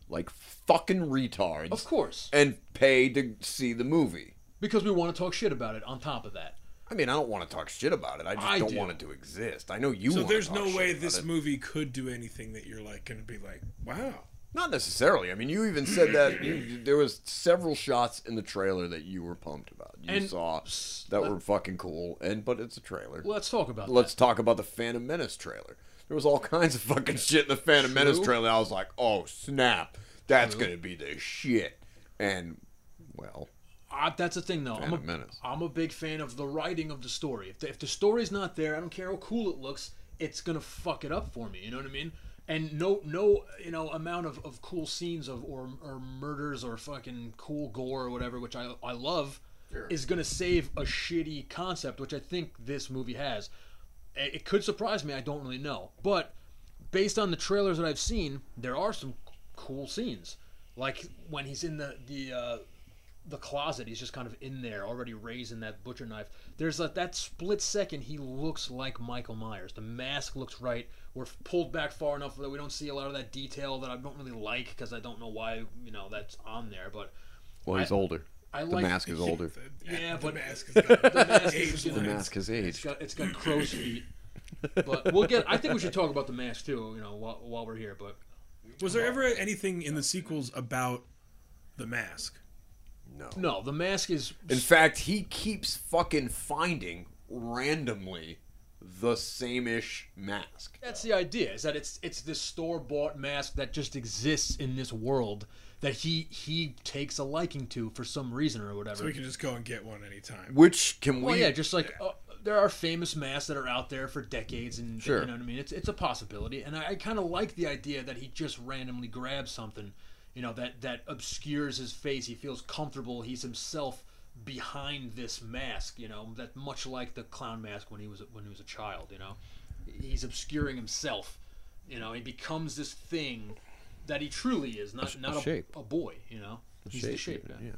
S3: like fucking retards,
S2: Of course.
S3: and pay to see the movie.
S2: because we want to talk shit about it. On top of that,
S3: I mean, I don't want to talk shit about it. I just
S2: I
S3: don't
S2: do.
S3: want it to exist. I know you.
S1: so
S3: wanna
S1: there's
S3: talk
S1: no
S3: shit
S1: way
S3: about
S1: this
S3: it.
S1: movie could do anything that you're like going to be like, wow.
S3: Not necessarily. I mean, you even said that you, there was several shots in the trailer that you were pumped about. You
S2: And-
S3: saw that were fucking cool, and but it's a trailer.
S2: let's talk about that.
S3: Let's talk about the Phantom Menace trailer. There was all [LAUGHS] kinds of fucking shit in the Phantom Menace
S2: True.
S3: trailer. I was like, oh snap, that's
S2: True.
S3: gonna be the shit. And well,
S2: I, that's the thing, though. I'm a,
S3: Phantom Menace.
S2: am a big fan of the writing of the story. If the, if the story's not there, I don't care how cool it looks. It's gonna fuck it up for me. You know what I mean? And no, no, you know, amount of, of cool scenes of or, or murders or fucking cool gore or whatever, which I I love, is gonna save a shitty concept, which I think this movie has. It, it could surprise me. I don't really know, but based on the trailers that I've seen, there are some c- cool scenes. Like when he's in the the uh, the closet. He's just kind of in there, already raising that butcher knife. There's like that split second he looks like Michael Myers. The mask looks right. We're pulled back far enough that we don't see a lot of that detail that I don't really like because I don't know why you know that's on there. But
S3: well, he's
S2: I-
S3: older.
S2: I
S3: the
S2: like-
S3: mask is older. [LAUGHS]
S2: yeah, but
S1: mask is
S2: [LAUGHS] the
S1: got-
S2: mask
S1: age
S2: is gonna-
S3: the mask is
S2: It's
S3: aged.
S2: got it's got crow's feet. But we'll get. I think we should talk about the mask too. You know, while, while we're here. But
S1: Was there ever anything in the sequels about the mask?
S3: No.
S2: no, the mask is
S3: In fact, he keeps fucking finding randomly the same ish mask.
S2: That's the idea. Is that it's it's this store bought mask that just exists in this world that he he takes a liking to for some reason or whatever.
S1: So we can just go and get one anytime.
S3: Which can
S2: well,
S3: we?
S2: yeah, just like uh, there are famous masks that are out there for decades, and
S3: Sure.
S2: you know what I mean. It's it's a possibility, and I, I kind of like the idea that he just randomly grabs something, you know, that that obscures his face. He feels comfortable. He's himself behind this mask, you know, that much like the clown mask when he was when he was a child, you know, he's obscuring himself. You know, he becomes this thing that he truly is, not
S3: sh- a
S2: not a,
S3: shape.
S2: a boy. You know, he's the
S3: shape,
S2: shape. Yeah.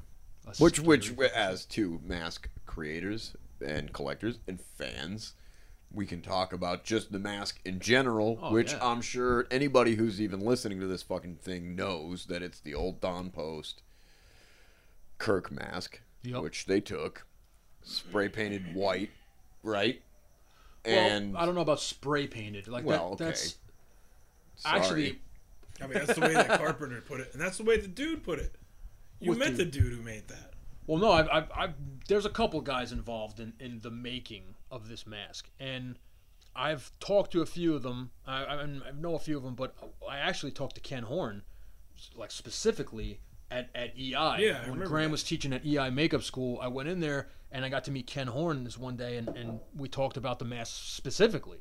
S2: A
S3: which
S2: scary
S3: which as to mask creators and collectors and fans we can talk about just the mask in general
S2: Oh,
S3: which
S2: yeah.
S3: i'm sure anybody who's even listening to this fucking thing knows that it's the old don post kirk mask
S2: Yep.
S3: which they took spray painted white right and
S2: well, I don't know about spray painted. Like
S3: Well,
S2: that,
S3: okay.
S2: that's
S3: Sorry.
S2: actually
S1: I mean, that's the way that Carpenter put it, and that's the way the dude put it. You
S2: with
S1: met
S2: the-
S1: the dude who made that.
S2: Well, no, I, I, I, there's a couple guys involved in, in the making of this mask, and I've talked to a few of them. I, I, I know a few of them, but I actually talked to Ken Horn, like specifically at, at EI.
S1: Yeah, I
S2: when
S1: remember
S2: Graham
S1: that.
S2: was teaching at EI Makeup School, I went in there and I got to meet Ken Horn this one day, and, and we talked about the mask specifically,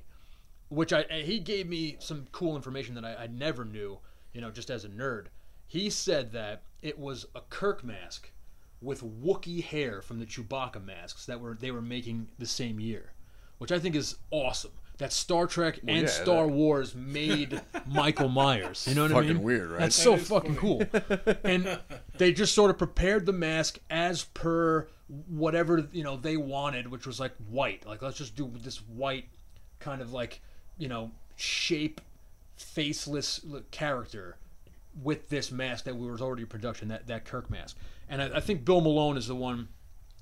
S2: which I and he gave me some cool information that I, I never knew. You know, just as a nerd, he said that it was a Kirk mask with Wookiee hair from the Chewbacca masks that were they were making the same year, which I think is awesome. That Star Trek
S3: Well,
S2: and
S3: yeah,
S2: Star
S3: that- [LAUGHS]
S2: Wars made Michael Myers. You know what I
S3: Fucking
S2: mean?
S3: weird, right?
S2: That's
S3: That
S2: so
S3: is [LAUGHS]
S2: fucking cool. And they just sort of prepared the mask as per whatever you know they wanted, which was like white. Like let's just do this white kind of like you know shape, faceless l- character with this mask that was already in production, that, that Kirk mask. And I, I think Bill Malone is the one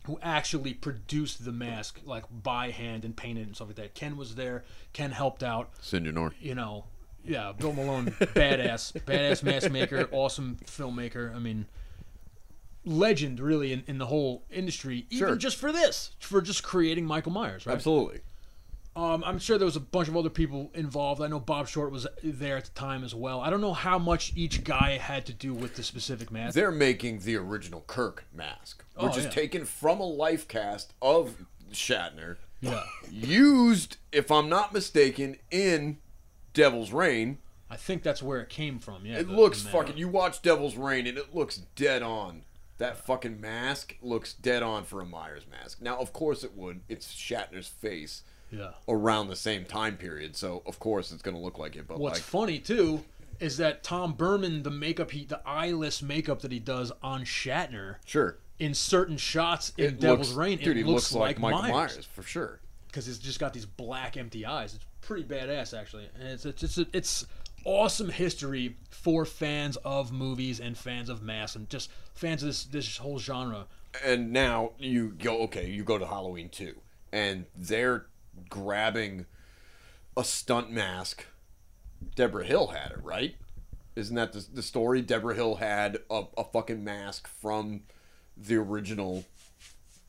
S2: who actually produced the mask like by hand and painted and stuff like that. Ken was there. Ken helped out.
S3: Sinjanor.
S2: You know, yeah, Bill Malone, [LAUGHS] badass, badass mask maker, awesome filmmaker. I mean, legend really in, in the whole industry, even
S3: Sure.
S2: just for this, for just creating Michael Myers, right?
S3: Absolutely.
S2: Um, I'm sure there was a bunch of other people involved. I know Bob Short was there at the time as well. I don't know how much each guy had to do with the specific mask.
S3: They're making the original Kirk mask,
S2: Oh,
S3: which is
S2: yeah.
S3: taken from a life cast of Shatner,
S2: Yeah.
S3: used, if I'm not mistaken, in Devil's Reign.
S2: I think that's where it came from. Yeah,
S3: It
S2: the-
S3: looks
S2: the mask.
S3: fucking. You watch Devil's Reign, and it looks dead on. That fucking mask looks dead on for a Myers mask. Now, of course, it would. It's Shatner's face.
S2: Yeah.
S3: Around the same time period, so of course it's going to look like it. But
S2: What's
S3: like,
S2: funny too is that Tom Berman, the makeup he, the eyeless makeup that he does on Shatner,
S3: sure,
S2: in certain shots in
S3: it
S2: Devil's
S3: looks-
S2: Reign,
S3: dude,
S2: it
S3: he
S2: looks, like,
S3: Michael
S2: Myers.
S3: Myers for sure.
S2: because he's just got these black empty eyes. It's pretty badass actually, and it's it's it's, it's awesome history for fans of movies and fans of masks and just fans of this this whole genre.
S3: and now you go okay you go to halloween 2 and they're grabbing a stunt mask deborah hill had it right isn't that the, the story deborah hill had a, a fucking mask from the original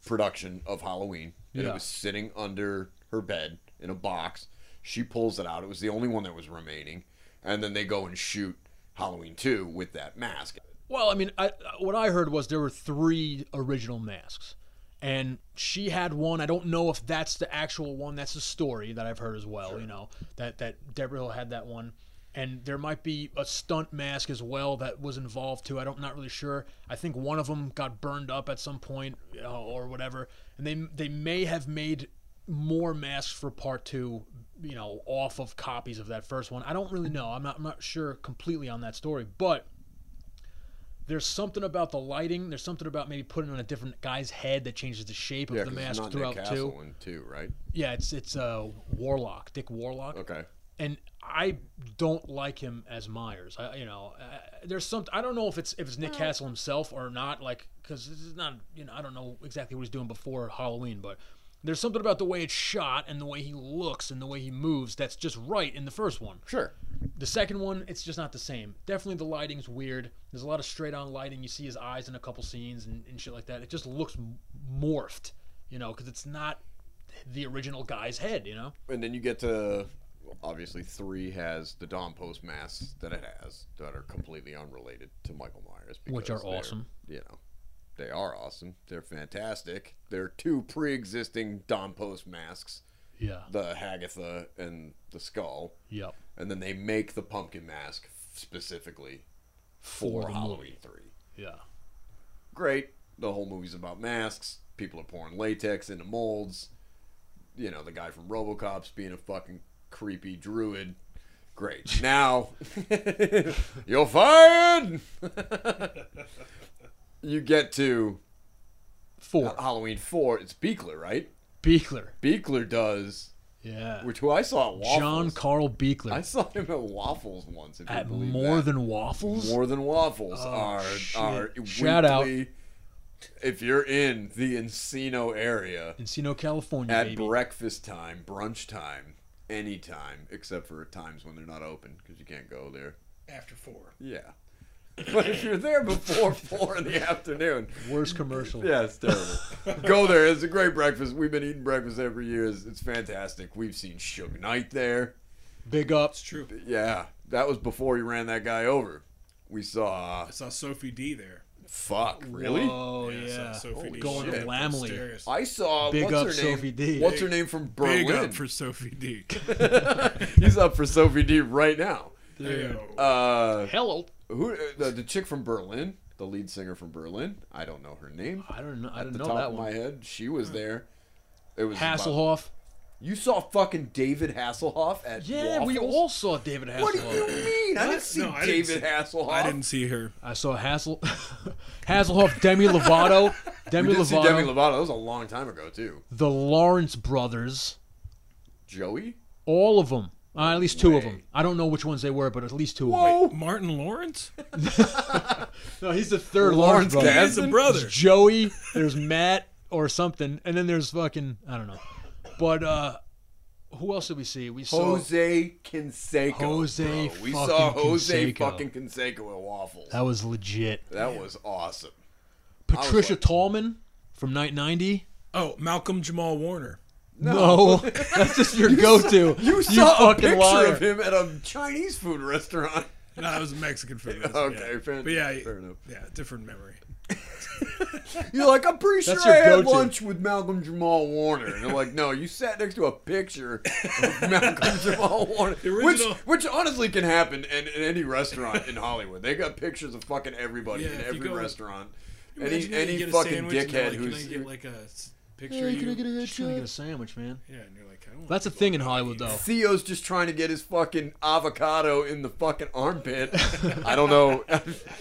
S3: production of halloween and
S2: Yeah.
S3: it was sitting under her bed in a box she pulls it out it was the only one that was remaining and then they go and shoot halloween 2 with that mask
S2: Well, I mean, I, what I heard was there were three original masks, and she had one. I don't know if that's the actual one. That's a story that I've heard as well. You know that that Deborah Hill had that one, and there might be a stunt mask as well that was involved too. I don't not really sure. I think one of them got burned up at some point you know, or whatever, and they they may have made more masks for part two you know off of copies of that first one i don't really know i'm not, I'm not sure completely on that story but there's something about the lighting. There's something about maybe putting it on a different guy's head that changes the shape of
S3: yeah
S2: the
S3: 'cause it's
S2: mask
S3: not Nick
S2: throughout
S3: Castle
S2: too.
S3: in two right
S2: Yeah, it's it's uh, Warlock, Dick Warlock.
S3: okay
S2: And I don't like him as Myers. I, you know, uh, there's some. I don't know if it's if it's Nick Castle himself or not. Like, because this is not. You know, I don't know exactly what he's doing before Halloween, but there's something about the way it's shot and the way he looks and the way he moves that's just right in the first one.
S3: Sure.
S2: The second one, it's just not the same. Definitely the lighting's weird. There's a lot of straight on lighting. You see his eyes in a couple scenes and, and shit like that. It just looks m- morphed, you know, because it's not the original guy's head, you know?
S3: and then you get to obviously three has the Dom Post masks that it has that are completely unrelated to Michael Myers,
S2: Which are
S3: because they're,
S2: awesome.
S3: You know, they are awesome. They're fantastic. They're two pre-existing Dom Post masks.
S2: Yeah.
S3: the Hagatha and the skull.
S2: Yep.
S3: And then they make the pumpkin mask specifically for,
S2: For the movie.
S3: Halloween three.
S2: Yeah.
S3: Great. The whole movie's about masks. People are pouring latex into molds. You know, the guy from Robocop's being a fucking creepy druid.
S2: [LAUGHS]
S3: Great. Now [LAUGHS] you're fired. [LAUGHS] you get to
S2: four
S3: Halloween four. It's Beekler, right?
S2: Beekler.
S3: Beekler does.
S2: Yeah.
S3: Which who I saw at Waffles.
S2: John Carl Beekler.
S3: I saw him at Waffles once. If
S2: At
S3: you believe
S2: more
S3: that.
S2: than waffles?
S3: More than waffles
S2: Oh,
S3: are
S2: shit.
S3: are
S2: Shout out.
S3: weekly- If you're in the Encino area
S2: Encino, California,
S3: at
S2: baby.
S3: breakfast time, brunch time, any time except for times when they're not open because you can't go there.
S1: After four.
S3: Yeah. [LAUGHS] But if you're there before [LAUGHS] four in the afternoon,
S2: worst commercial.
S3: Yeah, it's terrible. Go there. It's a great breakfast. We've been eating breakfast every year. It's, it's fantastic. We've seen Suge Knight there.
S2: Big up. It's
S1: true.
S3: Yeah, that was before he ran that guy over. We saw.
S1: I saw Sophie D there.
S3: Fuck, really?
S2: Whoa, Oh, yeah.
S1: I saw Sophie D.
S2: Going to
S1: Shit.
S2: Lamley.
S1: Upstairs.
S3: I saw
S2: Big
S3: what's
S2: up
S3: her name?
S2: Sophie D.
S3: What's her name from Berlin?
S1: Big up for Sophie [LAUGHS] D.
S3: He's up for Sophie D right now.
S1: Dude.
S3: Uh,
S2: Hello.
S3: Who the, the chick from Berlin? The lead singer from Berlin. I don't know her name.
S2: I don't know. I
S3: At
S2: don't
S3: the
S2: know
S3: top
S2: that
S3: of
S2: one.
S3: my head, she was there. It was about-
S2: Hasselhoff.
S3: You saw fucking David Hasselhoff at
S2: Yeah, we
S3: Waffles?
S2: all saw David Hasselhoff.
S3: What do you mean? I
S1: What?
S3: didn't see
S1: No, I didn't
S3: David Hasselhoff.
S1: I didn't see her.
S2: I saw Hassel [LAUGHS] Hasselhoff,
S3: [LAUGHS]
S2: Demi Lovato,
S3: We
S2: Demi
S3: did see
S2: Lovato,
S3: Demi Lovato. That was a long time ago too.
S2: the Lawrence brothers,
S3: Joey.
S2: all of them. Uh, at least two of them. I don't know which ones they were, but at least two of them.
S3: Whoa.
S1: Martin Lawrence?
S2: No, he's the third
S3: Lawrence
S2: Lawrence, brother.
S1: He's the
S3: Kasdan?
S1: brother.
S2: There's Joey, there's Matt or something, and then there's fucking I don't know. But uh who else did we see? We saw
S3: Jose Canseco.
S2: Jose
S3: bro. We
S2: fucking
S3: saw Jose
S2: Canseco.
S3: fucking Canseco at Waffles.
S2: that was legit.
S3: That was awesome. was
S2: Patricia
S3: like-
S2: Tallman from Night 90.
S1: Oh, Malcolm Jamal Warner. [LAUGHS]
S2: No, [LAUGHS] that's just your go-to.
S3: You, saw a
S2: fucking
S3: picture
S2: liar.
S3: of him at a Chinese food restaurant. [LAUGHS]
S1: No, that was a Mexican food. That's-
S3: Okay,
S1: yeah.
S3: fair,
S1: But yeah,
S3: fair enough.
S1: yeah, different memory.
S3: You're like, I'm pretty sure
S2: That's
S3: I
S2: your
S3: had
S2: go-to.
S3: lunch with Malcolm Jamal Warner. And they're like, no, you sat next to a picture
S1: [LAUGHS]
S3: of Malcolm Jamal Warner.
S1: The
S3: Which,
S1: original-
S3: which honestly can happen in, in any restaurant in Hollywood. They got pictures of fucking everybody
S1: Yeah,
S3: in
S1: if you
S3: every
S1: go-
S3: restaurant.
S1: Imagine
S3: Any,
S1: that you
S3: any
S1: get a
S3: fucking
S1: sandwich and they're
S3: dickhead
S1: like,
S3: who's.
S1: Can I
S3: [LAUGHS]
S1: get like a s- picture of you?
S2: Just trying to get a sandwich, man.
S1: Yeah, and you're like, I don't want
S2: That's a
S1: to go
S2: thing in
S1: out.
S2: Hollywood, though.
S3: Theo's E just trying to get his fucking avocado in the fucking
S1: [LAUGHS]
S3: armpit. I don't know.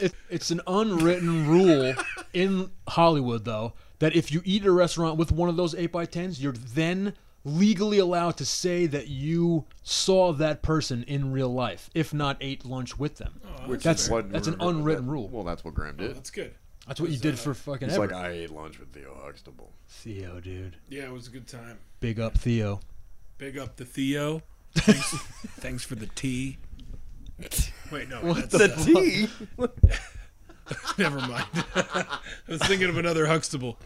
S2: It, it's an unwritten rule [LAUGHS] in Hollywood, though, that if you eat at a restaurant with one of those 8x10s, you're then legally allowed to say that you saw that person in real life, if not ate lunch with them.
S3: Which
S2: That's-
S3: is what-
S2: that's an unwritten
S3: that-
S2: rule.
S3: Well, that's what Graham did.
S1: That's good.
S2: That's what you did for fucking
S3: It's
S2: ever.
S3: like I ate lunch with Theo Huxtable.
S2: Theo, dude.
S1: Yeah, it was a good time.
S2: Big up Theo.
S1: Big up the
S2: [LAUGHS]
S1: Theo. Thanks, thanks for the tea. Wait, no, that's
S3: The
S2: [LAUGHS]
S3: tea.
S1: never mind. [LAUGHS] I was thinking of another Huxtable.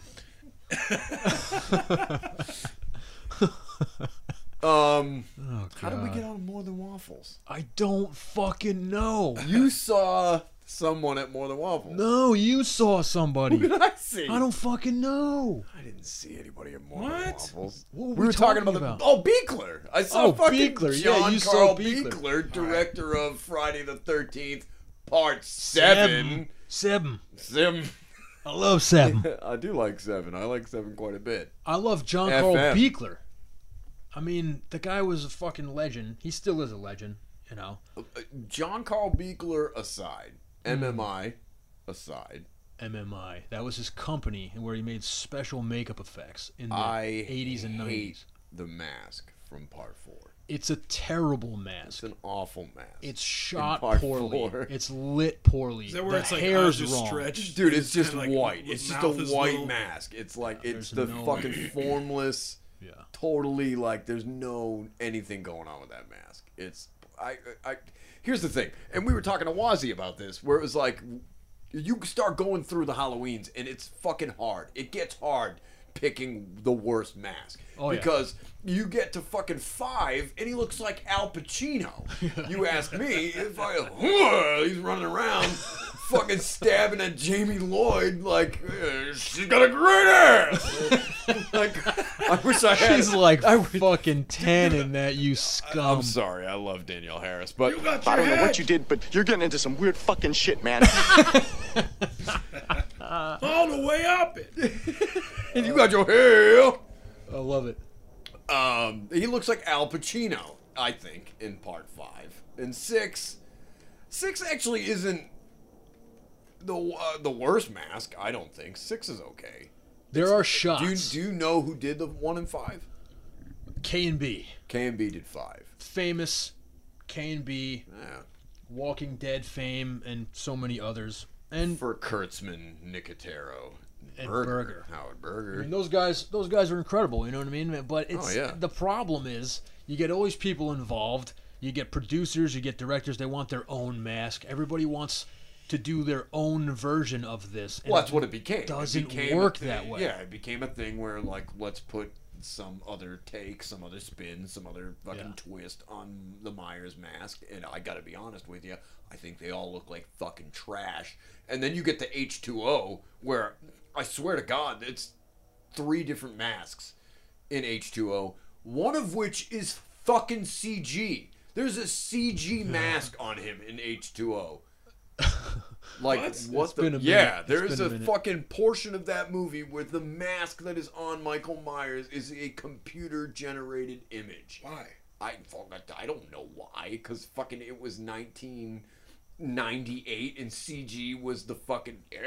S3: Um,
S2: Oh,
S3: how did we
S2: God.
S3: get on more than waffles?
S2: I don't fucking know. [LAUGHS]
S3: You saw someone at more than waffles.
S2: No, you saw somebody.
S3: Who [LAUGHS] did I see?
S2: I don't fucking know.
S3: I didn't see anybody at more than
S1: What?
S3: waffles.
S2: What were
S3: we
S2: we
S3: were talking
S2: talking
S3: about,
S2: about?
S3: the oh Beekler. I saw
S2: Oh,
S3: fucking
S2: Beekler. Yeah,
S3: John
S2: you saw
S3: Carl
S2: Beekler.
S3: director of Friday the Thirteenth, Part Seven.
S2: Seven.
S3: Sim.
S2: I love Seven.
S1: [LAUGHS]
S3: I do like Seven. I like Seven quite a bit.
S2: I love John Carl
S3: FM.
S2: Beekler. I mean, the guy was a fucking legend. He still is a legend, you know.
S3: John Carl Beekler aside,
S2: Hmm.
S3: MMI aside,
S2: MMI. That was his company where he made special makeup effects in the
S3: I
S2: 80s and 90s.
S3: hate the mask from Part Four.
S2: It's a terrible
S3: It's
S2: mask.
S3: an awful mask.
S2: It's shot
S3: part
S2: poorly.
S3: four.
S2: It's lit poorly.
S1: Is that where
S2: the
S1: it's like eyes
S2: hair's
S1: are
S2: wrong. [LAUGHS]
S1: stretched?
S3: dude it's just
S1: kinda like
S3: white
S1: with
S3: it's just a
S1: mouth is
S3: white
S1: little-
S3: mask it's like it's
S2: there's
S3: the
S2: no-
S3: fucking formless
S2: Yeah.
S3: totally like there's no anything going on with that mask it's i i here's the thing and we were talking to wazi about this where it was like you start going through the halloweens and it's fucking hard it gets hard picking the worst mask
S2: Oh, yeah.
S3: because you get to fucking five and he looks like Al Pacino. You
S2: [LAUGHS]
S3: ask me if I, he's running around fucking stabbing at Jamie Lloyd like "Eh, she's got a great ass. like I wish I had.
S2: She's like
S3: [LAUGHS]
S2: fucking 10 in that, you scum.
S3: I'm sorry, I love Danielle Harris, but
S12: I don't know what you did, but you're getting into some weird fucking shit, man.
S1: All the way up it.
S3: [LAUGHS] you got your hair.
S2: I love it.
S3: Um, he looks like Al Pacino, I think, in part five and six. Six actually isn't the uh, the worst mask. I don't think six is okay.
S2: There are
S3: Do you,
S2: shots.
S3: do you know who did the one and five?
S2: K and B.
S3: K and B did five.
S2: Famous K and B
S3: Yeah.
S2: Walking Dead fame and so many others. And
S3: For Kurtzman, Nicotero,
S2: And Berger.
S3: Howard
S2: I
S3: Berger.
S2: mean, those guys, those guys are incredible. You know what I mean? But it's
S3: Oh, yeah.
S2: the problem is you get all these people involved. You get producers, you get directors. They want their own mask. Everybody wants to do their own version of this. and
S3: Well, that's what it became. It
S2: Doesn't
S3: became a
S2: work
S3: thing-
S2: that way.
S3: Yeah, it became a thing where like let's put some other take, some other spin, some other fucking
S2: Yeah.
S3: twist on the Myers mask. And I got to be honest with you, I think they all look like fucking trash. And then you get to H two O, where I swear to God, it's three different masks in H two O. One of which is fucking CG. There's a
S2: [LAUGHS]
S3: CG mask on him in H two O. Like what,
S2: It's
S3: the
S2: been a
S3: yeah?
S2: minute. It's
S3: There
S2: been
S3: is
S2: a
S3: a,
S2: minute.
S3: fucking portion of that movie where the mask that is on Michael Myers is a computer generated image. Why? I fuck- I don't know why. Because fucking it was 1998 and CG was the fucking yeah.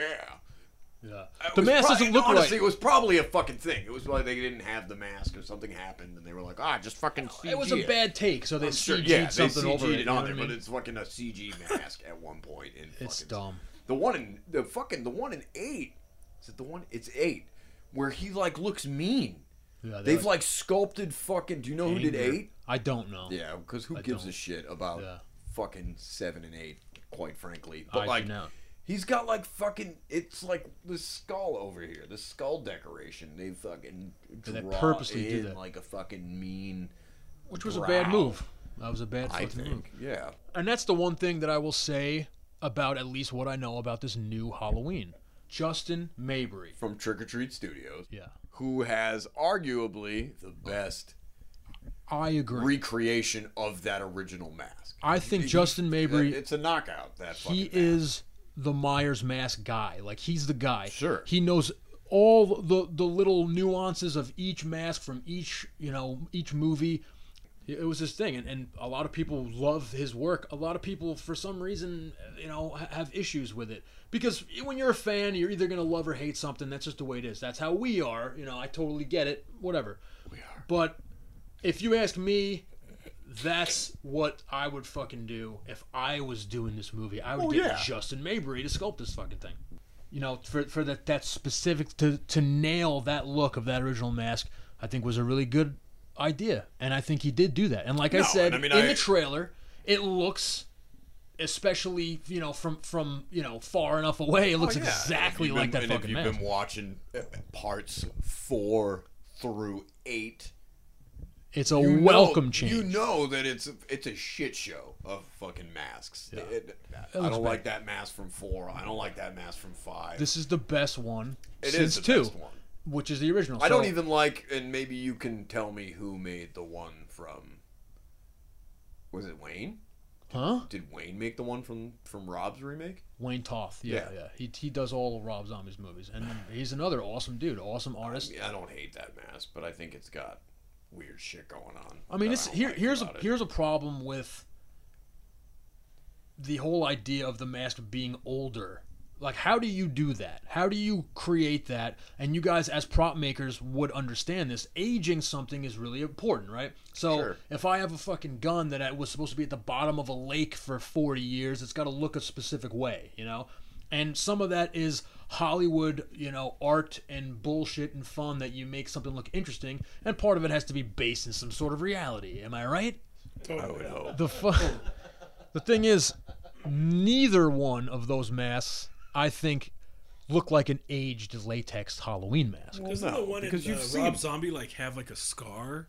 S2: Yeah.
S3: It
S2: The
S3: was
S2: mask
S3: prob-
S2: doesn't look
S3: honestly,
S2: right.
S3: it was probably a fucking thing. It was like they didn't have the mask or something happened, and they were like, ah, just fucking CG.
S2: It was a bad take, so they
S3: I'm sure-
S2: CG'd
S3: yeah, they
S2: something
S3: CG'd
S2: over it.
S3: it
S2: you know
S3: on
S2: what
S3: there,
S2: I mean?
S3: but it's fucking a CG mask at one point. In
S2: It's
S3: fucking-
S2: dumb.
S3: The one in the fucking the one in eight. Is it the one? It's eight, where he like looks mean.
S2: Yeah,
S3: They've like sculpted fucking. Do you know who did
S2: anger.
S3: eight?
S2: I don't know.
S3: Yeah, because who
S2: I
S3: gives a
S2: don't.
S3: shit about
S2: Yeah.
S3: fucking seven and eight? Quite frankly,
S2: I
S3: but like
S2: do not.
S3: he's got like fucking. It's like the skull over here, the skull decoration. They fucking
S2: And
S3: draw
S2: they purposely
S3: in
S2: did that.
S3: like a fucking mean.
S2: Which was a bad
S3: growl.
S2: move. That was a bad
S3: I
S2: fucking move.
S3: think. Yeah.
S2: And that's the one thing that I will say about at least what I know about this new Halloween. Justin Mabry.
S3: from Trick or Treat Studios.
S2: Yeah.
S3: Who has arguably the best
S2: I agree.
S3: recreation of that original mask.
S2: I think
S3: He-
S2: Justin Mabry-
S3: It's a knockout. That
S2: he
S3: fucking
S2: is the Myers mask guy. Like he's the guy.
S3: Sure.
S2: He knows all the the little nuances of each mask from each you know each movie. It was his thing, and, and a lot of people love his work. A lot of people, for some reason, you know, ha- have issues with it because when you're a fan, you're either gonna love or hate something. That's just the way it is. That's how we are. You know, I totally get it. Whatever. We are. But if you ask me, that's what I would fucking do if I was doing this movie. I would
S3: Oh,
S2: get
S3: yeah.
S2: Justin Mabry to sculpt this fucking thing. You know, for for that that specific to to nail that look of that original mask, I think was a really good idea, and I think he did do that. And like I
S3: No,
S2: said
S3: and I mean,
S2: in
S3: I-
S2: the trailer, it looks. Especially, you know, from from you know far enough away, it looks
S3: Oh, yeah.
S2: exactly
S3: If you've
S2: like
S3: been-
S2: that
S3: and if
S2: fucking
S3: you've
S2: mask.
S3: been watching uh, parts four through eight.
S2: It's a
S3: you know-
S2: welcome change.
S3: You know that it's a, it's a shit show of fucking masks. It- I
S2: looks
S3: don't
S2: bad.
S3: like that mask from four. I don't like that mask from five.
S2: This is the best one
S3: It is
S2: since
S3: the
S2: two,
S3: best one.
S2: which is the original.
S3: I
S2: So-
S3: don't even like, and maybe you can tell me who made the one from. Was it Wayne?
S2: Huh?
S3: Did Wayne make the one from from Rob's remake?
S2: Wayne Toth. Yeah,
S3: Yeah.
S2: yeah. He, he does all of Rob Zombie's movies, and he's another awesome dude, awesome artist.
S3: Yeah, I don't hate that mask, but I think it's got weird shit going on.
S2: I mean,
S3: that
S2: it's
S3: don't
S2: here.
S3: like
S2: Here's a
S3: about it.
S2: here's a problem with the whole idea of the mask being older. Like, how do you do that? How do you create that? And you guys, as prop makers, would understand this. Aging something is really important, right? So, if I have a fucking gun that I was supposed to be at the bottom of a lake for 40 years, it's got to look a specific way, you know? And some of that is Hollywood, you know, art and bullshit and fun that you make something look interesting, and part of it has to be based in some sort of reality. Am I right?
S3: I would hope.
S2: The fu- [LAUGHS] The thing is, neither one of those masks, I think, look like an aged latex Halloween mask.
S1: Doesn't the one
S3: because
S1: in
S3: you've
S1: uh,
S3: seen
S1: Rob
S3: it.
S1: Zombie like have like a scar?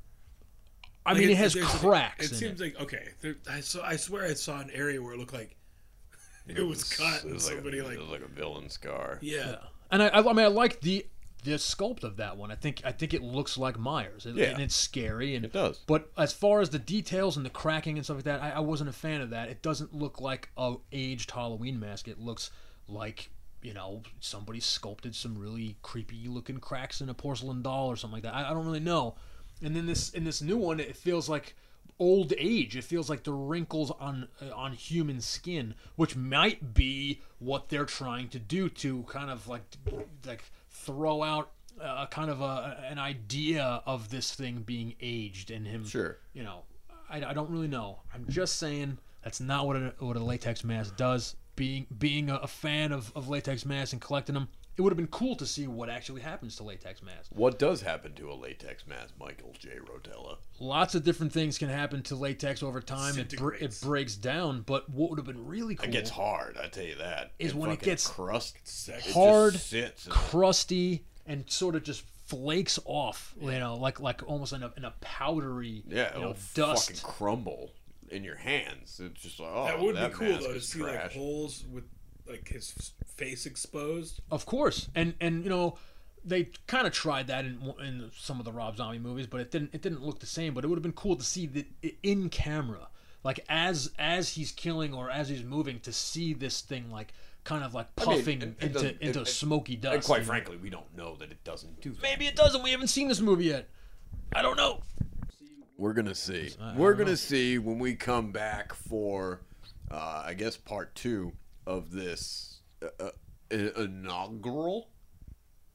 S2: I
S1: Like,
S2: mean, it has
S1: there's a-
S2: cracks
S1: It
S2: in
S1: seems like okay. There, I saw. I swear I saw an area where it looked like [LAUGHS] it, was cut. and somebody
S3: a,
S1: like,
S3: it was like a villain scar.
S1: yeah.
S2: And I, I, I mean, I like the the sculpt of that one. I think I think it looks like Myers, It-
S3: Yeah.
S2: and it's scary. And
S3: It does.
S2: But as far as the details and the cracking and stuff like that, I, I wasn't a fan of that. It doesn't look like a aged Halloween mask. It looks like you know somebody sculpted some really creepy looking cracks in a porcelain doll or something like that. I, I don't really know. And then this in this new one, it feels like old age. It feels like the wrinkles on uh, on human skin, which might be what they're trying to do to kind of like like throw out a kind of a an idea of this thing being aged and him.
S3: Sure.
S2: You know, I, I don't really know. I'm just saying that's not what a, what a latex mask does. Being being a, a fan of, of latex masks and collecting them, it would have been cool to see what actually happens to latex mask.
S3: What does happen to a latex mask, Michael J. Rotella?
S2: Lots of different things can happen to latex over time. It, br- it breaks down, but what would have been really cool
S3: It gets hard, I tell you that.
S2: is when it
S3: fucking
S2: gets
S3: crust,
S2: hard,
S3: It just sits. in
S2: crusty, and sort of just flakes off. You know, like like almost in a, in a powdery
S3: Yeah,
S2: you know,
S3: it'll
S2: dust.
S3: fucking crumble in your hands. It's just like, oh,
S1: that would be cool
S3: mask
S1: though to
S3: is
S1: see like
S3: trash.
S1: holes with like his f- face exposed.
S2: Of course, and and you know, they kind of tried that in in some of the Rob Zombie movies, but it didn't it didn't look the same. But it would have been cool to see that i- in camera, like as as he's killing or as he's moving, to see this thing like kind of like
S3: I mean,
S2: puffing
S3: it- it
S2: into
S3: doesn't-
S2: into
S3: it- it-
S2: smoky dust.
S3: And quite
S2: you know?
S3: frankly, we don't know that it doesn't do that.
S2: maybe it doesn't. We haven't seen this movie yet. I don't know.
S3: We're gonna see.
S2: I- I
S3: We're
S2: don't know.
S3: gonna see when we come back for, uh, I guess, part two of this uh, uh, inaugural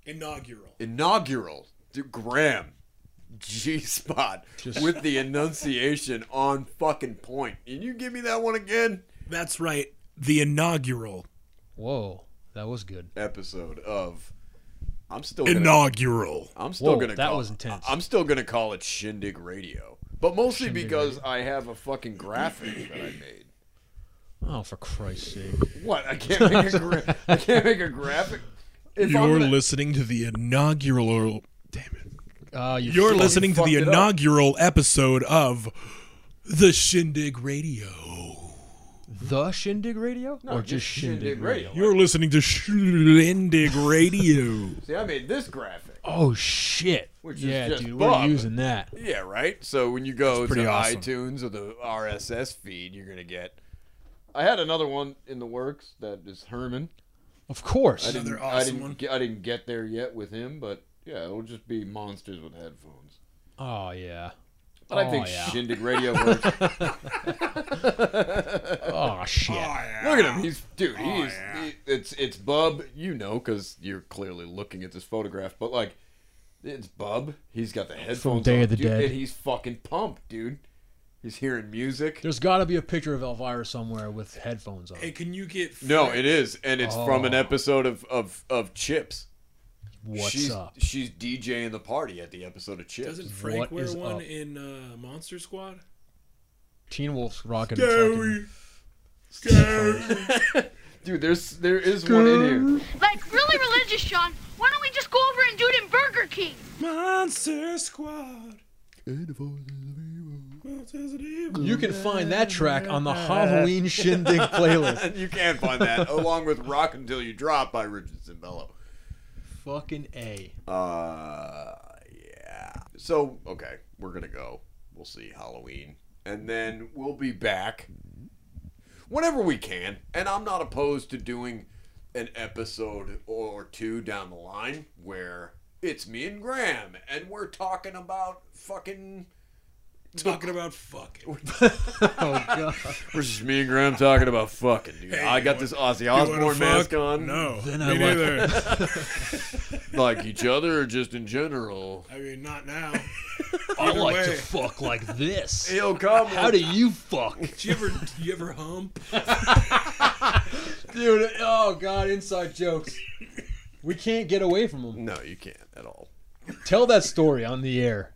S1: Inaugural.
S3: inaugural dude, Graham G spot with the enunciation on fucking point. Can you give me that one again?
S1: That's right. The inaugural
S2: Whoa, that was good.
S3: episode of. I'm still
S1: Inaugural.
S3: Gonna, I'm still
S2: Whoa,
S3: gonna.
S2: that
S3: call,
S2: was intense.
S3: I'm still gonna call it Shindig Radio, but mostly
S2: Shindig
S3: because I have a fucking graphic that I made.
S2: Oh, for Christ's sake!
S3: What? I can't make
S2: [LAUGHS]
S3: a gra- I can't make a graphic. If I'm
S1: You're
S3: gonna-
S1: listening to the inaugural.
S2: Uh, you
S1: You're
S2: fucking
S1: listening to
S2: fucked
S1: the
S2: it up.
S1: inaugural episode of the Shindig Radio.
S2: The Shindig Radio,
S3: No,
S2: or
S3: just
S2: just Shindig,
S3: Shindig Radio.
S1: You're listening to Shindig Radio.
S3: See, I made this graphic.
S2: Oh shit!
S3: Which is
S2: yeah,
S3: just
S2: dude,
S3: Bob.
S2: we're using that.
S3: Yeah, right. So when you go
S2: That's
S3: to
S2: pretty awesome.
S3: iTunes or the RSS feed, you're gonna get. I had another one in the works that is Herman.
S2: Of course.
S3: I didn't,
S1: Another
S3: I
S1: awesome
S3: didn't
S1: one.
S3: Get, I didn't get there yet with him, but yeah, it'll just be monsters with headphones.
S2: Oh yeah.
S3: But I think
S2: Oh, yeah.
S3: Shindig Radio works.
S2: oh shit!
S3: Look at him. He's dude. He's he- it's it's Bub. You know, because you're clearly looking at this photograph. But like, it's Bub. He's got the headphones.
S2: Day
S3: on,
S2: of the
S3: dude,
S2: Dead.
S3: And he's fucking pumped, dude. He's hearing music.
S2: There's got to be a picture of Elvira somewhere with headphones on.
S1: Hey, can you get
S3: No, it is, and it's from an
S2: Oh.
S3: episode of of of Chips.
S2: What's
S3: she's,
S2: up?
S3: She's DJing the party at the episode of Chips.
S1: Doesn't Frank
S2: What
S1: wear
S2: is
S1: one
S2: up?
S1: in uh, Monster Squad?
S2: Teen Wolf's rocking.
S1: Scary.
S2: fucking-
S3: Dude, there's there is one in here.
S16: Like, really religious, Sean. Why don't we just go over and do it in Burger King?
S1: Monster Squad. Monsters of evil.
S2: You can find that track on the Halloween Shindig playlist.
S3: you can find that along with "Rock Until You Drop" by Richard Cimbello.
S2: Fucking a.
S3: Uh, yeah. So okay, we're gonna go. We'll see Halloween, and then we'll be back whenever we can. And I'm not opposed to doing an episode or two down the line where it's me and Graham, and we're talking about fucking.
S1: Talking about fucking.
S2: Oh god.
S3: We're just me and Graham talking about fucking, dude. I got this Ozzy
S1: You wanna
S3: Osbourne mask
S1: fuck?
S3: on.
S1: No.
S2: Then
S1: me
S2: I like- [LAUGHS]
S1: neither.
S3: Like each other or just in general?
S1: I mean, not now.
S2: I
S1: Either
S2: like to
S1: way.
S2: fuck like
S3: [LAUGHS]
S2: this.
S3: Yo, come
S2: How do you fuck,
S1: Do you ever, do you ever hump?
S2: dude? Oh god, inside jokes. We can't get away from them.
S3: No, you can't at all.
S2: Tell that story on the air.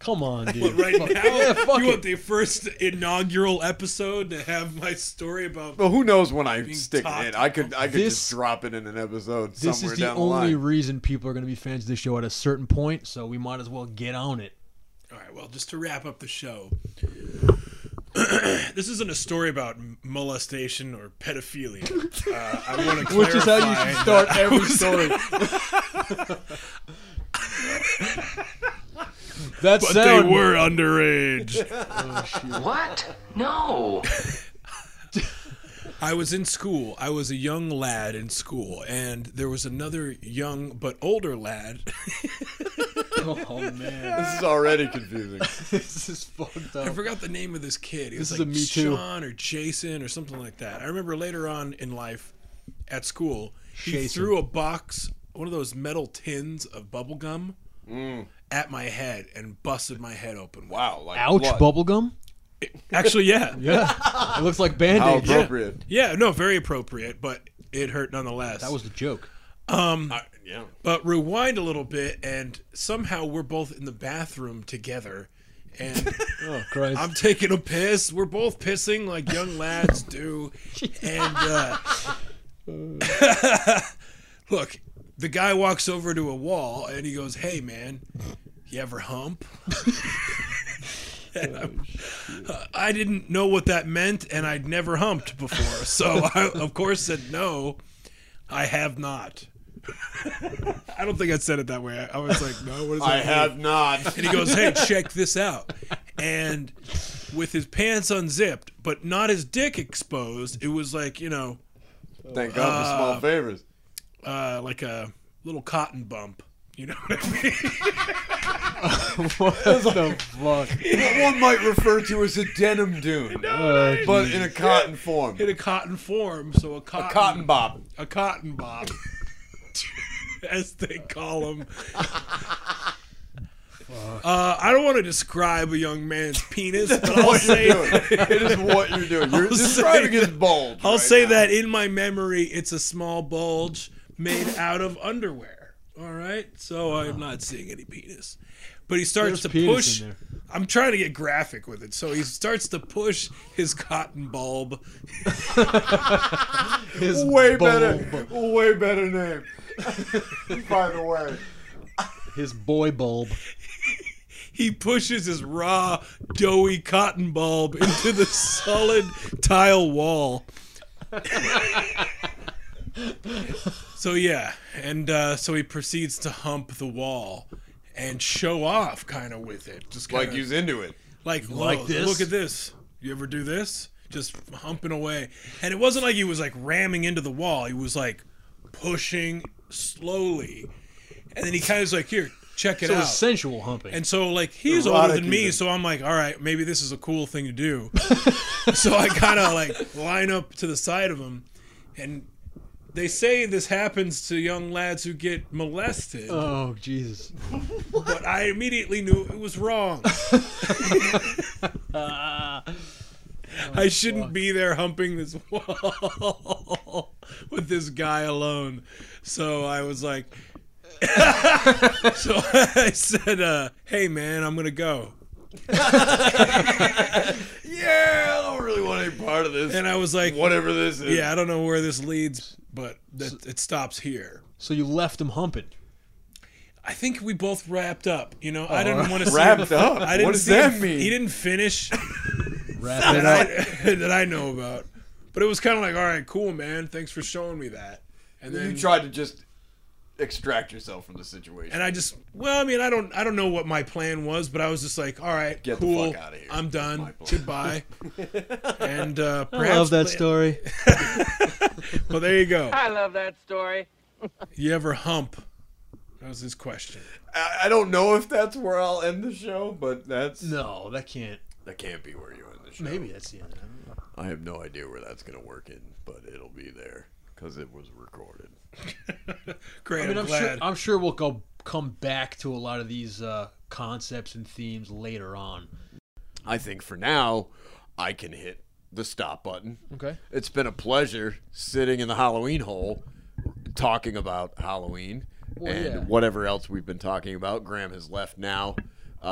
S2: Come on, dude.
S1: But right now,
S2: Fuck- yeah, fuck
S1: you
S2: it.
S1: want the first inaugural episode to have my story about
S3: Well, who knows when I
S1: Being
S3: stick it in?
S1: topped
S3: I could, I could
S2: This-
S3: just drop it in an episode
S2: This
S3: somewhere
S2: is the
S3: down
S2: only
S3: the line.
S2: reason people are going to be fans of this show at a certain point, so we might as well get on it.
S1: All right, well, just to wrap up the show, [CLEARS THROAT] this isn't a story about m- molestation or pedophilia. Uh, I want to clarify.
S2: Which is how you should start
S1: that I
S2: [LAUGHS] every
S1: was-
S2: story. that
S1: But
S2: sound [LAUGHS]
S1: they were underage.
S10: What? No.
S1: I was in school. I was a young lad in school, and there was another young but older lad. [LAUGHS]
S2: Oh man,
S3: [LAUGHS] This is already confusing.
S2: this is fucked
S1: I
S2: up.
S1: forgot the name of this kid. He
S2: This
S1: was
S2: is a
S1: like
S2: Me Too.
S1: Sean or Jason or something like that. I remember later on in life at school, he
S2: Jason.
S1: threw a box, one of those metal tins of bubble gum at my head and busted my head open.
S3: Wow, like
S2: Ouch,
S3: blood.
S2: bubblegum.
S1: Actually,
S2: [LAUGHS]
S1: yeah.
S2: Yeah, it looks like
S3: How
S2: band-aid.
S3: appropriate.
S1: Yeah, no, very appropriate, but it hurt nonetheless.
S2: That was the joke.
S1: Um,
S3: I- yeah.
S1: But rewind a little bit, and somehow we're both in the bathroom together, and
S2: oh Christ!
S1: I'm taking a piss. We're both pissing like young lads do, and uh, [LAUGHS] look, the guy walks over to a wall and he goes, "Hey, man, you ever hump?" [LAUGHS] And I'm- uh, I didn't know what that meant, and I'd never humped before, so [LAUGHS] I, of course, said no. I have not. [LAUGHS] I don't think I said it that way. I, I was like, no, what does that
S3: [LAUGHS] I
S1: mean?
S3: have not.
S1: And he goes, hey, check this out. And with his pants unzipped, but not his dick exposed, it was like, you know.
S3: Thank God for small favors.
S1: Uh, like a little cotton bump. You know what I mean?
S2: [LAUGHS] what the fuck?
S3: What [LAUGHS] one might refer to as a denim [LAUGHS] dune, but in a cotton form. Mm.
S1: In a cotton form, so a cotton,
S3: cotton bob.
S1: a cotton bob, as they call
S3: [LAUGHS]
S1: him. Uh, I don't want to describe a young man's
S3: [LAUGHS]
S1: penis, but
S3: That's
S1: I'll
S3: what
S1: say
S3: you're doing. [LAUGHS] It is what you're doing. You're
S1: I'll say
S3: describing his
S1: that-
S3: bulge
S1: I'll
S3: right
S1: say
S3: now.
S1: that in my memory, it's a small bulge made out of underwear. All right, so I'm not seeing any penis, but he starts
S2: There's
S1: to
S2: penis
S1: push.
S2: in there.
S1: I'm trying to get graphic with it, so he starts to push his cotton bulb.
S2: His
S3: way
S2: bulb.
S3: better, way better name. [LAUGHS] By the way,
S2: His boy bulb.
S1: he pushes his raw, doughy cotton bulb into the solid tile wall. so yeah, and uh, so he proceeds to hump the wall and show off kind of with it, just
S3: like
S1: kinda-
S3: he's into it.
S1: like
S2: Like
S1: like
S2: this?
S1: Look at this. You ever do this? Just humping away, and it wasn't like he was like ramming into the wall. He was like pushing slowly, and then he kind of was like, "Here, check it
S2: so
S1: out."
S2: it's sensual humping.
S1: And so like he's older
S2: Erotic
S1: than me,
S2: even.
S1: so I'm like, all right, maybe this is a cool thing to do. [LAUGHS] so I kind of like line up to the side of him, and they say this happens to young lads who get molested,
S2: oh Jesus!
S1: but I immediately knew it was wrong.
S2: [LAUGHS]
S1: I shouldn't be there humping this [LAUGHS] wall with this guy alone. So I was like, [LAUGHS] so I said, uh, "Hey man, I'm gonna go."
S3: Yeah, I don't really want any part of this.
S1: And I was like,
S3: whatever this is. [LAUGHS]
S1: Yeah, I don't know where this leads, but that, it stops here.
S2: So you left him humping.
S1: I think we both wrapped up. You know, I didn't
S2: Alright.
S3: [LAUGHS]
S1: want to see [LAUGHS]
S3: Wrapped up?
S1: I didn't
S3: What does
S1: see him-
S3: that mean?
S1: He
S3: [LAUGHS]
S1: didn't finish [LAUGHS]
S2: Wrap it
S1: that
S2: up.
S1: I, that I know about. But it was kind of like, all right, cool, man. Thanks for showing me that. And then
S3: you tried to just extract yourself from the situation.
S1: and I just well, I mean, I don't I don't know what my plan was, but I was just like, all right,
S3: Get the
S1: cool,
S3: fuck outta here.
S1: I'm
S3: My
S1: done.
S3: plan. [LAUGHS]
S1: Goodbye. and uh,
S2: I
S1: perhaps
S2: love that
S1: pla-
S2: story.
S1: Well, there you go.
S11: I love that story.
S1: You ever hump? That was his question.
S3: I, I don't know if that's where I'll end the show, but that's
S2: No, that can't.
S3: that can't be where you end the show.
S2: Maybe that's the end. I don't know.
S3: I have no idea where that's gonna work in, but it'll be there because it was recorded.
S1: Great,
S2: I mean,
S1: I'm,
S2: I'm
S1: glad.
S2: sure. I'm sure we'll go come back to a lot of these uh, concepts and themes later on.
S3: I think for now, I can hit the stop button.
S2: Okay.
S3: It's been a pleasure sitting in the Halloween hole talking about Halloween
S2: Well,
S3: and
S2: yeah.
S3: whatever else we've been talking about. Graham has left now. Uh,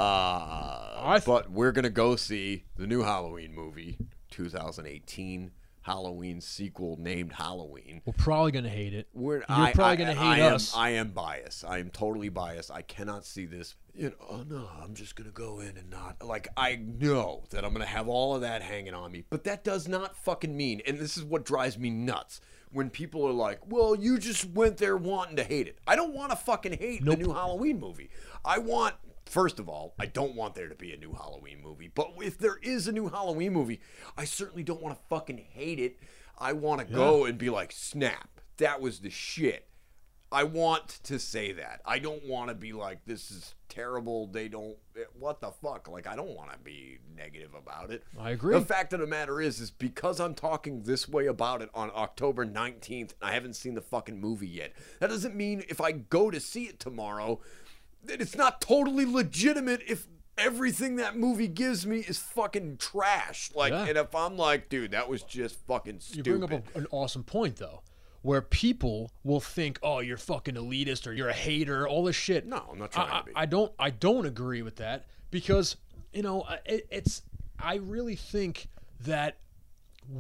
S2: Oh, I th-
S3: but we're going to go see the new Halloween movie, 2018 Halloween sequel named Halloween.
S2: We're probably gonna hate it.
S3: We're,
S2: You're
S3: I,
S2: probably
S3: I-
S2: gonna
S3: I
S2: hate
S3: am,
S2: us.
S3: I am biased. I am totally biased. I cannot see this. You know, oh no, I'm just gonna go in and not like I know that I'm gonna have all of that hanging on me, but that does not fucking mean. And this is what drives me nuts when people are like, "Well, you just went there wanting to hate it." I don't want to fucking hate
S2: Nope.
S3: the new Halloween movie. I want. First of all, I don't want there to be a new Halloween movie, but if there is a new Halloween movie, I certainly don't want to fucking hate it. I want to go and be like, snap, that was the shit. I want to say that. I don't want to be like, this is terrible. They don't, eh, what the fuck? Like, I don't want to be negative about it.
S2: I agree.
S3: The fact of the matter is, is because I'm talking this way about it on October 19th, and I haven't seen the fucking movie yet, that doesn't mean if I go to see it tomorrow, that it's not totally legitimate if everything that movie gives me is fucking trash. Like,
S2: Yeah.
S3: and if I'm like, dude, that was just fucking
S2: You
S3: stupid.
S2: bring up a, an awesome point though. where people will think, "Oh, you're fucking elitist or you're a hater," all this shit.
S3: No, I'm not trying
S2: I,
S3: to
S2: I, I don't. I don't agree with that because you know I- it, it's. I really think that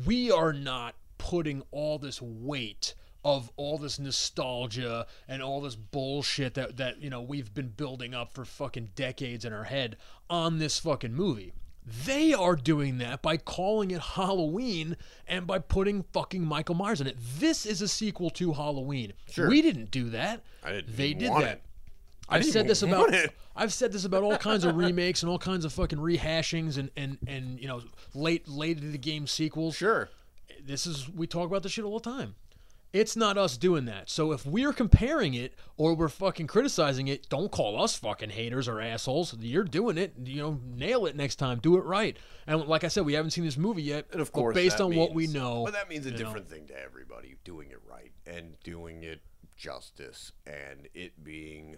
S2: we are not putting all this weight of all this nostalgia and all this bullshit that that you know we've been building up for fucking decades in our head on this fucking movie. They are doing that by calling it Halloween and by putting fucking Michael Myers in it. This is a sequel to Halloween.
S3: Sure.
S2: We didn't do that.
S3: I didn't
S2: they
S3: even
S2: did
S3: want
S2: that.
S3: it. I
S2: I've
S3: didn't
S2: said
S3: even
S2: this about
S3: want it.
S2: I've said this about all kinds of remakes and all kinds of fucking rehashings and and and you know late late to the game sequels.
S3: Sure.
S2: This is we talk about this shit all the time. It's not us doing that. So if we're comparing it or we're fucking criticizing it, don't call us fucking haters or assholes. You're doing it. You know, nail it next time. Do it right. And like I said, we haven't seen this movie yet.
S3: And of course,
S2: but based
S3: that
S2: on what we
S3: means-
S2: know,
S3: But that means a
S2: you know.
S3: different thing to everybody doing it right and doing it justice and it being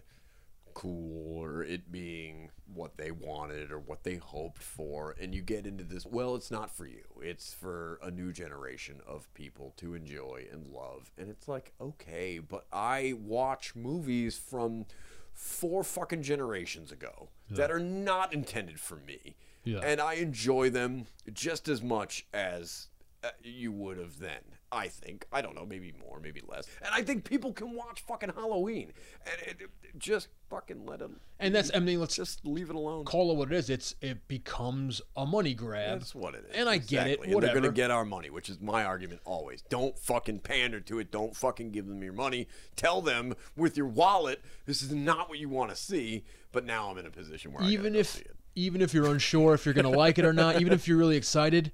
S3: cool or it being what they wanted or what they hoped for. And you get into this, well, it's not for you, it's for a new generation of people to enjoy and love. And it's like, okay, but I watch movies from four fucking generations ago that are not intended for me.
S2: Yeah.
S3: And I enjoy them just as much as uh, you would have then. I think. I don't know, maybe more, maybe less. And I think people can watch fucking Halloween and it, it- just fucking let them.
S2: And that's I mean, let's
S3: just leave it alone.
S2: Call it what it is. It's it becomes a money grab.
S3: That's what it is.
S2: And I get
S3: Exactly.
S2: it.
S3: And
S2: Whatever.
S3: they're gonna get our money, which is my argument always. Don't fucking pander to it. Don't fucking give them your money. Tell them with your wallet, this is not what you want to see. But now I'm in a position where I
S2: even if even if you're unsure if you're going to like it or not, even if you're really excited,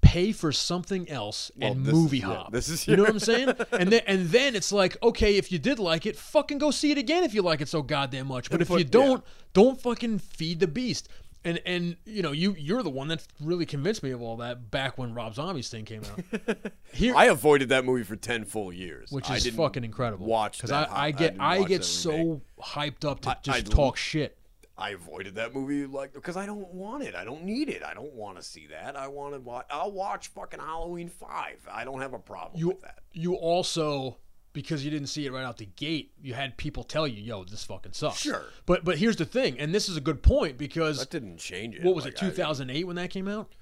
S2: pay for something else
S3: Well,
S2: and
S3: this
S2: movie
S3: is it.
S2: hop.
S3: This is
S2: you know
S3: your-
S2: what I'm
S3: [LAUGHS]
S2: saying? And then and then it's like, okay, if you did like it, fucking go see it again if you like it so goddamn much. But if you don't, don't fucking feed the beast. And and you know you you're the one that really convinced me of all that back when Rob Zombie's thing came out.
S3: [LAUGHS] I avoided that movie for ten full years,
S2: which
S3: I
S2: is
S3: didn't
S2: fucking incredible.
S3: Watch
S2: because I,
S3: that
S2: I get
S3: didn't
S2: I,
S3: watch
S2: get
S3: that
S2: so
S3: remake.
S2: hyped up to
S3: I-
S2: just
S3: I'd l-
S2: talk shit.
S3: I avoided that movie like because I don't want it. I don't need it. I don't want to see that. I want to watch. I'll watch fucking Halloween Five. I don't have a problem
S2: You
S3: with that.
S2: you also because you didn't see it right out the gate, you had people tell you, "Yo, this fucking sucks."
S3: Sure.
S2: but but here's the thing, and this is a good point because
S3: That didn't change it.
S2: what was it,
S3: Like, I-
S2: 2008 when that came out?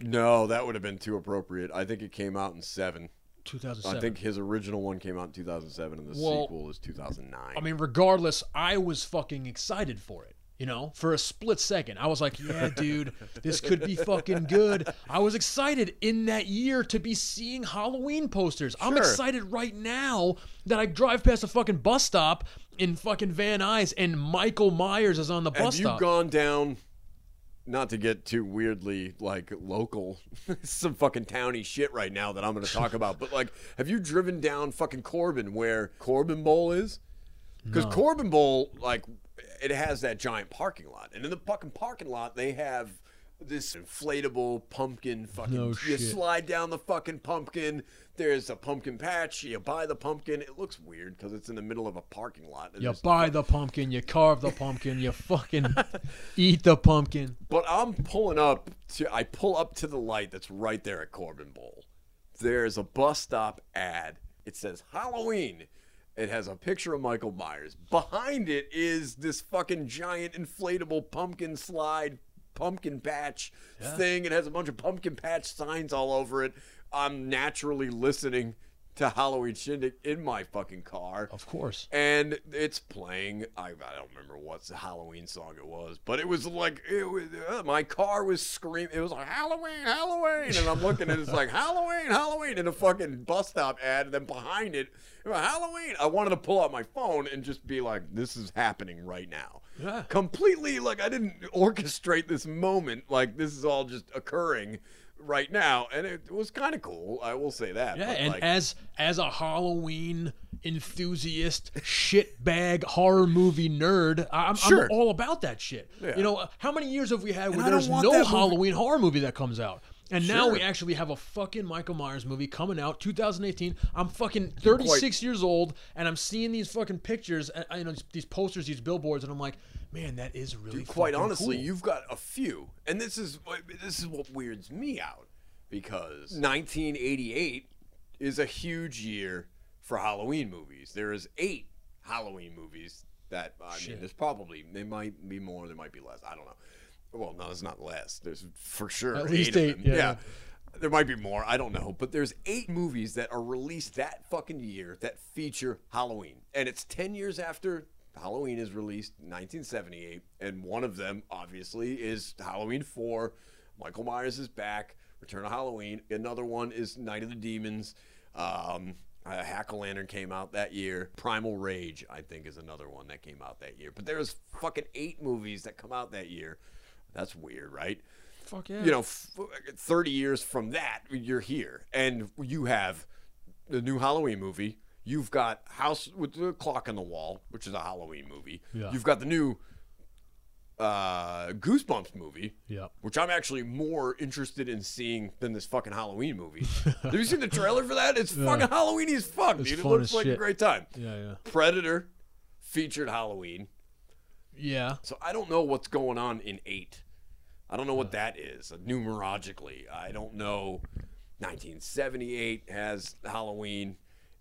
S3: No, that would have been too appropriate. I think it came out in seven.
S2: 2007.
S3: I think his original one came out in 2007, and the
S2: Well,
S3: sequel is 2009.
S2: I mean, regardless, I was fucking excited for it. You know, for a split second, I
S3: [LAUGHS]
S2: was like, "Yeah, dude, this could be fucking good." I was excited in that year to be seeing Halloween posters. I'm
S20: Sure.
S2: excited right now that I drive past a fucking bus stop in fucking Van Nuys and Michael Myers is on the
S3: Have
S2: bus
S3: you
S2: stop.
S3: gone down? Not to get too weirdly like local, [LAUGHS] some fucking towny shit right now that I'm going to talk about. But like, have you driven down fucking Corbin where Corbin Bowl is? Because
S2: No.
S3: Corbin Bowl, like, it has that giant parking lot, and in the fucking parking lot they have this inflatable pumpkin fucking.
S2: No
S3: you
S2: shit.
S3: slide down the fucking pumpkin. There's a pumpkin patch. You buy the pumpkin. It looks weird because it's in the middle of a parking lot. and
S2: You
S3: there's
S2: buy the pumpkin, you carve the pumpkin,
S3: [LAUGHS]
S2: you fucking eat the pumpkin.
S3: But I'm pulling up to I pull up to the light that's right there at Corbin Bowl. There's a bus stop ad. It says Halloween. It has a picture of Michael Myers. Behind it is this fucking giant inflatable pumpkin slide pumpkin patch
S5: Yeah.
S3: thing. It has a bunch of pumpkin patch signs all over it. I'm naturally listening to Halloween Shindig in my fucking car.
S2: Of course.
S3: And it's playing. I, I don't remember what Halloween song it was, but it was like it was. Uh, my car was screaming. It was like Halloween, Halloween, and I'm looking at it's like Halloween, Halloween, and a fucking bus stop ad, and then behind it, it was Halloween. I wanted to pull out my phone and just be like, "This is happening right now."
S2: Yeah.
S3: Completely like I didn't orchestrate this moment. Like this is all just occurring right now, and it was kind of cool. I will say that.
S2: Yeah,
S3: but,
S2: and
S3: like,
S2: as as a Halloween enthusiast, shitbag horror movie nerd, I- I'm,
S3: Sure.
S2: I'm all about that shit.
S3: Yeah.
S2: You know, how many years have we had
S3: And
S2: where
S3: I
S2: there's
S3: don't want
S2: no
S3: that movie-
S2: Halloween horror movie that comes out? And now
S3: Sure.
S2: we actually have a fucking Michael Myers movie coming out, 2018. I'm fucking 36 years old, and I'm seeing these fucking pictures, and you know these- these posters, these billboards, and I'm like, man, that is really
S3: Dude, quite
S2: fucking
S3: honestly,
S2: cool.
S3: you've got a few, and this is this is what weirds me out because 1988 is a huge year for Halloween movies. There is eight Halloween movies that I mean,
S5: Shit.
S3: there's probably there might be more, there might be less. I don't know. Well, no, there's not less. There's for sure
S2: At least
S3: of
S2: eight,
S3: them.
S2: yeah.
S3: There might be more. I don't know. But there's eight movies that are released that fucking year that feature Halloween. And it's 10 years after Halloween is released, 1978. And one of them, obviously, is Halloween 4. Michael Myers is back. Return of Halloween. Another one is Night of the Demons. Um, uh, Hack a Lantern came out that year. Primal Rage, I think, is another one that came out that year. But there's fucking eight movies that come out that year. That's weird, right?
S2: Fuck yeah.
S3: You know, f- 30 years from that, you're here. And you have the new Halloween movie. You've got House with the Clock on the Wall, which is a Halloween movie.
S5: Yeah.
S3: You've got the new uh, Goosebumps movie,
S5: Yep.
S3: which I'm actually more interested in seeing than this fucking Halloween movie. Have you seen the trailer for that? It's
S5: [LAUGHS] Yeah.
S3: fucking Halloweeny as fuck,
S5: It's
S3: dude. It
S5: fun
S3: looks
S5: as
S3: like a
S5: shit.
S3: great time.
S5: Yeah, yeah.
S3: Predator featured Halloween.
S2: Yeah.
S3: So I don't know what's going on in eight. I don't know what that is uh, numerologically. I don't know. 1978 has Halloween.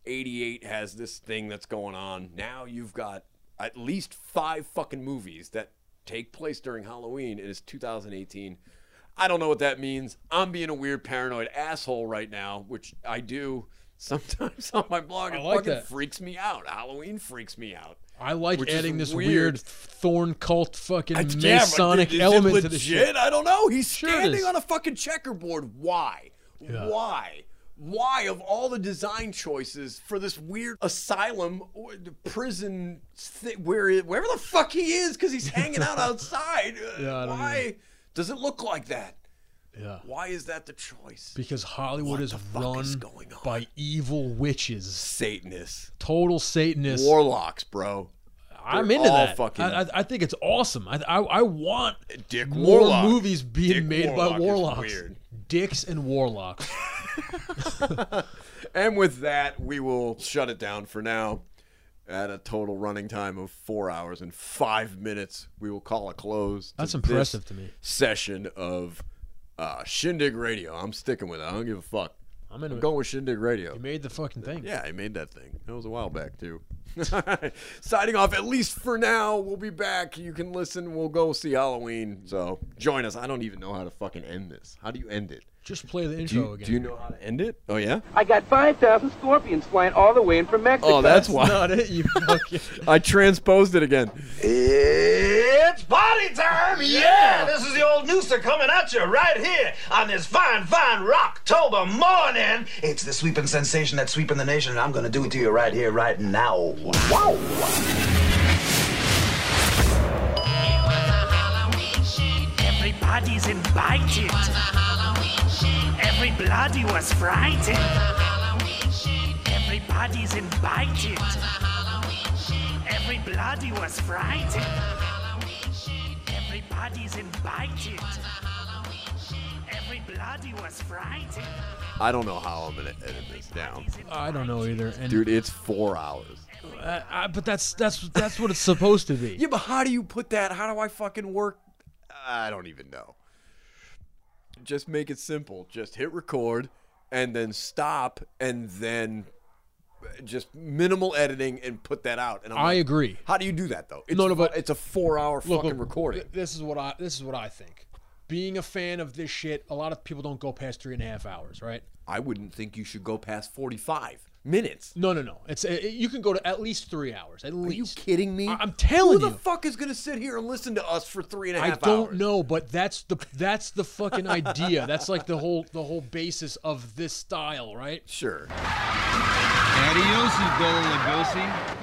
S3: 88 has this thing that's going on. Now you've got at least five fucking movies that take place during Halloween, and it's 2018. I don't know what that means. I'm being a weird paranoid asshole right now, which I do sometimes [LAUGHS] on my blog. It
S2: I like
S3: fucking
S2: that.
S3: freaks me out. Halloween freaks me out.
S2: I like
S3: Which is
S2: adding this
S3: weird.
S2: weird. thorn cult fucking
S3: I- [LAUGHS] yeah, but
S2: Masonic
S3: is it
S2: element
S3: legit?
S2: to the shit.
S3: I don't know. He's
S2: it
S3: standing
S2: is.
S3: on a fucking checkerboard. Why?
S2: Yeah.
S3: Why? Why of all the design choices for this weird asylum or the prison thi- where it, wherever the fuck he is because he's hanging
S2: [LAUGHS]
S3: out outside? Uh,
S2: Yeah, I don't
S3: Why does it look like that?
S2: Yeah.
S3: Why is that the choice?
S2: Because Hollywood is run by evil witches,
S3: Satanists,
S2: total Satanists,
S3: Warlocks, bro.
S2: I'm
S3: They're
S2: into
S3: all
S2: that.
S3: fucking-
S2: I, I, I think it's awesome. I, I, I want
S3: Dick
S2: more
S3: Warlock.
S2: movies being
S3: Dick
S2: made by
S3: Warlock is
S2: warlocks,
S3: weird.
S2: dicks and warlocks. [LAUGHS]
S3: And with that, we will shut it down for now. At a total running time of four hours and five minutes, we will call a close. to
S2: That's
S3: this
S2: impressive to me.
S3: Session of uh, Shindig Radio. I'm sticking with it. I don't give a fuck.
S2: I'm into it.
S3: going with Shindig Radio.
S2: You made the fucking thing.
S3: Yeah, I made that thing. That was a while back too. [LAUGHS] Signing off at least for now. We'll be back. You can listen. We'll go see Halloween. So join us. I don't even know how to fucking end this. How do you end it?
S2: Just play the
S3: Do
S2: intro
S3: you,
S2: again. [LAUGHS]
S3: do you know how to end it? Oh yeah.
S9: I got 5,000 scorpions flying all the way in from Mexico.
S3: Oh, that's why.
S2: it, you fucking.
S3: I transposed it again.
S4: It's party time! Yeah! This is the old Nooster coming at you right here on this fine, fine Rocktober morning. It's the sweeping sensation that's sweeping the nation, and I'm gonna do it to you right here, right now. Wow!
S20: Everybody's invited. Everybody was frightened. Everybody's invited. Everybody was frightened. Everybody's invited. Everybody was frightened.
S3: I don't know how I'm gonna edit this down,
S2: I don't know either. And
S3: dude. It's four hours.
S2: I, I, but that's that's that's what it's supposed to be.
S3: Yeah, but how do you put that? How do I fucking work? I don't even know. Just make it simple. Just hit record and then stop and then just minimal editing and put that out. And I'm
S2: I
S3: like,
S2: agree.
S3: How do you do that though? It's
S2: No, no,
S3: fu-
S2: but-
S3: it's a four-hour fucking
S2: Look, look,
S3: recording.
S2: th- This is what I this is what I think. Being a fan of this shit, a lot of people don't go past three and a half hours, right?
S3: I wouldn't think you should go past forty-five minutes.
S2: No, no, no. It's it, you can go to at least three hours. At least. Are you
S3: kidding me?
S2: I, am telling
S3: Who the
S2: you.
S3: fuck is gonna sit here and listen to us for three and a
S2: I
S3: half
S2: don't
S3: hours?
S2: know, but that's the that's the fucking idea. That's like the whole the whole basis of this style, right?
S3: Sure.
S21: Adios, Gola Lugosi.